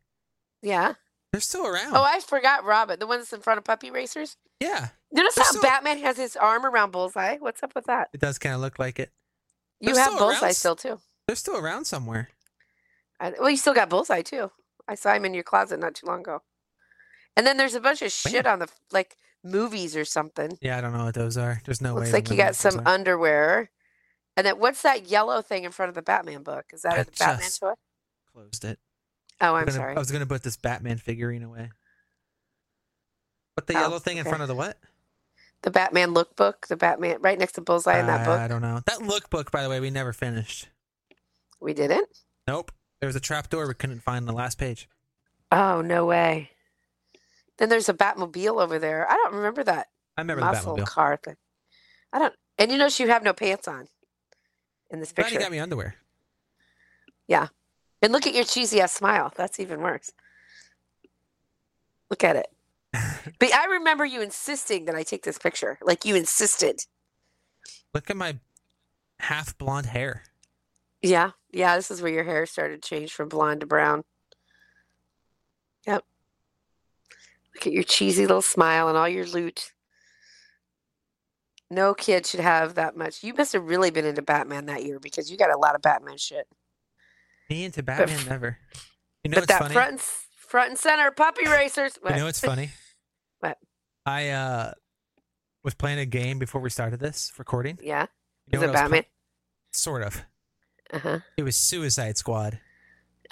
B: yeah.
A: They're still around.
B: Oh, I forgot Robin, the one that's in front of Puppy Racers.
A: yeah,
B: Notice
A: They're
B: how
A: still-
B: Batman has his arm around Bullseye. What's up with that?
A: it does kind of look like it.
B: You
A: They're
B: have
A: still around
B: Bullseye
A: s-
B: still too.
A: They're still around somewhere.
B: I, well, you still got Bullseye too. I saw him in your closet not too long ago. And then there's a bunch of shit on the f- like movies or something.
A: Yeah, I don't know what those are. There's no way.
B: Looks
A: I
B: like you
A: remember
B: got
A: what
B: some
A: those are.
B: underwear. And then what's that yellow thing in front of the Batman book? Is that
A: I
B: a Batman
A: just-
B: toy?
A: closed it.
B: Oh,
A: I'm
B: I'm
A: gonna-
B: sorry.
A: I was gonna put this Batman figurine away. Put the
B: Oh,
A: yellow thing in
B: okay.
A: front of the what?
B: The Batman lookbook, the Batman right next to Bullseye in that
A: Uh, I
B: book.
A: don't know. That lookbook, by the way, we never finished.
B: We didn't.
A: Nope. There was a trap door we couldn't find on the last page.
B: Oh, no way. Then there's a Batmobile over there. I don't remember that
A: I remember
B: muscle
A: the Batmobile.
B: car thing. I don't. And you notice you have no pants on in this
A: Glad
B: picture.
A: you got me underwear.
B: And look at your cheesy ass smile. That's even worse. Look at it. but I remember you insisting that I take this picture. Like you insisted.
A: Look at my half blonde hair.
B: Yeah. Yeah. This is where your hair started to change from blonde to brown. Yep. Look at your cheesy little smile and all your loot. No kid should have that much. You must have really been into Batman that year because you got a lot of Batman shit.
A: Me into Batman never. You know
B: But
A: what's
B: that
A: funny?
B: front and, s- front and center puppy racers.
A: You know what's funny?
B: What?
A: I uh was playing a game before we started this recording.
B: Yeah.
A: You
B: Is it
A: know what I was pla-
B: Batman?
A: sort of.
B: Uh huh.
A: It was Suicide Squad.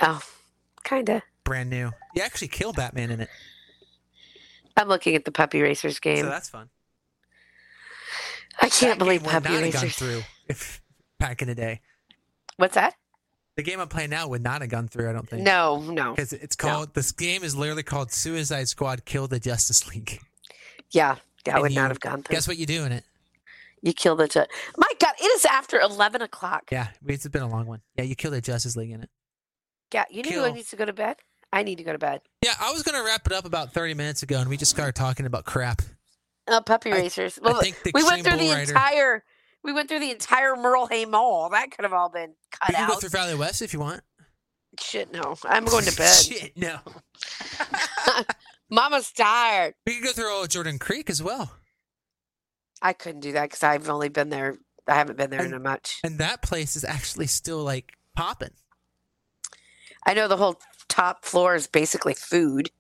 B: Oh, kind of.
A: Brand new. You actually kill Batman in it.
B: I'm looking at the Puppy Racers game.
A: So that's fun.
B: I can't
A: That game
B: believe
A: would
B: Puppy
A: not have gone
B: Racers.
A: through if back in the day.
B: What's that?
A: The game I'm playing now would not have gone through, I don't think.
B: No, no.
A: Because it's called this game is literally called Suicide Squad Kill the Justice League.
B: Yeah, that
A: And
B: would
A: you-
B: not have gone through.
A: Guess what you do in it?
B: You killed the. Ju- My God, it is after 11 o'clock.
A: Yeah, it's been a long one. Yeah, you kill the Justice League in it.
B: Yeah, you know who
A: Kill.
B: needs to go to bed? I need to go to bed.
A: Yeah, I was gonna wrap it up about thirty minutes ago and we just started talking about crap.
B: Oh, Puppy
A: I-
B: Racers. Well,
A: I think the
B: we went through
A: Bull
B: the
A: Rider-
B: entire. We went through the entire Merle Hay Mall. That could have all been
A: We
B: cut
A: can
B: out.
A: go through Valley West if you want.
B: Shit, no. I'm going to bed.
A: Shit, no.
B: Mama's tired.
A: We can go through old Jordan Creek as well.
B: I couldn't do that because I've only been there. I haven't been there
A: And-
B: in a much.
A: And that place is actually still like popping.
B: I know the whole top floor is basically food.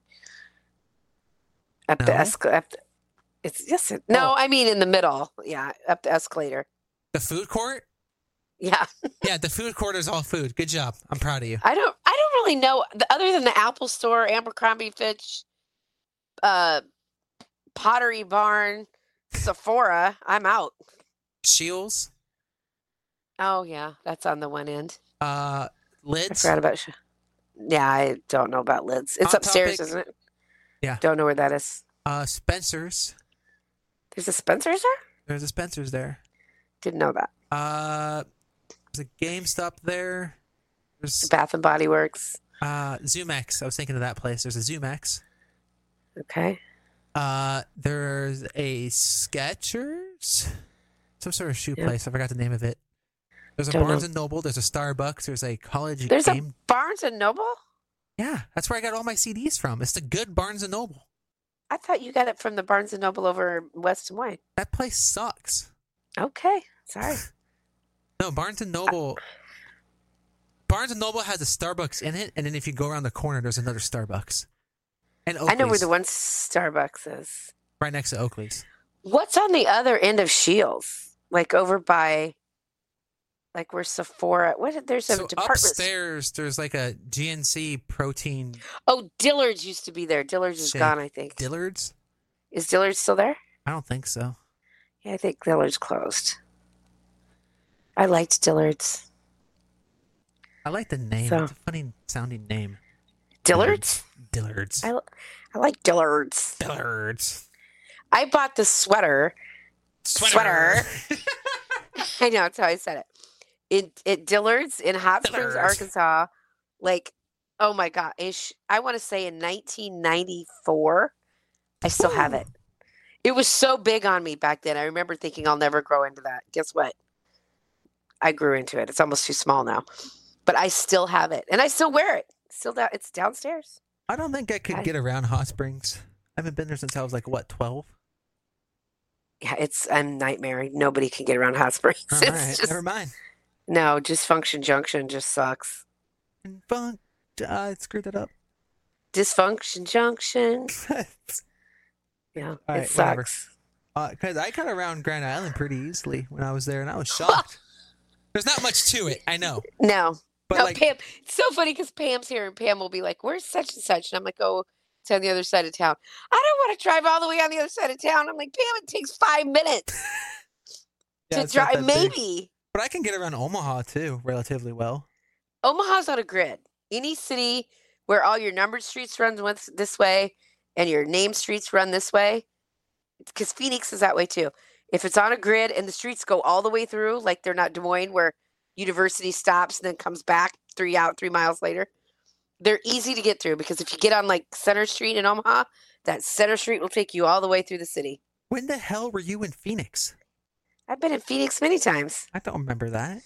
B: Up the
A: No.
B: escalator. Up the, it's yes. It, no,
A: Oh.
B: I mean in the middle. Yeah, up the escalator.
A: The food court?
B: Yeah,
A: Yeah, the food court is all food. Good job. I'm proud of you.
B: I don't. I don't really know the- other than the Apple Store, Abercrombie Fitch, uh, Pottery Barn, Sephora. I'm out.
A: Shields,
B: Oh yeah, that's on the one end.
A: uh,
B: I
A: lids.
B: forgot about. Sh- Yeah, I don't know about lids. It's
A: Hot
B: upstairs,
A: Topic.
B: isn't it?
A: Yeah.
B: Don't know where that is.
A: Uh, Spencer's.
B: There's a Spencer's there.
A: There's a Spencer's there.
B: Didn't know that.
A: Uh, there's a GameStop there. There's
B: Bath and Body Works.
A: Uh, ZoomX. I was thinking of that place. There's a ZoomX.
B: Okay.
A: Uh, there's a Skechers, some sort of shoe
B: Yeah.
A: place. I forgot the name of it. There's a
B: Don't know.
A: Barnes and Noble. There's a Starbucks. There's a college
B: There's a
A: game.
B: Barnes and Noble?
A: Yeah, that's where I got all my CDs from. It's the good Barnes and Noble.
B: I thought you got it from the Barnes and Noble over in West Des Moines.
A: That place sucks.
B: Okay. Sorry.
A: No, Barnes and Noble. Barnes and Noble has a Starbucks in it, and then if you go around the corner, there's another Starbucks. And Oakley's,
B: I know where the one Starbucks is.
A: right next to Oakley's.
B: What's on the other end of Shields? Like over by like where Sephora. What there's a
A: so
B: department store-
A: upstairs, there's like a GNC protein
B: Oh, Dillard's used to be there. Dillard's is
A: Shit.
B: gone, I think.
A: Dillard's.
B: is Dillard's still there?
A: I don't think so.
B: Yeah, I think Dillard's closed. I liked Dillard's.
A: I like the name.
B: So-
A: It's a funny sounding name. Mm-hmm.
B: Dillard's?
A: Dillard's.
B: I, I like Dillard's.
A: Dillard's.
B: I bought the sweater. Sweater. I know, that's how I said it. In at Dillard's in Hot Springs,
A: Dillard's.
B: Arkansas, like, oh my god, ish. I want to say in 1994, I still have it. It was so big on me back then. I remember thinking I'll never grow into that. Guess what? I grew into it. It's almost too small now, but I still have it, and I still wear it. Still, down, it's downstairs.
A: I don't think I could
B: Okay.
A: get around Hot Springs. I haven't been there since I was like what twelve.
B: Yeah, it's I'm nightmare. Nobody can get around Hot Springs.
A: All
B: It's
A: right,
B: just,
A: never mind.
B: no, just Function Junction just sucks.
A: Fun. I screwed that up.
B: Dysfunction Junction. Yeah, it
A: All right, whatever.
B: sucks.
A: Because Uh, I got around Grand Island pretty easily when I was there, and I was shocked. There's not much to it, I know,
B: No,
A: but
B: no,
A: like
B: Pam. It's so funny because Pam's here, and Pam will be like, "Where's such and such?" And I'm like, "Oh, it's on the other side of town." I don't want to drive all the way on the other side of town. I'm like, Pam, it takes five minutes
A: yeah,
B: to
A: it's not
B: drive.
A: that big.
B: Maybe
A: but I can get around Omaha too relatively well.
B: Omaha's on a grid. Any city where all your numbered streets run with- this way and your name streets run this way, because Phoenix is that way too. If it's on a grid and the streets go all the way through, like they're not Des Moines, where university stops and then comes back three out, three miles later, they're easy to get through because if you get on like Center Street in Omaha, that Center Street will take you all the way through the city.
A: When the hell were you in Phoenix?
B: I've been in Phoenix many times.
A: I don't remember that.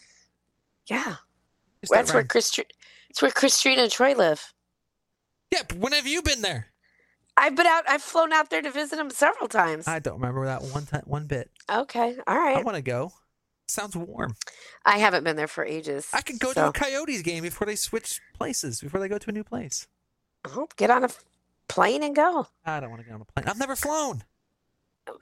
B: Yeah.
A: Just
B: That's
A: that
B: where
A: round-
B: Chris, Tr- that's where Chris Street and Troy live.
A: Yeah, but when have you been there?
B: I've been out. I've flown out there to visit him several times.
A: I don't remember that one time, one bit.
B: okay, all
A: I
B: right.
A: want to go. Sounds warm.
B: I haven't been there for ages.
A: I could go to
B: so-
A: a Coyotes game before they switch places, before they go to a new place.
B: Well, Oh, get on a f- plane and go.
A: I don't want to get on a plane. I've never flown.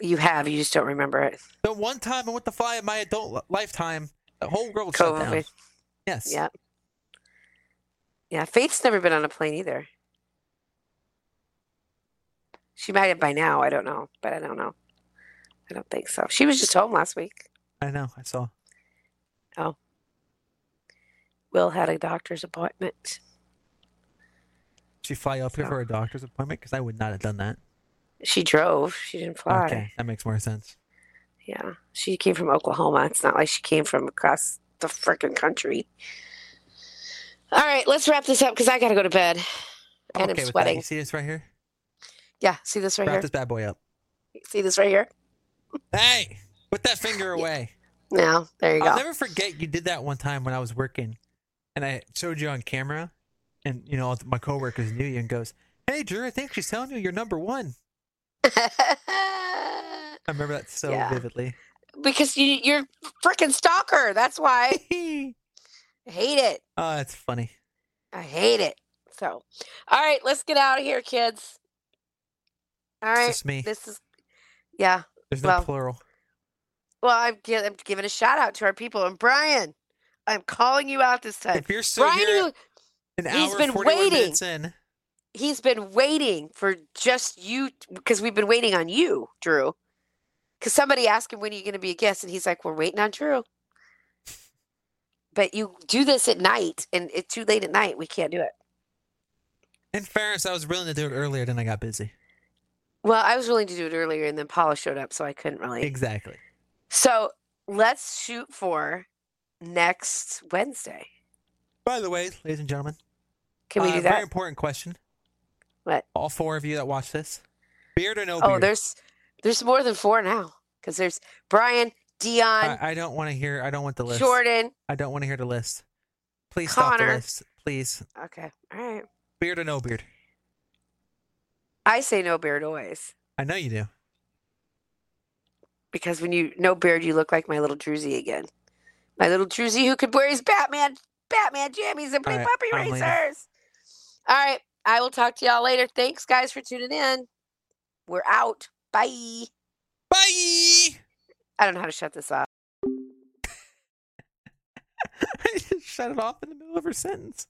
B: You have. You just don't remember it.
A: The one time I went to fly in my adult li- lifetime, the whole world shut down.
B: COVID.
A: Yes.
B: Yeah. Yeah. Faith's never been on a plane either. She might have by now. I don't know, but I don't know. I don't think so. She was just home last week.
A: I know. I saw.
B: Will had a doctor's appointment.
A: She fly up here
B: So-
A: for a doctor's appointment because I would not have done that.
B: She drove. She didn't fly.
A: Okay, that makes more sense.
B: Yeah, she came from Oklahoma. It's not like she came from across the frickin' country. All right, let's wrap this up because I gotta go to bed, and
A: I'm okay
B: I'm
A: with that.
B: sweating.
A: You see this right here?
B: Yeah, see this right
A: Wrap
B: here.
A: this bad boy up.
B: See this right here.
A: Hey, put that finger away.
B: No, there you go.
A: I'll never forget you did that one time when I was working, and I showed you on camera, and you know my coworkers knew you and goes, "Hey Drew, I think she's telling you you're number one." I remember that so
B: Yeah.
A: vividly.
B: because you, you're a frickin' stalker. That's why
A: oh,
B: I hate it.
A: that's funny.
B: I hate it. So, all right, let's get out of here, kids. All
A: It's
B: right,
A: just me.
B: this is yeah.
A: There's no
B: well,
A: plural.
B: Well, I'm, gi- I'm giving a shout out to our people. And Brian, I'm calling you out this time.
A: If you're still
B: Brian,
A: here,
B: who,
A: an
B: he's
A: hour
B: been
A: 41
B: waiting.
A: minutes in.
B: he's been waiting for just you because we've been waiting on you, Drew. Because somebody asked him, when are you going to be a guest? And he's like, we're waiting on Drew. But you do this at night, and it's too late at night. We can't do it.
A: In fairness, I was willing to do it earlier, then I got busy.
B: Well, I was willing to do it earlier, and then Paula showed up, so I couldn't really.
A: Exactly.
B: So let's shoot for next Wednesday.
A: By the way, ladies and gentlemen,
B: Can we
A: Uh,
B: do
A: Very
B: that?
A: important question.
B: What?
A: All four of you that watch this, beard or no
B: Oh,
A: beard?
B: there's there's more than four now because there's Brian, Dion,
A: I, I don't want to hear. I don't want the list.
B: Jordan.
A: I don't want to hear the list. Please stop the
B: Connor.
A: list. Please,
B: Okay, all right.
A: beard or no beard?
B: I say no beard always
A: I know you do.
B: because when you no beard, you look like my little Druzy again. My little Druzy who could wear his Batman Batman jammies and play
A: All right,
B: puppy
A: I'm leaving.
B: racers. All right, I will talk to y'all later. Thanks, guys, for tuning in. We're out. Bye.
A: Bye.
B: I don't know how to shut this off.
A: I just shut it off in the middle of her sentence.